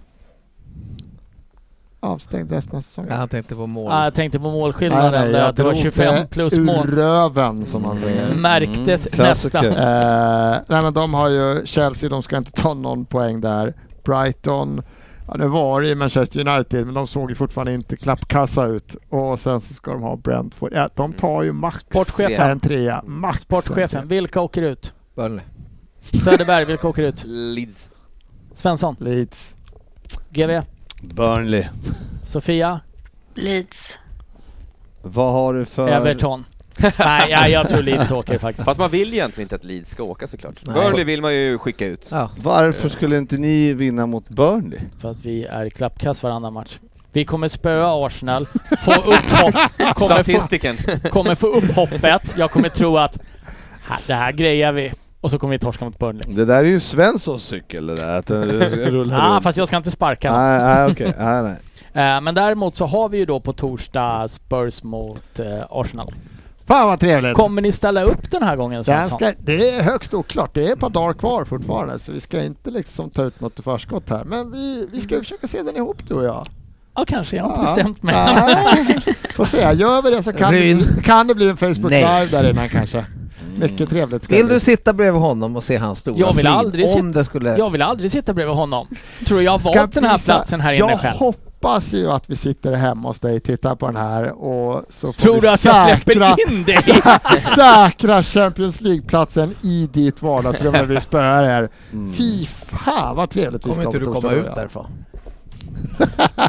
Speaker 6: avstängd resten av säsongen.
Speaker 5: Ja, han tänkte på mål.
Speaker 2: Ja, Ah, jag tänkte på målskillnaden där,
Speaker 6: jag
Speaker 2: att det var
Speaker 6: drog
Speaker 2: 25 plus mål.
Speaker 6: ur röven som man säger.
Speaker 4: Mm.
Speaker 2: Märktes
Speaker 4: klassiker.
Speaker 2: nästan.
Speaker 6: Eh, nej men de har ju Chelsea, de ska inte ta någon poäng där. Brighton, ja nu var det ju Manchester United men de såg ju fortfarande inte klappkassa ut. Och sen så ska de ha Brentford. Ja, de tar ju max
Speaker 2: Sportchefen.
Speaker 6: en trea. Max en
Speaker 2: Sportchefen,
Speaker 6: trea.
Speaker 2: vilka åker ut?
Speaker 5: Burnley.
Speaker 2: Söderberg, vilka åker ut?
Speaker 3: Leeds.
Speaker 2: Svensson,
Speaker 6: Leeds.
Speaker 2: GV,
Speaker 4: Burnley.
Speaker 2: Sofia,
Speaker 7: Leeds.
Speaker 4: Vad har du för...
Speaker 2: Everton. Nej, ja, jag tror Leeds åker faktiskt.
Speaker 3: Fast man vill egentligen inte att Leeds ska åka såklart.
Speaker 5: Nej.
Speaker 3: Burnley vill man ju skicka ut.
Speaker 5: Ja.
Speaker 4: Varför skulle inte ni vinna mot Burnley?
Speaker 2: För att vi är klappkass varannan match. Vi kommer spöa Arsenal, få upp hopp, kommer få,
Speaker 3: Statistiken.
Speaker 2: kommer få upp hoppet. Jag kommer tro att "Ha, det här grejar vi. Och så kommer vi torska mot Burnley.
Speaker 4: Det där är ju Svenssons cykel det där, att den rullar
Speaker 2: Ja, ah,
Speaker 4: runt.
Speaker 2: fast jag ska inte sparka någon.
Speaker 4: Nej, nej okej. Nej, nej.
Speaker 2: Eh, Men däremot så har vi ju då på torsdag Spurs mot eh, Arsenal.
Speaker 6: Fan vad trevligt!
Speaker 2: Kommer ni ställa upp den här gången
Speaker 6: Den
Speaker 2: Svensson?
Speaker 6: ska, det är högst oklart. Det är ett par dagar kvar fortfarande så vi ska inte liksom ta ut något i förskott här. Men vi, vi ska ju försöka se den ihop du och jag.
Speaker 2: Ja kanske, jag har inte
Speaker 6: Ja.
Speaker 2: bestämt mig.
Speaker 6: Nej. Får se, gör vi det så kan, det,
Speaker 5: Ryn.
Speaker 6: kan det bli en Facebook
Speaker 5: Nej.
Speaker 6: live där innan kanske. Mycket trevligt ska
Speaker 5: Vill
Speaker 6: det
Speaker 5: du
Speaker 6: bli.
Speaker 5: sitta bredvid honom och se hans stora
Speaker 2: Jag vill
Speaker 5: flin?
Speaker 2: aldrig
Speaker 5: Om
Speaker 2: sitta-
Speaker 5: det skulle...
Speaker 2: Jag vill aldrig sitta bredvid honom. Tror jag har
Speaker 6: Ska
Speaker 2: valt den här
Speaker 6: visa-
Speaker 2: platsen här
Speaker 6: Jag
Speaker 2: inne själv.
Speaker 6: hoppas ju att vi sitter hemma hos dig och tittar på den här och så får
Speaker 2: Tror
Speaker 6: vi
Speaker 2: du att jag släpper in dig?
Speaker 6: sä- säkra Champions League-platsen i ditt vardagsrum när vi spöar er. Fy fan vad trevligt vi
Speaker 5: Kommer
Speaker 6: ska ha
Speaker 5: inte du
Speaker 6: på torsdag,
Speaker 5: komma
Speaker 6: tror
Speaker 5: ut
Speaker 6: jag.
Speaker 5: därifrån?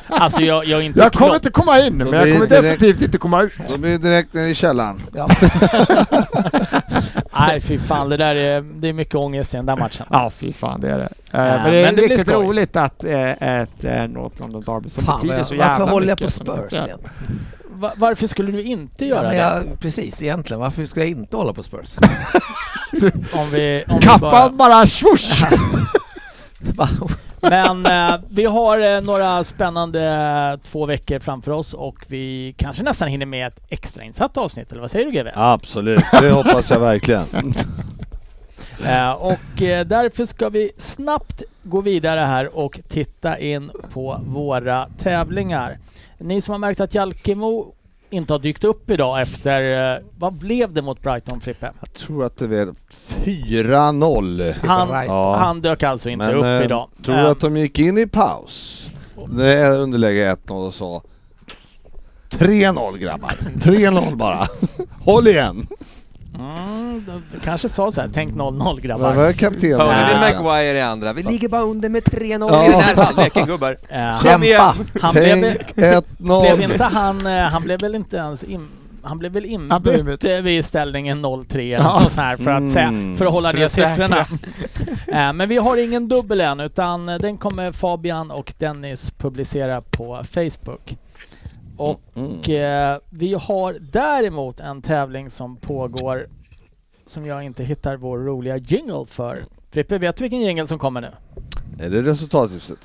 Speaker 2: Alltså jag, jag är inte
Speaker 6: Jag kommer
Speaker 2: klock.
Speaker 6: inte komma in, men
Speaker 4: Då
Speaker 6: jag
Speaker 4: blir
Speaker 6: kommer
Speaker 4: direkt-
Speaker 6: definitivt inte komma ut.
Speaker 4: Då blir det direkt ner i källaren.
Speaker 2: Nej fy fan, det där är, det är mycket ångest i den där matchen.
Speaker 6: Ja, fy fan det är det. Eh,
Speaker 2: Ja,
Speaker 6: men det
Speaker 2: men
Speaker 6: är
Speaker 2: det blir
Speaker 6: riktigt
Speaker 2: skoj.
Speaker 6: roligt att eh, ett eh, North London Derby som
Speaker 5: Fan, vad
Speaker 6: betyder
Speaker 5: jag,
Speaker 6: så jävla
Speaker 5: varför håller jag på
Speaker 6: mycket som
Speaker 5: Spurs
Speaker 6: det är.
Speaker 5: egentligen?
Speaker 2: Va- varför skulle du inte
Speaker 5: Ja,
Speaker 2: göra
Speaker 5: men jag, precis, egentligen. Varför skulle jag inte hålla på Spurs?
Speaker 2: det? Om vi, om vi bara...
Speaker 6: Kappan bara swoosh!
Speaker 5: Va?
Speaker 2: Men eh, vi har eh, några spännande eh, två veckor framför oss och vi kanske nästan hinner med ett extrainsatt avsnitt, eller vad säger du GW?
Speaker 4: Absolut, det hoppas jag verkligen.
Speaker 2: Eh, och eh, därför ska vi snabbt gå vidare här och titta in på våra tävlingar. Ni som har märkt att Jalkemo inte har dykt upp idag efter, eh, vad blev det mot Brighton Frippe?
Speaker 4: Jag tror att det blev 4-0.
Speaker 2: Han,
Speaker 5: Brighton.
Speaker 4: Ja.
Speaker 2: han dök alltså inte upp
Speaker 4: eh,
Speaker 2: idag.
Speaker 4: tror du
Speaker 2: Eh,
Speaker 4: att de gick in i paus? Det är underläge 1-0 och sa 3-0 grabbar. 3-0 bara. Håll igen.
Speaker 2: mm, de, de kanske sa så här, tänk 0-0
Speaker 4: Vad
Speaker 2: grabbar.
Speaker 4: var kaptenen?
Speaker 3: Hörde ni
Speaker 4: Ja.
Speaker 3: Maguire i andra? Vi ligger bara under med 3-0
Speaker 4: Ja.
Speaker 3: i den här halvleken gubbar.
Speaker 2: Eh,
Speaker 3: Kom igen!
Speaker 2: han blev,
Speaker 4: Tänk
Speaker 2: blev
Speaker 4: 1-0.
Speaker 2: inte han, eh, han blev väl inte ens in, han blev väl
Speaker 6: Han blev
Speaker 2: inbytt eh, vid ställningen 0-3 eller
Speaker 6: Ja.
Speaker 2: något sånt här för att,
Speaker 4: Mm.
Speaker 2: se, för att hålla
Speaker 3: För
Speaker 2: ner
Speaker 3: att säkra.
Speaker 2: siffrorna. Eh, Men vi har ingen dubbel än utan eh, den kommer Fabian och Dennis publicera på Facebook. Och
Speaker 6: Mm,
Speaker 2: eh, vi har däremot en tävling som pågår som jag inte hittar vår roliga jingle för. Frippe, vet du vilken jingle som kommer nu?
Speaker 4: Är det resultattipset?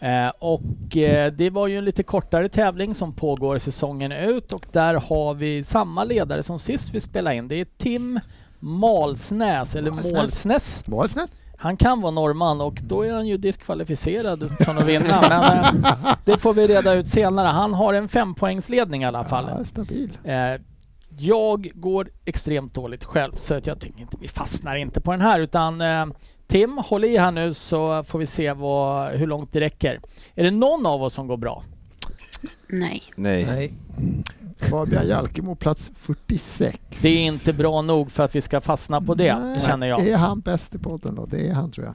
Speaker 2: Eh, och eh, det var ju en lite kortare tävling som pågår säsongen ut och där har vi samma ledare som sist vi spelade in. Det är Tim Malsnäs, eller
Speaker 6: Malsnäs.
Speaker 2: Målsnäs.
Speaker 6: Var det snett?
Speaker 2: Han kan vara norrman och då är han ju diskvalificerad från att vinna. Men eh, det får vi reda ut senare. Han har en fempoängsledning i alla fall.
Speaker 6: Ja, stabil.
Speaker 2: Eh, jag går extremt dåligt själv så att jag tycker inte vi fastnar inte på den här utan eh, Tim, håll i här nu så får vi se vad, hur långt det räcker. Är det någon av oss som går bra?
Speaker 7: Nej.
Speaker 4: Nej.
Speaker 5: Nej.
Speaker 6: Fabian Jalkemo plats 46.
Speaker 2: Det är inte bra nog för att vi ska fastna på det,
Speaker 6: Nej,
Speaker 2: känner jag.
Speaker 6: Är han bäst i podden då? Det är han tror jag.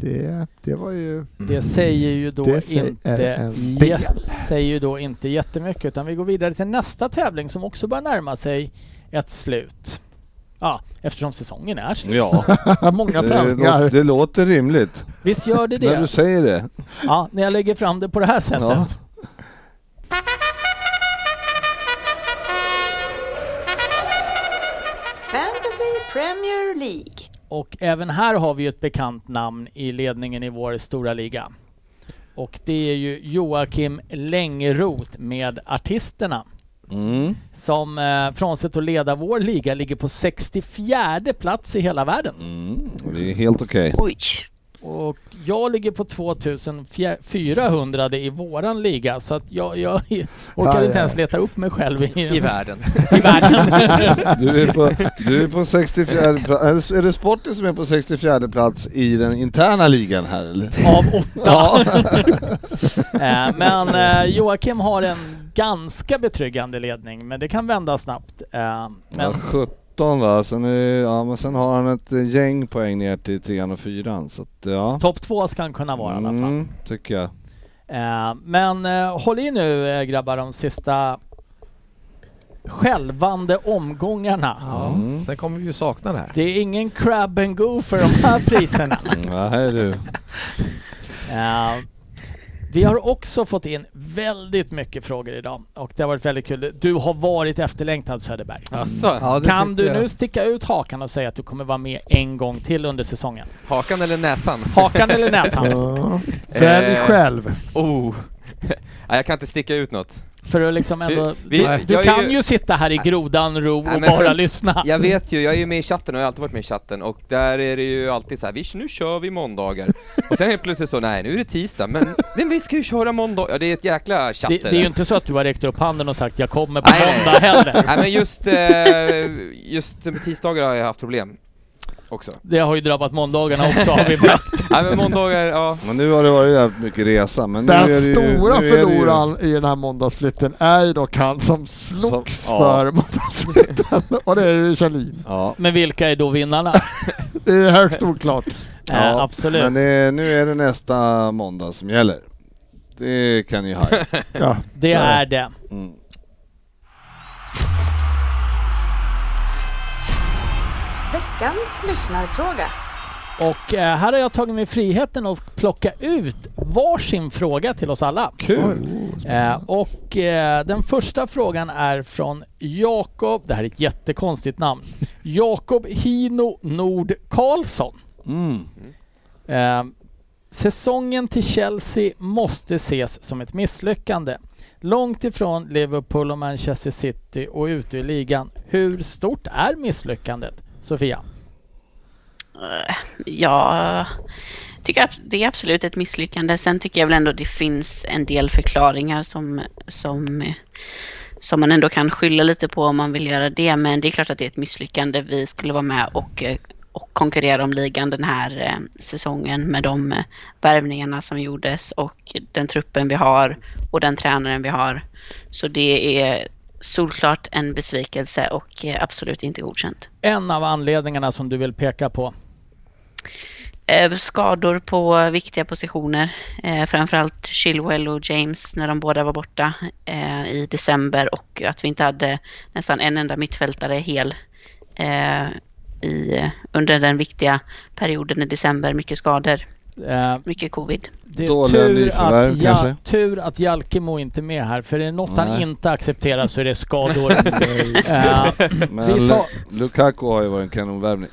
Speaker 6: Det, det var ju...
Speaker 2: Det säger ju då
Speaker 6: Det säger
Speaker 2: inte
Speaker 6: en del.
Speaker 2: jä- säger ju då inte jättemycket utan vi går vidare till nästa tävling som också börjar närma sig ett slut. Ja, eftersom säsongen är slut.
Speaker 4: Ja,
Speaker 6: Många
Speaker 4: det, lå-
Speaker 6: tävlingar.
Speaker 4: det låter rimligt.
Speaker 2: Visst gör det
Speaker 4: När du
Speaker 2: det?
Speaker 4: säger det.
Speaker 2: Ja, när jag lägger fram det på det här sättet.
Speaker 4: Ja.
Speaker 8: Fantasy Premier League.
Speaker 2: Och även här har vi ju ett bekant namn i ledningen i vår stora liga. Och det är ju Joakim Längroth med Artisterna.
Speaker 4: Mm.
Speaker 2: som eh, frånsett att leda vår liga ligger på 64 plats i hela världen.
Speaker 4: Mm. Det är helt okej.
Speaker 7: Oj.
Speaker 2: Och jag ligger på 2400 i våran liga så att jag, jag orkar
Speaker 6: Aj,
Speaker 2: inte ens
Speaker 6: aj.
Speaker 2: leta upp mig själv i,
Speaker 3: I världen.
Speaker 2: i världen.
Speaker 4: Du, är på- du är på 64 plats. Är det Sporten som är på 64 plats i den interna ligan här eller?
Speaker 2: av åtta. Eh, Men eh, Joakim har en ganska betryggande ledning, men det kan vända snabbt. Eh,
Speaker 4: Ja,
Speaker 2: Men
Speaker 4: 17 va, sen, är, det- ja, men sen har han ett eh, gäng poäng ner till trean och fyran så att ja.
Speaker 2: topp två ska han kunna vara i alla fall.
Speaker 4: Mm, tycker jag.
Speaker 2: Eh, Men eh, håll i nu eh, grabbar de sista självande omgångarna.
Speaker 5: Ja.
Speaker 4: Mm.
Speaker 5: Sen kommer vi ju sakna det här.
Speaker 2: Det är ingen crab and go för de här priserna.
Speaker 4: Mm, Nej du.
Speaker 2: Eh, vi har också fått in väldigt mycket frågor idag och det har varit väldigt kul. Du har varit efterlängtad Söderberg.
Speaker 3: Alltså,
Speaker 5: Ja, det
Speaker 2: Kan
Speaker 5: tycker
Speaker 2: du
Speaker 5: jag.
Speaker 2: nu sticka ut hakan och säga att du kommer vara med en gång till under säsongen?
Speaker 3: hakan eller näsan?
Speaker 2: Hakan eller näsan?
Speaker 6: Ja. Välj
Speaker 3: Eh,
Speaker 6: själv.
Speaker 3: Oh. Nej, jag kan inte sticka ut något.
Speaker 2: För att liksom ändå...
Speaker 3: Vi-
Speaker 2: du
Speaker 3: vi-
Speaker 2: du
Speaker 3: jag är
Speaker 2: kan ju...
Speaker 3: ju-
Speaker 2: sitta här i grodan, ro och
Speaker 3: Nej, men
Speaker 2: bara
Speaker 3: för-
Speaker 2: lyssna.
Speaker 3: Jag vet ju, jag är ju med i chatten och jag har alltid varit med i chatten och där är det ju alltid så här, vi, nu kör vi måndagar. Och sen helt plötsligt så, nej nu är det tisdag, men, men vi ska ju köra måndag. Ja, det är ett jäkla chatt
Speaker 2: Det,
Speaker 3: där.
Speaker 2: det är ju inte så att du har räckt upp handen och sagt jag kommer på
Speaker 3: Nej, nej.
Speaker 2: måndag heller.
Speaker 3: Nej men just, eh, just med tisdagar har jag haft problem. Också.
Speaker 2: Det har ju drabbat måndagarna också har vi märkt.
Speaker 3: Nej men måndagar, ja.
Speaker 4: Men nu har det varit jävligt mycket resa. Men nu är
Speaker 6: Den
Speaker 4: det ju,
Speaker 6: stora
Speaker 4: nu är det ju-
Speaker 6: förloraren i den här måndagsflytten är ju dock han som slogs
Speaker 4: Som- ja.
Speaker 6: för måndagsflytten. Och det är ju Kjellin.
Speaker 4: Ja.
Speaker 2: Men vilka är då vinnarna?
Speaker 6: Det är högst oklart.
Speaker 2: eh, absolut.
Speaker 4: Men det, nu är det nästa måndag som gäller. Det kan ju haja.
Speaker 6: Ja,
Speaker 2: det
Speaker 6: så
Speaker 2: är det.
Speaker 4: Mm.
Speaker 8: Veckans lyssnarfråga.
Speaker 2: Och eh, här har jag tagit mig friheten att plocka ut varsin fråga till oss alla.
Speaker 4: Kul!
Speaker 2: Eh, och eh, den första frågan är från Jakob, det här är ett jättekonstigt namn, Jakob Hino Nord Karlsson.
Speaker 4: Mm.
Speaker 2: Eh, säsongen till Chelsea måste ses som ett misslyckande. Långt ifrån Liverpool och Manchester City och ute i ligan. Hur stort är misslyckandet? Sofia?
Speaker 7: Eh, Jag tycker att det är absolut ett misslyckande. Sen tycker jag väl ändå det finns en del förklaringar som, som, eh, som man ändå kan skylla lite på om man vill göra det. Men det är klart att det är ett misslyckande. Vi skulle vara med och, eh, och konkurrera om ligan den här eh, säsongen med de eh, värvningarna som gjordes och den truppen vi har och den tränaren vi har. Så det är solklart en besvikelse och eh, absolut inte godkänt.
Speaker 2: En av anledningarna som du vill peka på.
Speaker 7: Eh, skador på viktiga positioner. Eh, framförallt Chilwell och James när de båda var borta eh, i december och att vi inte hade nästan en enda mittfältare hel eh, i, under den viktiga perioden i december. Mycket skador,
Speaker 2: Eh,
Speaker 7: mycket covid.
Speaker 2: det är
Speaker 4: Dåliga
Speaker 2: tur
Speaker 4: nyförvärv
Speaker 2: att, ja,
Speaker 4: kanske?
Speaker 2: tur att Jalkemo inte är med här, för är det något han
Speaker 4: Nej.
Speaker 2: inte accepterar så är det skador. Eh,
Speaker 4: Men
Speaker 2: Vi tar-
Speaker 4: Lu- Lukaku har ju varit en kanonvärvning.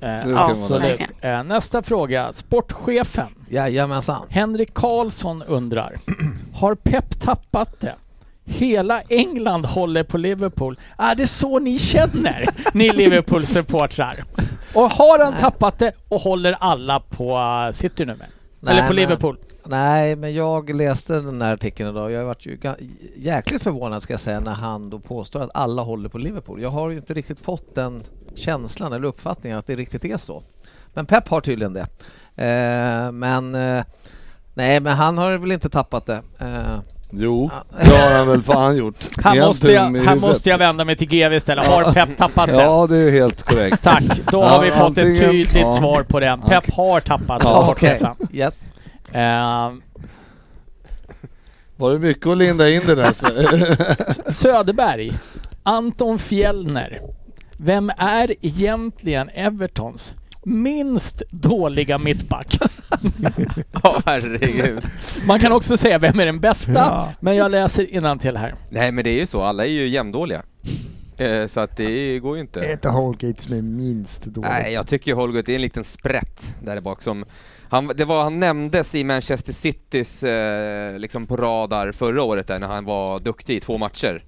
Speaker 2: eh,
Speaker 4: kan vara
Speaker 2: absolut. Eh, nästa fråga. Sportchefen
Speaker 5: Jajamensan.
Speaker 2: Henrik Karlsson undrar. Har Pep tappat det? Hela England håller på Liverpool. Är det så ni känner, ni Liverpool-supportrar? Och har han tappat det och håller alla på eh, City nu med?
Speaker 5: Nej,
Speaker 2: Eller på
Speaker 5: men-
Speaker 2: Liverpool?
Speaker 5: Nej, men jag läste den här artikeln idag. Jag varit ju ga- jäkligt förvånad ska jag säga när han då påstår att alla håller på Liverpool. Jag har ju inte riktigt fått den känslan eller uppfattningen att det riktigt är så. Men Pep har tydligen det. Eh, men eh, nej, men han har väl inte tappat det. Eh,
Speaker 4: Jo, det har han väl fan gjort.
Speaker 2: Här,
Speaker 4: Är han
Speaker 2: måste
Speaker 4: dum
Speaker 2: jag,
Speaker 4: i
Speaker 2: här
Speaker 4: huvudet?
Speaker 2: måste jag vända mig till GV istället. Har Pep tappat det?
Speaker 4: Ja, det är helt korrekt.
Speaker 2: Tack, då har vi
Speaker 4: Ja,
Speaker 2: fått ett
Speaker 4: antingen-
Speaker 2: tydligt
Speaker 4: ja.
Speaker 2: svar på det. Pep har tappat det,
Speaker 4: Ja,
Speaker 5: okej.
Speaker 2: sportchefen.
Speaker 5: Yes.
Speaker 2: Eh,
Speaker 4: Var det mycket att linda in det där?
Speaker 2: Söderberg, Anton Fjellner. Vem är egentligen Evertons minst dåliga mittback?
Speaker 3: Ja, herregud.
Speaker 2: Man kan också säga vem är den bästa,
Speaker 6: Ja.
Speaker 2: men jag läser till här.
Speaker 3: Nej men det är ju så, alla är ju jämndåliga. Eh, så att det går ju inte.
Speaker 6: Det är inte Holgate som är minst dålig.
Speaker 3: Nej, jag tycker ju Holgate är en liten sprätt där bak som han, det var, han nämndes i Manchester Citys eh, liksom på radar förra året där när han var duktig i två matcher.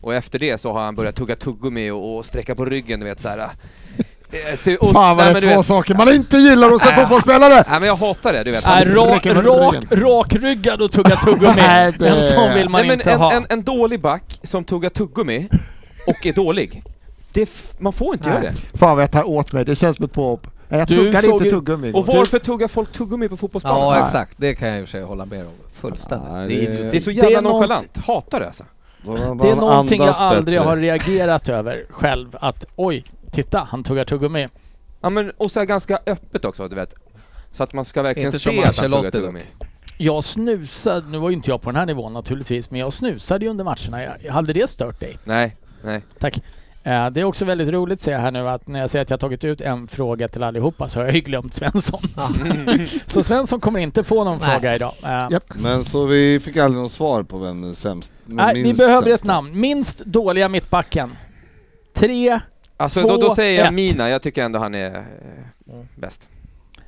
Speaker 3: Och efter det så har han börjat tugga tuggummi och, och sträcka på ryggen, du vet Eh, såhär.
Speaker 6: Fan vad det är två saker man inte gillar hos en
Speaker 3: Nej.
Speaker 6: fotbollsspelare!
Speaker 3: Nej men jag hatar det, du vet.
Speaker 2: Nej, rak,
Speaker 6: rycker med
Speaker 2: rak,
Speaker 6: ryggen.
Speaker 2: rakryggad och tugga tuggummi.
Speaker 6: Nej, det-
Speaker 2: En sån vill man
Speaker 3: Nej, men
Speaker 2: inte
Speaker 3: en,
Speaker 2: ha.
Speaker 3: en, en dålig back som tuggar tuggummi och är dålig, det är f- man får inte göra
Speaker 6: Nej.
Speaker 3: det.
Speaker 6: Fan vad jag tar åt mig, det känns som ett påhopp. Nej, Jag
Speaker 2: Du
Speaker 6: tuggade
Speaker 2: såg
Speaker 6: inte
Speaker 2: ju-
Speaker 6: tuggummi igår.
Speaker 3: Och varför tuggar folk tuggummi på fotbollsplanen?
Speaker 5: Ja,
Speaker 6: Nej.
Speaker 5: exakt. Det kan jag i och för sig hålla med om. Fullständigt.
Speaker 4: Nej,
Speaker 5: det är
Speaker 4: det-
Speaker 3: Det är
Speaker 5: idioti.
Speaker 3: så jävla
Speaker 2: Det är något-
Speaker 3: nonchalant, hatar det alltså.
Speaker 4: Då har man
Speaker 2: Det är
Speaker 4: bara
Speaker 2: någonting jag
Speaker 4: andas
Speaker 2: aldrig
Speaker 4: bättre.
Speaker 2: har reagerat över själv. Att oj, titta han tuggar tuggummi.
Speaker 3: Ja men, och så här ganska öppet också, du vet. Så att man ska verkligen
Speaker 5: Inte som
Speaker 3: se att han
Speaker 5: Ancelotti
Speaker 3: tuggar tuggummi.
Speaker 2: Jag snusade, nu var ju inte jag på den här nivån naturligtvis, men jag snusade ju under matcherna. Jag- Hade det stört dig?
Speaker 3: Nej, nej.
Speaker 2: Tack. Eh, Det är också väldigt roligt ser jag här nu att när jag säger att jag har tagit ut en fråga till allihopa så har jag ju glömt Svensson. så Svensson kommer inte få någon
Speaker 5: Nej.
Speaker 2: fråga idag. Eh,
Speaker 6: Japp.
Speaker 4: Men så vi fick aldrig något svar på vem den sämst...
Speaker 2: Nej, vi
Speaker 4: minst
Speaker 2: behöver ett
Speaker 4: sämsta.
Speaker 2: namn. Minst dåliga mittbacken. Tre,
Speaker 3: Alltså
Speaker 2: Två,
Speaker 3: då, då säger jag
Speaker 2: ett.
Speaker 3: Mina, jag tycker ändå han är eh, bäst.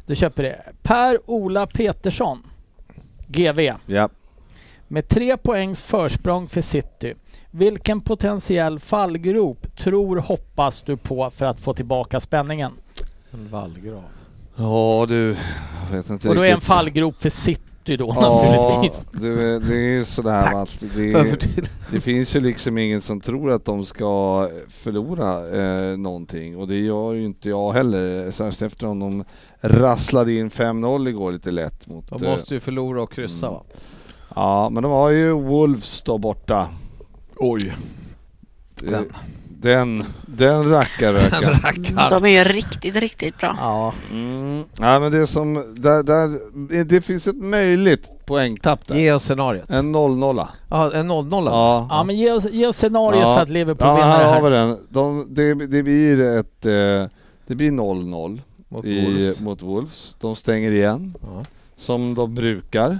Speaker 2: du köper det. Per-Ola Petersson, GV,
Speaker 4: Ja.
Speaker 2: med tre poängs försprång för City. Vilken potentiell fallgrop tror hoppas du på för att få tillbaka spänningen?
Speaker 5: En vallgrav.
Speaker 4: Ja du, jag vet inte
Speaker 2: Och då är en
Speaker 4: riktigt.
Speaker 2: fallgrop för City då
Speaker 4: Ja,
Speaker 2: naturligtvis.
Speaker 4: det, det är ju sådär va, att det, det finns ju liksom ingen som tror att de ska förlora eh, någonting och det gör ju inte jag heller. Särskilt eftersom de rasslade in 5-0 igår lite lätt mot...
Speaker 5: De
Speaker 4: eh,
Speaker 5: måste ju förlora och kryssa va?
Speaker 4: Ja, men de har ju Wolves då borta. Oj. Den.
Speaker 5: Den.
Speaker 4: Den, den rackarrökan.
Speaker 5: Rackar.
Speaker 7: De är ju riktigt, riktigt bra.
Speaker 2: Ja.
Speaker 4: Mm. Ja men det är som, där, där, det finns ett möjligt poängtapp där.
Speaker 5: Ge oss scenariot.
Speaker 4: En 0-0.
Speaker 5: Ja, en 0-0.
Speaker 4: Ja.
Speaker 2: Ja men ge oss, ge oss scenariot
Speaker 4: Ja.
Speaker 2: för att Liverpool
Speaker 4: Ja,
Speaker 2: vinner det
Speaker 4: här har vi
Speaker 2: här.
Speaker 4: den. De, det, det blir ett... Eh, det blir 0-0
Speaker 5: Mot
Speaker 4: i,
Speaker 5: Wolves.
Speaker 4: mot Wolves. De stänger igen,
Speaker 5: Ja.
Speaker 4: som de brukar.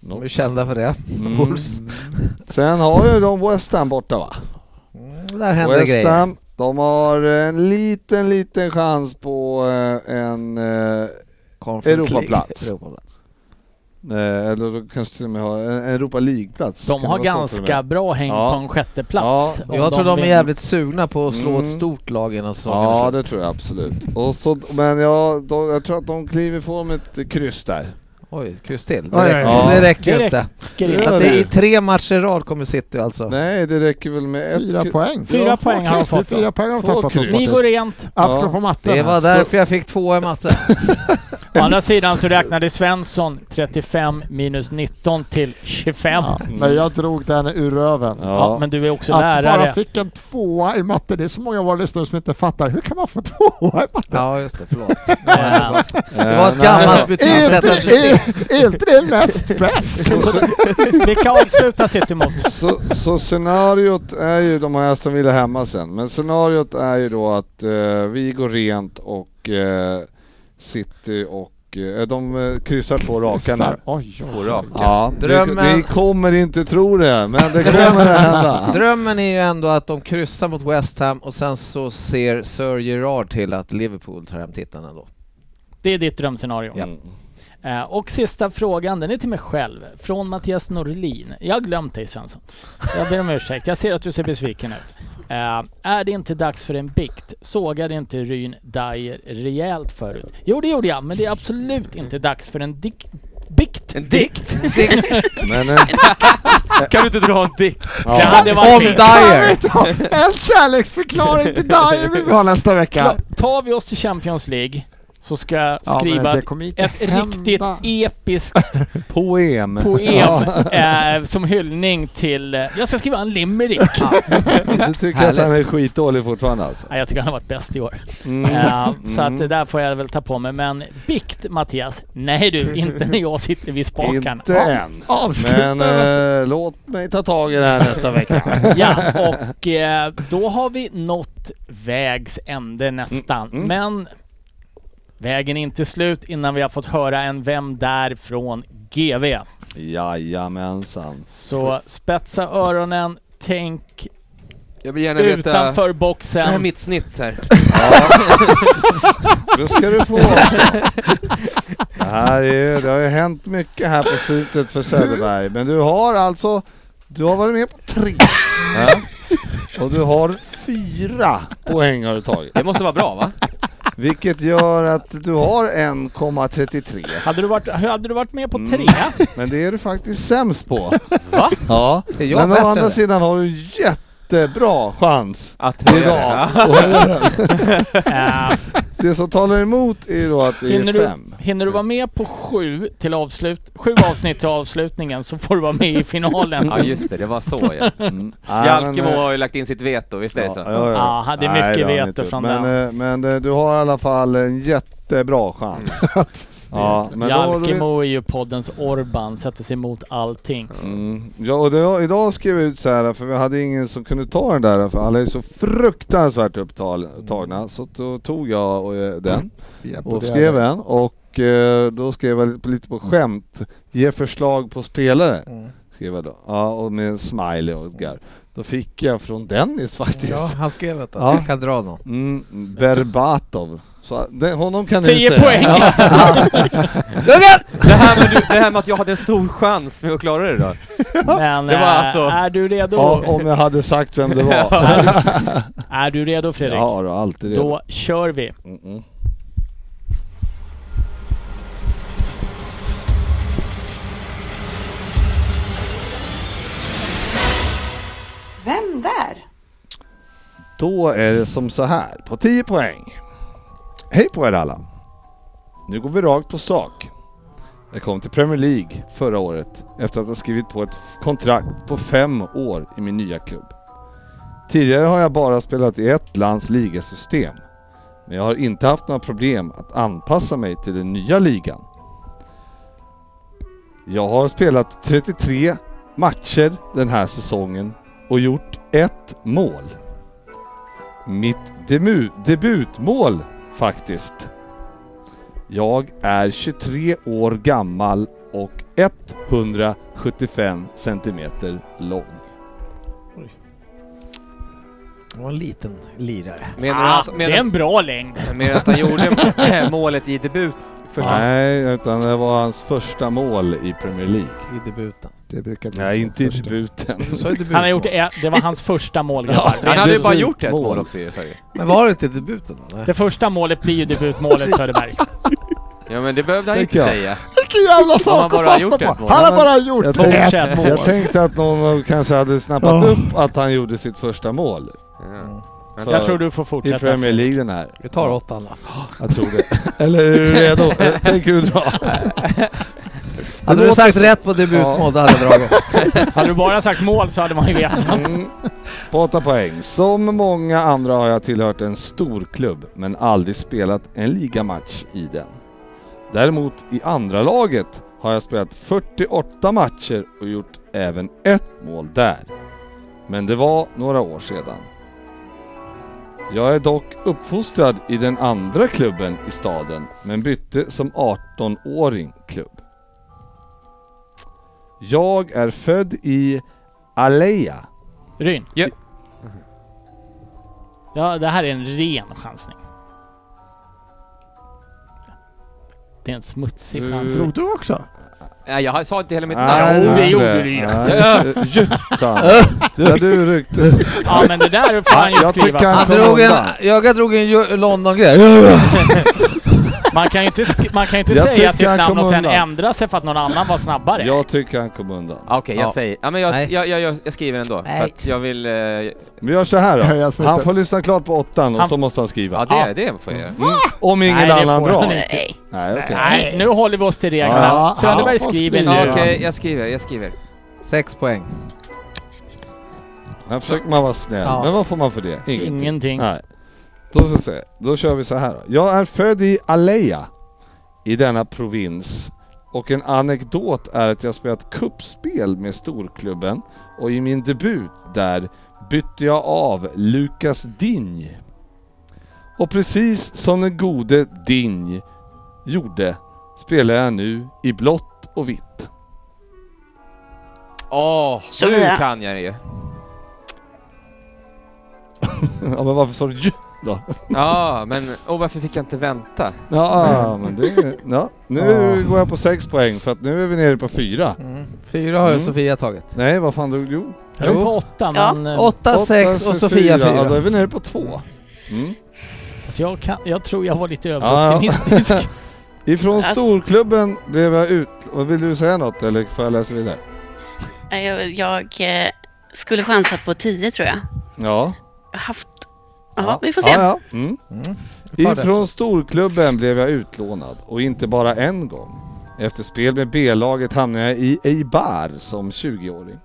Speaker 5: De är kända för det.
Speaker 4: Mm.
Speaker 5: Wolves.
Speaker 4: Sen har ju de West Ham borta va?
Speaker 5: Mm, där händer
Speaker 4: West
Speaker 5: grejer.
Speaker 4: Ham, de har en liten, liten chans på eh, en... Eh,
Speaker 5: Conference League.
Speaker 4: Europaplats.
Speaker 5: Europaplats.
Speaker 4: eh, eller de kanske till och med har en en Europa League-plats.
Speaker 2: De
Speaker 4: Kan
Speaker 2: har
Speaker 4: det vara så till och
Speaker 2: ganska
Speaker 4: med?
Speaker 2: bra häng
Speaker 4: Ja.
Speaker 2: på en sjätte plats.
Speaker 4: Ja,
Speaker 2: om
Speaker 5: Jag tror de är
Speaker 2: vinner.
Speaker 5: jävligt sugna på att slå ett
Speaker 4: Mm.
Speaker 5: stort lag innan säsongen
Speaker 4: Ja,
Speaker 5: är
Speaker 4: det
Speaker 5: slut.
Speaker 4: tror jag absolut. Och så, men jag, då, jag tror att de kliver ifrån ett kryss där.
Speaker 5: Oj, kryss till.
Speaker 6: Oj,
Speaker 5: Det räcker,
Speaker 4: oj, oj.
Speaker 5: det räcker ju
Speaker 2: Det
Speaker 5: inte.
Speaker 2: Gris.
Speaker 4: Ja,
Speaker 5: Så att
Speaker 4: det-
Speaker 5: det är i tre matcher i rad kommer City alltså.
Speaker 4: Nej, det räcker väl med ett
Speaker 6: Fyra
Speaker 4: kryss.
Speaker 6: poäng.
Speaker 2: Fyra
Speaker 6: Ja,
Speaker 2: poäng har de
Speaker 6: kryss, det är
Speaker 2: fått då.
Speaker 6: Fyra poäng har de
Speaker 4: Två
Speaker 6: tappat
Speaker 4: kryss.
Speaker 6: hos
Speaker 2: Ni
Speaker 6: Mattis.
Speaker 2: går rent.
Speaker 6: Apropå
Speaker 4: Ja.
Speaker 6: matten.
Speaker 5: Det var
Speaker 6: här, så-
Speaker 5: därför jag fick två i matchen.
Speaker 2: Å andra sidan så räknade Svensson 35 minus 19 till 25.
Speaker 6: Ja,
Speaker 2: Ja,
Speaker 6: men jag drog den ur röven.
Speaker 4: Ja.
Speaker 2: men du är också
Speaker 6: Att bara
Speaker 2: Mm. lärare.
Speaker 6: fick en tvåa i matte, det är så många av våra lyssnare som inte fattar. Hur kan man få tvåa i matte?
Speaker 5: Ja, just det. Förlåt.
Speaker 2: Eh,
Speaker 5: Det var ett
Speaker 4: nej,
Speaker 5: gammalt
Speaker 6: Är inte,
Speaker 5: betygssättarsystem.
Speaker 6: är, är inte det näst bäst?
Speaker 2: Vilka avslutar City mot?
Speaker 4: Så, så scenariot är ju de här som ville hemma sen, men scenariot är ju då att eh, vi går rent och eh, City och eh, de eh, kryssar två raka nu.
Speaker 6: Oj, oj,
Speaker 3: Två
Speaker 6: oj.
Speaker 3: raka.
Speaker 4: Ja,
Speaker 5: Drömmen.
Speaker 4: Ni, ni kommer inte tro det, men det kommer att hända.
Speaker 5: Drömmen är ju ändå att de kryssar mot West Ham och sen så ser Sir Gerard till att Liverpool tar hem tittarna då.
Speaker 2: Det är ditt drömscenario.
Speaker 4: Mm.
Speaker 2: Eh, Och sista frågan, den är till mig själv. Från Mattias Norlin. Jag har glömt dig Svensson. Jag ber om ursäkt. Jag ser att du ser besviken ut. Eh, är det inte dags för en bikt? Sågade inte Ryn Dyer rejält förut? Jo, det gjorde jag, men det är absolut inte dags för en dik- bikt.
Speaker 3: En dikt?
Speaker 4: Men en,
Speaker 3: Kan du inte dra en dikt?
Speaker 2: Det
Speaker 4: ja,
Speaker 2: hade
Speaker 5: Om
Speaker 2: varit fint.
Speaker 6: Jag
Speaker 5: Dyer!
Speaker 6: vet inte. En kärleksförklaring till Dyer vill vi ha nästa vecka.
Speaker 2: Kla- Tar vi oss till Champions League så ska jag
Speaker 6: Ja, men
Speaker 2: skriva
Speaker 6: det kommer inte
Speaker 2: ett
Speaker 6: hända.
Speaker 2: riktigt episkt
Speaker 4: poem.
Speaker 2: poem eh, som hyllning till... eh, Jag ska skriva en limerick.
Speaker 4: Du tycker
Speaker 5: Härligt.
Speaker 4: att han är skitdålig fortfarande alltså?
Speaker 2: Nej, jag tycker han har varit bäst i år.
Speaker 4: Mm.
Speaker 2: Eh, Så att det
Speaker 4: Mm.
Speaker 2: där får jag väl ta på mig. Men bikt Mattias? Nej du, inte när jag sitter vid spakarna.
Speaker 4: Inte än.
Speaker 6: Avsluta
Speaker 4: Men
Speaker 6: nästa-
Speaker 4: eh, låt mig ta tag i det här nästa vecka.
Speaker 2: Ja, och eh, då har vi nått vägs ände nästan.
Speaker 4: Mm, mm.
Speaker 2: Men vägen är inte slut innan vi har fått höra en Vem där från GV.
Speaker 4: Jajamensan.
Speaker 2: Så spetsa öronen, tänk
Speaker 3: Jag vill gärna veta...
Speaker 2: utanför
Speaker 3: Det här är
Speaker 2: boxen.
Speaker 3: mitt snitt här.
Speaker 4: Då ska du få också. Det, här är, ju- det har ju hänt mycket här på slutet för Söderberg, men du har alltså Du har varit med på tre. ja. Och du har fyra poäng har du tagit.
Speaker 3: Det måste vara bra va?
Speaker 4: Vilket gör att du har 1,33.
Speaker 2: Hade du varit, hade du varit med på
Speaker 4: Mm.
Speaker 2: tre?
Speaker 4: Men det är du faktiskt sämst på.
Speaker 3: Va?
Speaker 4: Ja.
Speaker 5: Är jag
Speaker 4: Men
Speaker 5: bättre
Speaker 4: å andra
Speaker 5: eller?
Speaker 4: sidan har du jättebra chans
Speaker 3: Att
Speaker 4: idag. Och
Speaker 3: Mm.
Speaker 2: Eh,
Speaker 4: det som talar emot är då att det
Speaker 2: hinner,
Speaker 4: är
Speaker 2: du,
Speaker 4: fem.
Speaker 2: hinner du vara med på sju till avslut, sju avsnitt till avslutningen så får du vara med i finalen.
Speaker 3: Ja just det, det var så ja.
Speaker 4: Mm.
Speaker 3: Jalkemo har ju lagt in sitt veto, visst är det så?
Speaker 2: Ja, hade mycket
Speaker 4: det har ni
Speaker 2: veto
Speaker 4: inte gjort.
Speaker 2: från
Speaker 4: men, eh, men eh, du har i alla fall en jättebra chans. ja, men då, då,
Speaker 2: Jalkemo är ju poddens Orban, sätter sig emot allting.
Speaker 4: Mm. Ja, och det, idag skrev jag ut så här för vi hade ingen som kunde ta den där för alla är så fruktansvärt upptagna. Så då tog jag och, eh,
Speaker 2: Mm.
Speaker 4: den
Speaker 6: Vi är på
Speaker 4: och
Speaker 6: det.
Speaker 4: skrev en och eh, då skrev jag lite på, lite på
Speaker 2: Mm.
Speaker 4: skämt, ge förslag på spelare. Skrev jag då. Ja, och med en smiley och ett garv. Då fick jag från Dennis faktiskt.
Speaker 5: Ja, han skrev att
Speaker 4: Ja.
Speaker 5: jag kan dra någon.
Speaker 4: Mm, Berbatov. Så det, honom kan ni ju
Speaker 2: Tio
Speaker 4: säga.
Speaker 2: poäng!
Speaker 3: Det här, med, du- det här med att jag hade en stor chans med att klara det då?
Speaker 2: Men
Speaker 3: Det var
Speaker 2: eh,
Speaker 3: alltså-
Speaker 2: är du redo?
Speaker 4: Ja, om jag hade sagt vem det var.
Speaker 2: Är, du- är du redo Fredrik?
Speaker 4: Ja, då, alltid redo.
Speaker 2: Då kör vi.
Speaker 4: Mm, mm.
Speaker 8: Vem där?
Speaker 4: Då är det som så här, på 10 poäng. Hej på er alla! Nu går vi rakt på sak. Jag kom till Premier League förra året efter att ha skrivit på ett f- kontrakt på fem år i min nya klubb. Tidigare har jag bara spelat i ett lands ligasystem. Men jag har inte haft några problem att anpassa mig till den nya ligan. Jag har spelat 33 matcher den här säsongen och gjort ett mål. Mitt demu- debutmål faktiskt. Jag är 23 år gammal och 175 centimeter lång.
Speaker 5: Det var en liten lirare.
Speaker 3: Menar du
Speaker 2: Ah,
Speaker 3: att,
Speaker 2: det är
Speaker 3: menar,
Speaker 2: en bra längd.
Speaker 3: menar du att han gjorde målet i debut? Första.
Speaker 4: Nej, utan det var hans första mål i Premier League.
Speaker 5: I debuten.
Speaker 6: Det brukar bli
Speaker 4: Nej,
Speaker 6: så
Speaker 4: inte i
Speaker 6: först.
Speaker 4: debuten.
Speaker 5: Du sa ju debut.
Speaker 2: Han har gjort ett, det var hans första mål grabbar. Det är
Speaker 3: Han hade ju
Speaker 2: inte-
Speaker 3: bara gjort ett
Speaker 4: mål.
Speaker 3: mål också ju, sa jag.
Speaker 5: Men var det inte debuten då? Nej.
Speaker 2: Det första målet blir ju debutmålet Söderberg.
Speaker 3: Ja men det behövde han
Speaker 4: Det
Speaker 3: ju inte
Speaker 4: kan jag.
Speaker 3: säga.
Speaker 6: Vilken jävla
Speaker 3: Om
Speaker 6: sak
Speaker 3: han bara
Speaker 6: att
Speaker 3: har gjort
Speaker 6: fastna
Speaker 3: ett
Speaker 6: på!
Speaker 3: mål.
Speaker 6: Han har
Speaker 4: Ja,
Speaker 6: bara gjort
Speaker 4: jag
Speaker 6: ett!
Speaker 4: tänkte-
Speaker 2: Fortsätt mål.
Speaker 4: Jag tänkte att någon kanske hade snappat
Speaker 6: Ja.
Speaker 4: upp att han gjorde sitt första mål
Speaker 3: Ja.
Speaker 4: För-
Speaker 2: Jag tror du får
Speaker 4: i
Speaker 2: fortsätta.
Speaker 4: Premier League den här.
Speaker 5: Vi tar åttan då.
Speaker 4: Jag tror det. Eller är du redo? Tänker du dra?
Speaker 5: Hade du
Speaker 4: låter
Speaker 5: sagt rätt på debutmål då hade jag dragit.
Speaker 2: Hade du bara sagt mål så hade man ju vetat.
Speaker 4: Mm. På åtta poäng. Som många andra har jag tillhört en stor klubb men aldrig spelat en ligamatch i den. Däremot i andra laget har jag spelat 48 matcher och gjort även ett mål där. Men det var några år sedan. Jag är dock uppfostrad i den andra klubben i staden men bytte som 18-åring klubb. Jag är född i Aleja
Speaker 2: Ryn.
Speaker 3: Ja.
Speaker 2: Ja, det här är en ren chansning. Det är en smutsig
Speaker 3: Mm.
Speaker 2: chansning.
Speaker 6: Slog du också?
Speaker 3: Nej jag sa inte heller mitt
Speaker 2: Nej,
Speaker 3: namn.
Speaker 2: Ah, det
Speaker 4: nej,
Speaker 2: gjorde
Speaker 4: nej.
Speaker 2: du ju.
Speaker 4: Nej, ju, sa han. Ja, du ryckte så.
Speaker 2: Ja men det där får man ju
Speaker 4: Jag
Speaker 2: skriva.
Speaker 4: tycker
Speaker 5: Han
Speaker 4: han-
Speaker 2: på.
Speaker 4: kom
Speaker 5: drog en,
Speaker 4: undan.
Speaker 5: jag drog en Ju- London-grej.
Speaker 2: Man kan ju inte, sk- man kan ju inte
Speaker 4: Jag
Speaker 2: säga
Speaker 4: tyckte
Speaker 2: sitt
Speaker 4: han
Speaker 2: namn
Speaker 4: kom
Speaker 2: och sen
Speaker 4: undan.
Speaker 2: ändra sig för att någon annan var snabbare.
Speaker 4: Jag tycker han kom undan.
Speaker 3: Ah, Okej, jag
Speaker 5: Ja.
Speaker 3: säger... Ja men jag,
Speaker 5: Nej.
Speaker 3: jag, jag, jag, jag skriver ändå. För
Speaker 5: Nej.
Speaker 3: att jag vill... eh,
Speaker 4: Vi gör så här
Speaker 6: Jag
Speaker 4: då.
Speaker 6: snittar.
Speaker 4: Han får lyssna klart på åttan och
Speaker 2: Han-
Speaker 4: så måste han
Speaker 3: Ja
Speaker 4: skriva. Mm.
Speaker 3: det,
Speaker 2: Ja.
Speaker 3: det får jag göra.
Speaker 4: Om ingen
Speaker 2: Nej, det
Speaker 4: annan
Speaker 2: får
Speaker 4: drar.
Speaker 2: han inte.
Speaker 7: Nej.
Speaker 4: Nej, okej.
Speaker 2: Nej, nu håller vi oss till reglerna.
Speaker 6: Ja,
Speaker 2: Söderberg
Speaker 6: ja,
Speaker 2: skriver
Speaker 6: skriv.
Speaker 3: Okej,
Speaker 2: nu.
Speaker 3: jag skriver, jag skriver.
Speaker 5: Sex poäng.
Speaker 4: Här försöker man vara snäll.
Speaker 5: Ja.
Speaker 4: Men vad får man för det? Ingenting.
Speaker 2: Ingenting.
Speaker 4: Nej. Då, ska vi se. då kör vi så här då. Jag är född i Aleja i denna provins och en anekdot är att jag spelat kuppspel med storklubben och i min debut där bytte jag av Lukas Dinj. Och precis som den gode Dinj gjorde spelar jag nu i blått och vitt.
Speaker 3: Åh,
Speaker 7: Så
Speaker 3: nu
Speaker 7: jag-
Speaker 3: kan jag det ju.
Speaker 4: ja men varför sa du ju då?
Speaker 3: Ja, men... Åh, varför fick jag inte vänta?
Speaker 4: Ja men det... Ja. Nu går jag på sex poäng för att nu är vi nere på fyra.
Speaker 5: Mm. Fyra har ju
Speaker 4: Mm.
Speaker 5: Sofia tagit.
Speaker 4: Nej, vad fan drog du?
Speaker 2: Jag är på åtta
Speaker 7: Ja.
Speaker 2: men... eh,
Speaker 5: Åtta,
Speaker 4: Åtta,
Speaker 5: sex och
Speaker 4: så
Speaker 5: Sofia
Speaker 4: Ja, då
Speaker 5: fyra.
Speaker 4: är vi nere på två. Mm.
Speaker 2: Alltså jag, kan, jag tror jag var lite
Speaker 4: Ja, ja.
Speaker 2: överoptimistisk.
Speaker 4: Ifrån
Speaker 7: Alltså-
Speaker 4: storklubben blev jag ut... Vad Vill du säga något eller får jag läsa vidare?
Speaker 7: Eh, Jag, jag eh, skulle chansat på 10 tror jag.
Speaker 4: Ja.
Speaker 7: Jag har haft... Ja, vi får se.
Speaker 4: Ja, ja. Mm.
Speaker 5: Mm. Ta det.
Speaker 4: Ifrån storklubben blev jag utlånad och inte bara en gång. Efter spel med B-laget hamnade jag i Eibar som 20-åring.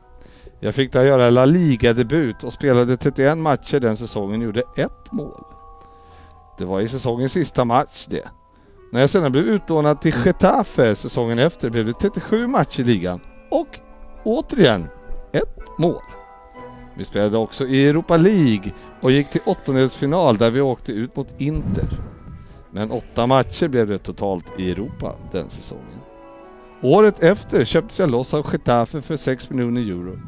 Speaker 4: Jag fick där göra La Liga-debut och spelade 31 matcher den säsongen och gjorde ett mål. Det var i säsongens sista match det. När jag sedan blev utlånad till Getafe säsongen efter blev det 37 matcher i ligan och återigen ett mål. Vi spelade också i Europa League och gick till åttondelsfinal där vi åkte ut mot Inter. Men åtta matcher blev det totalt i Europa den säsongen. Året efter köptes jag loss av Getafe för 6 miljoner euro.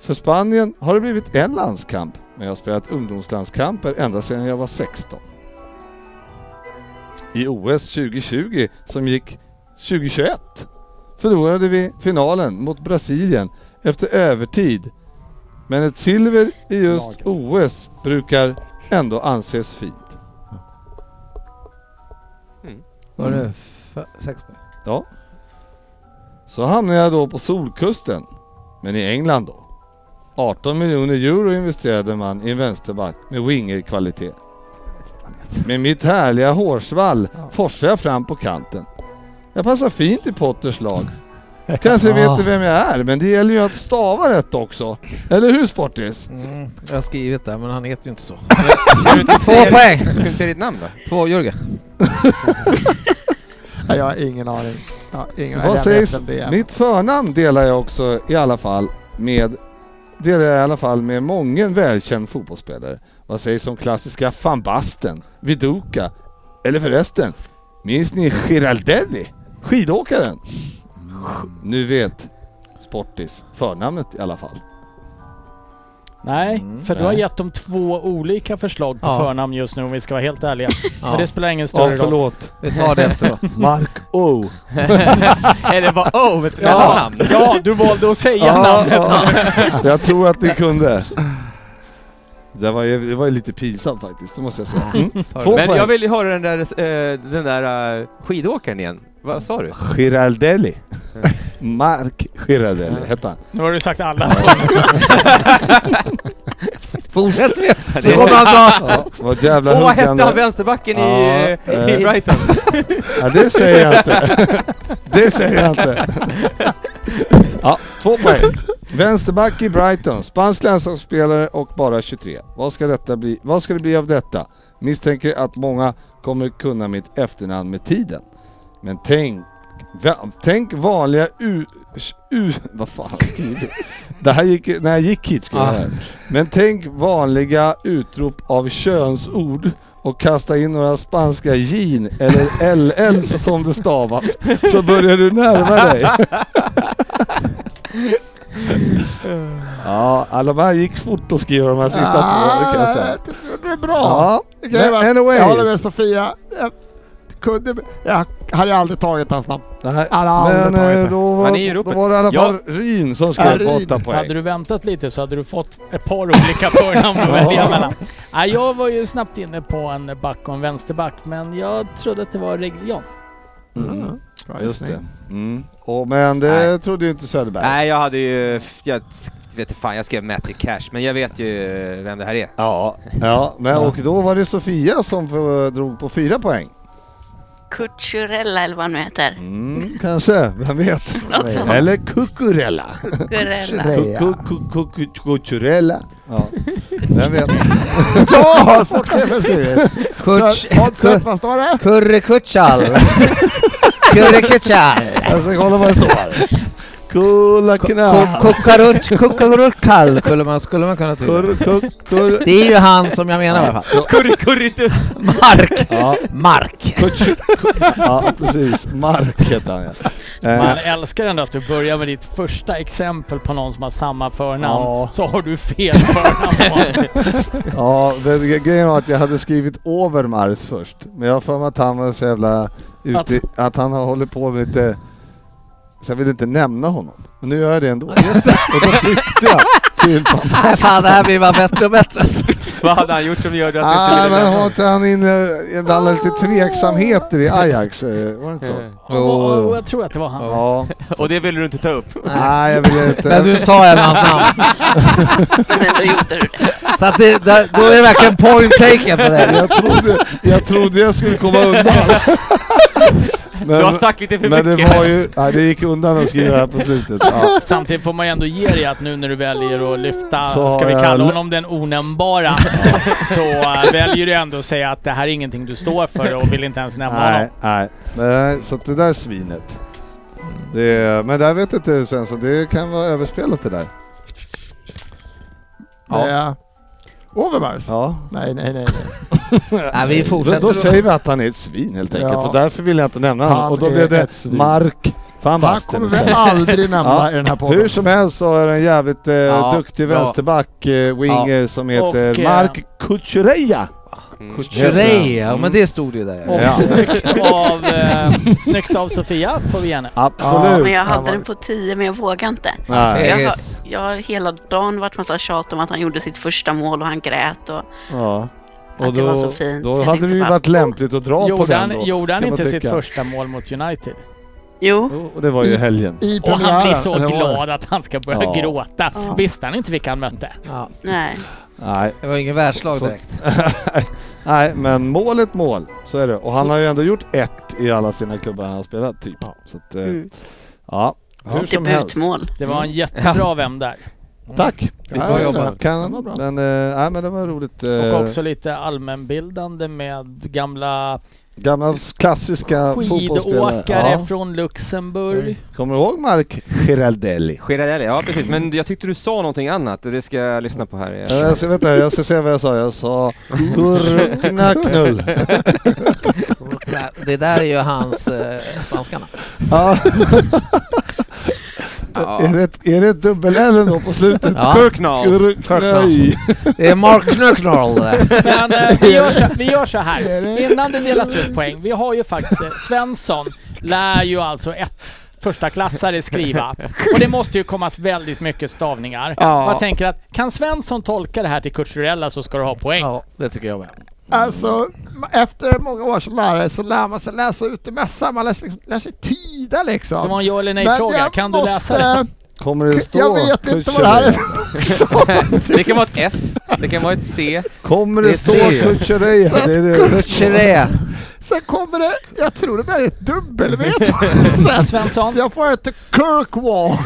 Speaker 4: För Spanien har det blivit en landskamp, men jag har spelat ungdomslandskamper ända sedan jag var 16. I OS 2020 som gick 2021 förlorade vi finalen mot Brasilien efter övertid men ett silver i just OS brukar ändå anses fint.
Speaker 5: Var det f- sex poäng?
Speaker 4: Ja. Så hamnade jag då på Solkusten, men i England då. 18 miljoner euro investerade man i en vänsterback med wingerkvalitet. Med mitt härliga hårsvall forsar jag fram på kanten. Jag passar fint i Potters lag. Kanske vet du vem jag är, men det gäller ju att stava rätt också. Eller hur Sportis?
Speaker 5: Mm. Jag har skrivit det, men han heter ju inte så.
Speaker 3: Ska du inte
Speaker 5: Två
Speaker 3: säga-
Speaker 5: poäng!
Speaker 3: Ska du säga ditt namn då?
Speaker 5: Två, Jörgen.
Speaker 6: Nej, jag har ingen aning. Jag har ingen aning.
Speaker 4: Vad
Speaker 6: Jag
Speaker 4: sägs?
Speaker 6: vet vem det är.
Speaker 4: Mitt förnamn delar jag också i alla fall med delar jag i alla fall med mången välkänd fotbollsspelare. Vad sägs om klassiska van Basten, Viduka eller förresten, minns ni Giraldelli? Skidåkaren? Nu vet Sportis förnamnet i alla fall.
Speaker 2: Nej,
Speaker 5: Mm.
Speaker 2: för du har
Speaker 4: Nej.
Speaker 2: gett dem två olika förslag på
Speaker 5: Ja.
Speaker 2: förnamn just nu om vi ska vara helt ärliga. Men
Speaker 5: Ja,
Speaker 2: det spelar ingen
Speaker 4: Ja,
Speaker 2: större roll.
Speaker 4: förlåt.
Speaker 5: vi tar det efteråt.
Speaker 4: Mark O.
Speaker 2: Nej, det var oh, vet du.
Speaker 5: Ja.
Speaker 2: Ja, ja, du valde att säga namnet.
Speaker 4: Jag tror att ni kunde. Det var ju, det var ju lite pinsamt faktiskt, det måste jag säga. Mm.
Speaker 5: Tar
Speaker 4: Två
Speaker 5: det.
Speaker 3: Men
Speaker 4: poäng.
Speaker 3: jag vill ju höra den där, eh, den där eh, skidåkaren igen. Vad sa du?
Speaker 4: Giraldelli. Mark Giraldelli hette han.
Speaker 2: Nu har du sagt alla.
Speaker 5: Fortsätter vi?
Speaker 3: Det
Speaker 5: kommer
Speaker 3: är-
Speaker 4: Ja, vad jävla
Speaker 3: Åh, vad hette
Speaker 4: huggande.
Speaker 3: han vänsterbacken
Speaker 4: Ja,
Speaker 3: i, eh,
Speaker 4: eh.
Speaker 3: i Brighton?
Speaker 4: Ja, det säger jag inte. Det säger jag inte. Ja, två poäng. Vänsterback i Brighton, spansk landslagsspelare och bara 23. Vad ska, detta bli? Vad ska det bli av detta? Misstänker att många kommer kunna mitt efternamn med tiden. Men tänk, va, tänk vanliga u, u... Vad fan har jag skrivit? Det här gick, när jag gick hit skrev jag det här. Men tänk vanliga utrop av könsord och kasta in några spanska gin eller LL så som det stavas. Så börjar du närma dig. Ja, alla de här gick fort att skriva de här sista två, det kan jag säga.
Speaker 6: Ah, Det är bra.
Speaker 4: Ja,
Speaker 6: Det kan jag
Speaker 4: men
Speaker 6: vara-
Speaker 4: anyways.
Speaker 6: Jag håller med Sofia. Jag, kunde, jag hade aldrig tagit hans namn.
Speaker 4: Nej,
Speaker 6: Han har aldrig
Speaker 4: men
Speaker 6: tagit
Speaker 4: eh,
Speaker 6: det.
Speaker 4: då
Speaker 3: Han är i
Speaker 4: var, då
Speaker 3: ropet.
Speaker 4: var det i alla
Speaker 3: Ja.
Speaker 4: fall Ryn som skrev på
Speaker 6: Ryn.
Speaker 4: åtta
Speaker 2: Hade
Speaker 4: poäng.
Speaker 2: du väntat lite så hade du fått ett par olika förnamn att välja mellan. Nej, jag var ju snabbt inne på en back och en vänsterback, men jag trodde att det var Reglion.
Speaker 4: Mm,
Speaker 6: Bra
Speaker 4: just det.
Speaker 6: gissning.
Speaker 4: Mm. Och, men det
Speaker 3: Nej.
Speaker 4: trodde ju inte Söderberg.
Speaker 3: Nej, jag hade ju... Jag vet inte fan, jag skrev Matty Cash, men jag vet ju vem det här är.
Speaker 4: Ja, ja men, och då var det Sofia som för, drog på fyra poäng.
Speaker 7: Cucurella eller vad han nu heter.
Speaker 4: Mm, kanske, vem vet?
Speaker 7: Något sånt.
Speaker 4: Eller Cucurella.
Speaker 7: Cucurella.
Speaker 6: Reja.
Speaker 4: Cucurella. Ja, vem vet?
Speaker 6: Ja, sportchefen skrivit.
Speaker 5: Kutsch...
Speaker 6: Så, oddset, vad står det?
Speaker 5: Kurrekutschall! Kurrekutschall!
Speaker 4: Jag ska kolla vad det står. Kulla kna.
Speaker 5: Kukarutsch, kukarutschall skulle man, skulle man kunna tro.
Speaker 4: Kurr, kuck, kurr.
Speaker 5: Det är ju han som jag menar i alla fall.
Speaker 3: Curry, curry, typ. du.
Speaker 5: Mark!
Speaker 4: Ja,
Speaker 5: Mark!
Speaker 4: kutsch, kuck. ja, precis. Mark hette han ja.
Speaker 2: Man
Speaker 4: Eh,
Speaker 2: älskar ändå att du börjar med ditt första exempel på någon som har samma förnamn,
Speaker 4: Ja.
Speaker 2: så har du fel förnamn. på.
Speaker 4: ja, det- gre- grejen var att jag hade skrivit Overmars först. Men jag har för mig att han var så jävla ute, i- att han har hållit på med lite Så jag ville inte nämna honom. Men nu gör jag det ändå. Och då bytte jag till Van Basten.
Speaker 5: Fan, det här blir bara bättre och bättre. alltså.
Speaker 3: Vad hade han gjort som gör att du inte
Speaker 4: Ah,
Speaker 3: ville
Speaker 4: men
Speaker 3: nämna
Speaker 4: har
Speaker 3: honom?
Speaker 4: inte han in, eh, ibland lite tveksamheter i Ajax? eh, Var det inte så?
Speaker 3: Eh,
Speaker 2: Och, och, och jag tror att det var han.
Speaker 4: Ja.
Speaker 3: Och det ville du inte ta upp?
Speaker 4: Nej, jag ville inte.
Speaker 5: Men du sa även hans namn.
Speaker 7: Men ändå gjorde du det.
Speaker 5: Så att det, där, då är det verkligen point taken på det.
Speaker 4: jag, trodde, jag trodde jag skulle komma undan.
Speaker 3: Du har
Speaker 4: Men,
Speaker 3: sagt lite för
Speaker 4: men det
Speaker 3: mycket.
Speaker 4: var ju... Nej, det gick undan att skriva det här på slutet. Ja.
Speaker 2: Samtidigt får man ju ändå ge dig att nu när du väljer att lyfta,
Speaker 4: Så eh,
Speaker 2: ska vi
Speaker 4: har
Speaker 2: kalla
Speaker 4: jag-
Speaker 2: honom den onämnbara, så äh, väljer du ändå att säga att det här är ingenting du står för och vill inte ens nämna honom.
Speaker 4: Nej, nej. Men, så att det där svinet. Det, men där vet jag inte Svensson, det kan vara överspelat det där.
Speaker 6: Ja. Overmars?
Speaker 4: Ja. Eh,
Speaker 6: Nej, nej, nej. nej.
Speaker 5: Nej, vi
Speaker 4: Då,
Speaker 5: fortsätter.
Speaker 4: då säger vi att han är ett svin helt enkelt
Speaker 6: Ja.
Speaker 4: och därför vill jag inte nämna honom.
Speaker 6: Han
Speaker 4: Och då
Speaker 6: är
Speaker 4: blev
Speaker 6: ett
Speaker 4: det
Speaker 6: svin.
Speaker 4: Mark van
Speaker 6: Han
Speaker 4: Basten
Speaker 6: kommer väl
Speaker 4: istället.
Speaker 6: aldrig nämna
Speaker 4: Ja.
Speaker 6: i den här podden.
Speaker 4: Hur som helst så är det en jävligt eh,
Speaker 5: Ja,
Speaker 4: duktig
Speaker 5: bra.
Speaker 4: vänsterback, eh, winger, som heter
Speaker 2: Och, eh,
Speaker 4: Mark Kuchereya.
Speaker 3: Mm.
Speaker 5: Shirey, ja men det stod ju där.
Speaker 2: Och
Speaker 4: Ja.
Speaker 2: snyggt, av, eh, snyggt av Sofia, får vi ge henne.
Speaker 4: Absolut!
Speaker 7: Men jag
Speaker 6: Han
Speaker 7: hade
Speaker 6: var-
Speaker 7: den på 10 men jag vågade inte.
Speaker 4: Nej.
Speaker 7: Jag har,
Speaker 5: Fegis.
Speaker 7: jag har hela dagen varit massa tjat om att han gjorde sitt första mål och han grät och
Speaker 4: Ja. Och
Speaker 7: att det var
Speaker 4: då,
Speaker 7: så fint. Så
Speaker 4: då
Speaker 7: jag
Speaker 4: hade
Speaker 7: tänkte
Speaker 4: det ju
Speaker 7: bara,
Speaker 4: varit lämpligt att dra på
Speaker 2: Gjorde
Speaker 4: den
Speaker 2: han,
Speaker 4: då.
Speaker 2: gjorde han
Speaker 4: kan man
Speaker 2: inte sitt
Speaker 4: tycka.
Speaker 2: första mål mot United?
Speaker 7: Jo,
Speaker 4: Jo, Och det var ju helgen.
Speaker 6: I
Speaker 2: Och han blir
Speaker 6: premiären,
Speaker 2: så
Speaker 6: eller vad var det?
Speaker 2: glad att han ska börja
Speaker 4: Ja.
Speaker 2: gråta.
Speaker 7: Ja.
Speaker 2: Visste han inte vilka han mötte?
Speaker 5: Ja.
Speaker 7: nej.
Speaker 4: Nej.
Speaker 5: Det var ingen världslag
Speaker 4: Så-
Speaker 5: direkt.
Speaker 4: Nej, men mål är ett mål. Så är det. Och han har ju ändå gjort ett i alla sina klubbar han har spelat, typ. Så att, eh,
Speaker 7: Mm.
Speaker 4: ja. Hur
Speaker 6: Typ
Speaker 4: som helst.
Speaker 7: Debutmål.
Speaker 2: Det var en jättebra vem där.
Speaker 4: Tack!
Speaker 6: Ja,
Speaker 5: bra
Speaker 6: det är
Speaker 5: jobbat.
Speaker 6: det.
Speaker 4: Kan,
Speaker 6: Det var bra.
Speaker 4: men, eh, nej, men det var roligt. eh,
Speaker 2: Och också lite allmänbildande med gamla
Speaker 4: Gamla klassiska fotbollsspelare.
Speaker 2: skidåkare från Luxemburg.
Speaker 4: Kommer du ihåg Mark Giraldelli?
Speaker 3: Girardelli, ja precis. Men jag tyckte du sa någonting annat och det ska jag lyssna på här.
Speaker 4: Eh, Jag ska, vänta, jag ska se vad jag sa. Jag sa Gurkna knull.
Speaker 5: Nej, Det där är ju hans eh, spanskarna.
Speaker 4: Ja.
Speaker 3: Ja.
Speaker 4: Är, det, är det ett dubbel-L ändå på slutet?
Speaker 5: Ja.
Speaker 3: Kurknall!
Speaker 4: Gurknöj.
Speaker 5: Det är Mark Knöknarl där.
Speaker 2: Men eh, vi, gör så, vi gör så här, innan det delas ut poäng. Vi har ju faktiskt, eh, Svensson lär ju alltså ett första klassare skriva. Och det måste ju komma väldigt mycket stavningar.
Speaker 6: Ja.
Speaker 2: Man tänker att kan Svensson tolka det här till kulturella så ska du ha poäng.
Speaker 5: Ja, det tycker jag med.
Speaker 6: Alltså, ma- efter många år som lärare så lär man sig läsa ut det mesta. Man lär sig, liksom, lär sig tyda liksom.
Speaker 2: Det var en ja eller
Speaker 6: Men
Speaker 2: nej-fråga.
Speaker 6: jag
Speaker 2: Kan du läsa
Speaker 6: måste-
Speaker 2: det?
Speaker 4: Kommer det stå
Speaker 6: Jag vet inte vad det här är för bokstav.
Speaker 3: Det kan vara ett F, det kan vara ett C.
Speaker 4: Kommer
Speaker 5: Det
Speaker 4: det stå
Speaker 5: ser jag.
Speaker 4: Kutjereja? Det är det.
Speaker 5: Shirey.
Speaker 6: Sen kommer det, jag tror det där är ett dubbel, vet du?
Speaker 2: Svensson?
Speaker 6: Så jag får ett Kirkwall.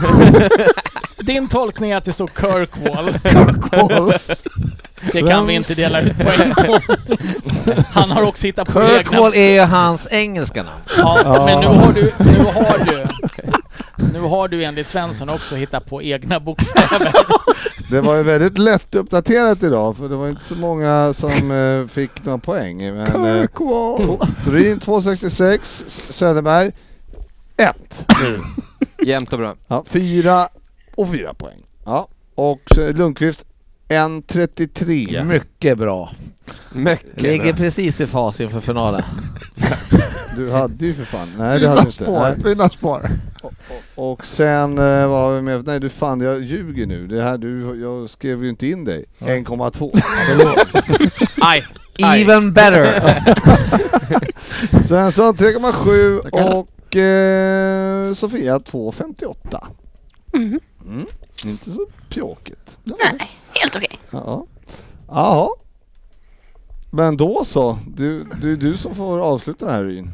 Speaker 2: Din tolkning är att det står Kirkwall.
Speaker 6: Kirkwall.
Speaker 2: Det kan vi inte dela ut poäng på. Han har också hittat på egna.
Speaker 5: Kirkwall är ju hans engelska namn.
Speaker 2: Ja, men nu har du, nu har du, nu har du enligt Svensson också hittat på egna bokstäver.
Speaker 4: Det var ju väldigt lätt uppdaterat idag för det var inte så många som eh, fick några poäng. Men, eh,
Speaker 6: Kirkwall.
Speaker 4: Dryn 266, S- Söderberg 1.
Speaker 3: Jämnt och bra.
Speaker 4: Ja, 4 och 4 poäng. Ja. Och så Lundqvist 1.33.
Speaker 5: Mycket bra.
Speaker 3: Mycket
Speaker 5: Ligger
Speaker 3: bra.
Speaker 5: precis i fas inför finalen.
Speaker 4: Du hade ju för fan. Nej det hade du inte.
Speaker 6: Vinnarspår,
Speaker 4: Nej.
Speaker 6: vinnarspår.
Speaker 4: Och sen eh, vad har vi med? Nej du fan jag ljuger nu. Det här, du, jag skrev ju inte in dig. 1,2.
Speaker 2: Nej,
Speaker 5: Even better.
Speaker 4: Svensson 3,7
Speaker 6: Tackar.
Speaker 4: och eh, Sofia 2,58.
Speaker 7: Mhm.
Speaker 4: Mm. Inte så pjåkigt.
Speaker 7: Nej, helt okej.
Speaker 4: Ja. Jaha. Men då så. Du, du, du som får avsluta den här ryn.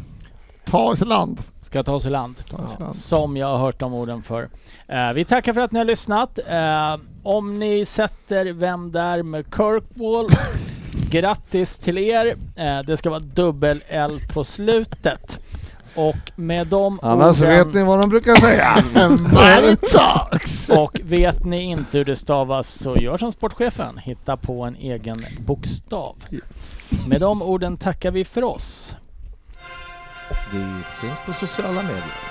Speaker 6: Ta oss i land.
Speaker 2: ska ta oss i land.
Speaker 6: Ta oss i land.
Speaker 2: Som jag har hört de orden för. Eh, vi tackar för att ni har lyssnat. Eh, om ni sätter Vem där med Kirkwall, grattis till er. Eh, det ska vara dubbel-L på slutet. Och med de
Speaker 4: Annars
Speaker 2: orden...
Speaker 4: vet ni vad de brukar säga.
Speaker 6: Maritax!
Speaker 2: Och vet ni inte hur det stavas så gör som sportchefen, hitta på en egen bokstav. Med de orden tackar vi för oss.
Speaker 5: Vi syns på sociala medier.